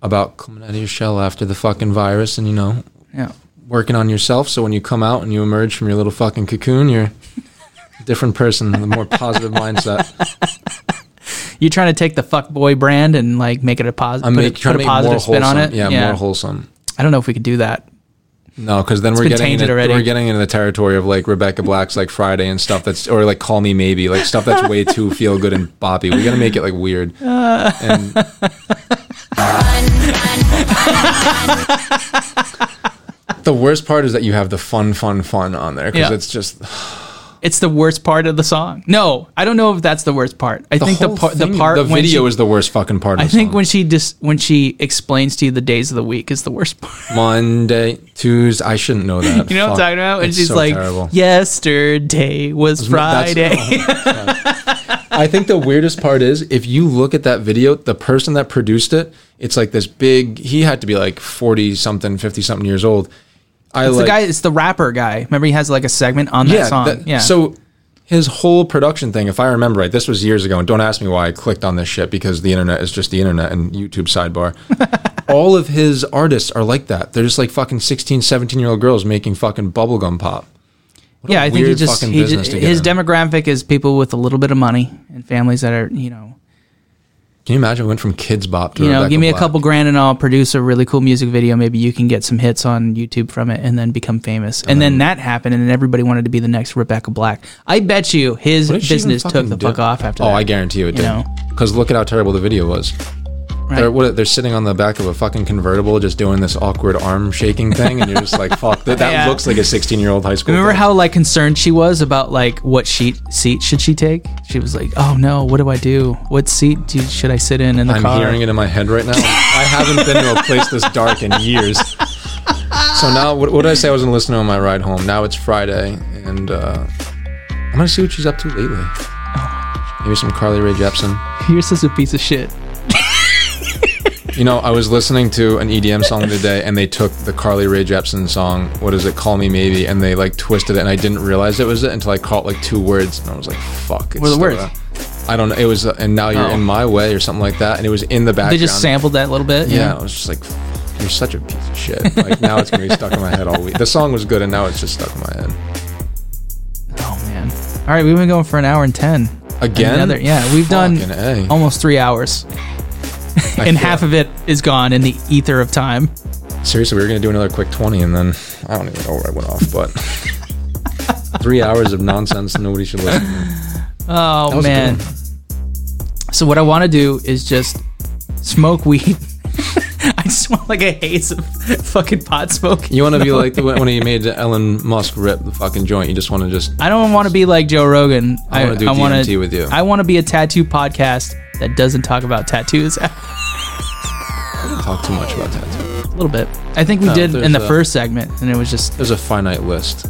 [SPEAKER 2] about coming out of your shell after the fucking virus, and you know
[SPEAKER 1] Yeah.
[SPEAKER 2] working on yourself. So when you come out and you emerge from your little fucking cocoon, you're a different person, with a more positive mindset.
[SPEAKER 1] You're trying to take the fuck boy brand and like make it a positive.
[SPEAKER 2] I'm make, trying
[SPEAKER 1] a
[SPEAKER 2] to make more
[SPEAKER 1] positive
[SPEAKER 2] wholesome.
[SPEAKER 1] spin on it.
[SPEAKER 2] Yeah, more wholesome.
[SPEAKER 1] I don't know if we could do that.
[SPEAKER 2] No, because then we're
[SPEAKER 1] been
[SPEAKER 2] getting
[SPEAKER 1] tainted
[SPEAKER 2] into,
[SPEAKER 1] already.
[SPEAKER 2] we're getting into the territory of like Rebecca Black's like Friday and stuff that's or like Call Me Maybe like stuff that's way too feel good and boppy. We gotta make it like weird. And the worst part is that you have the fun, fun, fun on there because
[SPEAKER 1] Yeah.
[SPEAKER 2] it's just
[SPEAKER 1] It's the worst part of the song. No, I don't know if that's the worst part. I think the
[SPEAKER 2] whole
[SPEAKER 1] part
[SPEAKER 2] thing-
[SPEAKER 1] the part
[SPEAKER 2] the
[SPEAKER 1] when
[SPEAKER 2] video
[SPEAKER 1] she,
[SPEAKER 2] is the worst fucking part. Of
[SPEAKER 1] I
[SPEAKER 2] the
[SPEAKER 1] think
[SPEAKER 2] song.
[SPEAKER 1] when she just when she explains to you the days of the week is the worst part.
[SPEAKER 2] Monday, Tuesday, I shouldn't know that.
[SPEAKER 1] You know what I'm
[SPEAKER 2] Fuck.
[SPEAKER 1] talking about? And
[SPEAKER 2] It's
[SPEAKER 1] she's
[SPEAKER 2] so
[SPEAKER 1] like,
[SPEAKER 2] terrible.
[SPEAKER 1] "Yesterday was
[SPEAKER 2] That's- oh,
[SPEAKER 1] Friday."
[SPEAKER 2] I think the weirdest part is if you look at that video, the person that produced it, it's like this big. He had to be like forty something, fifty something years old. I
[SPEAKER 1] It's
[SPEAKER 2] like
[SPEAKER 1] the guy. It's the rapper guy. Remember, he has like a segment on that song.
[SPEAKER 2] that-
[SPEAKER 1] yeah.
[SPEAKER 2] So his whole production thing, if I remember right, this was years ago, and don't ask me why I clicked on this shit because the internet is just the internet and YouTube sidebar. All of his artists are like that. They're just like fucking 16, 17 year old girls making fucking bubblegum pop.
[SPEAKER 1] yeah, I think he
[SPEAKER 2] weird
[SPEAKER 1] just
[SPEAKER 2] fucking
[SPEAKER 1] he
[SPEAKER 2] business
[SPEAKER 1] just,
[SPEAKER 2] to get
[SPEAKER 1] his
[SPEAKER 2] in.
[SPEAKER 1] demographic is people with a little bit of money and families that are you know
[SPEAKER 2] Can you imagine? We went from kids bop to
[SPEAKER 1] you know
[SPEAKER 2] Rebecca
[SPEAKER 1] give me a
[SPEAKER 2] Black.
[SPEAKER 1] couple grand and I'll produce a really cool music video. Maybe you can get some hits on YouTube from it and then become famous. And
[SPEAKER 2] Um,
[SPEAKER 1] then that happened, and then everybody wanted to be the next Rebecca Black. I bet you his
[SPEAKER 2] What did she even
[SPEAKER 1] business took
[SPEAKER 2] fucking
[SPEAKER 1] the
[SPEAKER 2] do?
[SPEAKER 1] fuck off after.
[SPEAKER 2] Oh,
[SPEAKER 1] that.
[SPEAKER 2] I guarantee you it
[SPEAKER 1] You
[SPEAKER 2] did.
[SPEAKER 1] know?
[SPEAKER 2] Because look at how terrible the video was. They're,
[SPEAKER 1] Right.
[SPEAKER 2] what, they're sitting on the back of a fucking convertible, just doing this awkward arm shaking thing, and you're just like, "Fuck, that, that
[SPEAKER 1] Yeah.
[SPEAKER 2] looks like a 16 year old high school."
[SPEAKER 1] Remember
[SPEAKER 2] thing.
[SPEAKER 1] how like concerned she was about like what sheet seat should she take? She was like, "Oh no, what do I do? What seat do, should I sit in in the
[SPEAKER 2] I'm
[SPEAKER 1] car?"
[SPEAKER 2] hearing it in my head right now? I haven't been to a place this dark in years. So now, what, what did I say? I wasn't listening on my ride home. Now it's Friday, and uh, I'm gonna see what she's up to lately.
[SPEAKER 1] Oh.
[SPEAKER 2] Maybe some Carly Rae Jepsen.
[SPEAKER 1] You're such a piece of shit.
[SPEAKER 2] You know, I was listening to an EDM song today, and they took the Carly Rae Jepsen song, "What Is It, Call Me Maybe," and they like twisted it, and I didn't realize it was it until I caught like two words, and I was like, "Fuck!" It's
[SPEAKER 1] What are the
[SPEAKER 2] still
[SPEAKER 1] words?
[SPEAKER 2] a- I don't know. It was, uh, and now you're
[SPEAKER 1] Oh.
[SPEAKER 2] in my way or something like that, and it was in the background.
[SPEAKER 1] They just sampled that little bit. you
[SPEAKER 2] Yeah,
[SPEAKER 1] know?
[SPEAKER 2] I was just like, "Fuck, "You're such a piece of shit." Like now it's gonna be stuck in my head all week. The song was good, and now it's just stuck in my head.
[SPEAKER 1] Oh man. All right, we've been going for an hour and ten.
[SPEAKER 2] Again?
[SPEAKER 1] Another- yeah, we've done
[SPEAKER 2] Fucking A.
[SPEAKER 1] almost three hours,
[SPEAKER 2] I
[SPEAKER 1] and
[SPEAKER 2] feel-
[SPEAKER 1] half of it is gone in the ether of time.
[SPEAKER 2] Seriously, we were gonna do another quick twenty, and then I don't even know where I went off. But three hours of nonsense nobody should listen. to.
[SPEAKER 1] Oh
[SPEAKER 2] was a good
[SPEAKER 1] man. So what I want to do is just smoke weed. I just want like a haze of fucking pot smoke.
[SPEAKER 2] You want to be like the, when he made Elon Musk rip the fucking joint. You just want to just
[SPEAKER 1] I don't want to be like Joe Rogan.
[SPEAKER 2] I wanna do
[SPEAKER 1] wanna-
[SPEAKER 2] DMT with you.
[SPEAKER 1] I want to be a tattoo podcast that doesn't talk about tattoos a
[SPEAKER 2] talk too much about tattoos.
[SPEAKER 1] little bit. I think we
[SPEAKER 2] No,
[SPEAKER 1] did in
[SPEAKER 2] there's
[SPEAKER 1] the
[SPEAKER 2] a-
[SPEAKER 1] first segment, and it was just
[SPEAKER 2] There's a finite list.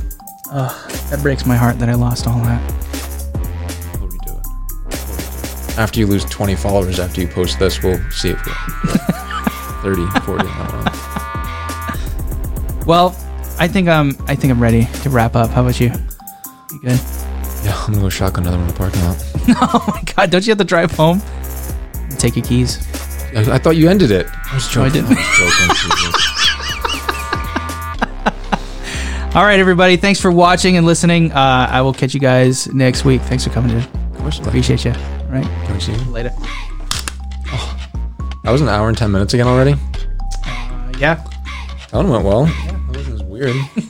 [SPEAKER 1] that breaks my heart that I lost all that.
[SPEAKER 2] We'll redo it. We'll redo it. After you lose 20 followers after you post this, we'll see if you 30, 40. I don't know.
[SPEAKER 1] Well, I think I'm. I think I'm ready to wrap up. How about you? You good?
[SPEAKER 2] Yeah, I'm gonna go shotgun another one in the parking lot.
[SPEAKER 1] Oh my god! Don't you have to drive home? Take your keys.
[SPEAKER 2] I, I thought you ended it. I was
[SPEAKER 1] No, Oh, I
[SPEAKER 2] joking.
[SPEAKER 1] didn't.
[SPEAKER 2] was joking. Jesus.
[SPEAKER 1] All right, everybody. Thanks for watching and listening. Uh, I will catch you guys next week. Thanks for coming, dude.
[SPEAKER 2] Of course, like,
[SPEAKER 1] Appreciate you. All right.
[SPEAKER 2] can we see you?
[SPEAKER 1] Later. Uh,
[SPEAKER 2] That was an hour and 10 minutes again already.
[SPEAKER 1] Uh, yeah.
[SPEAKER 2] That one went well. That wasn't as weird.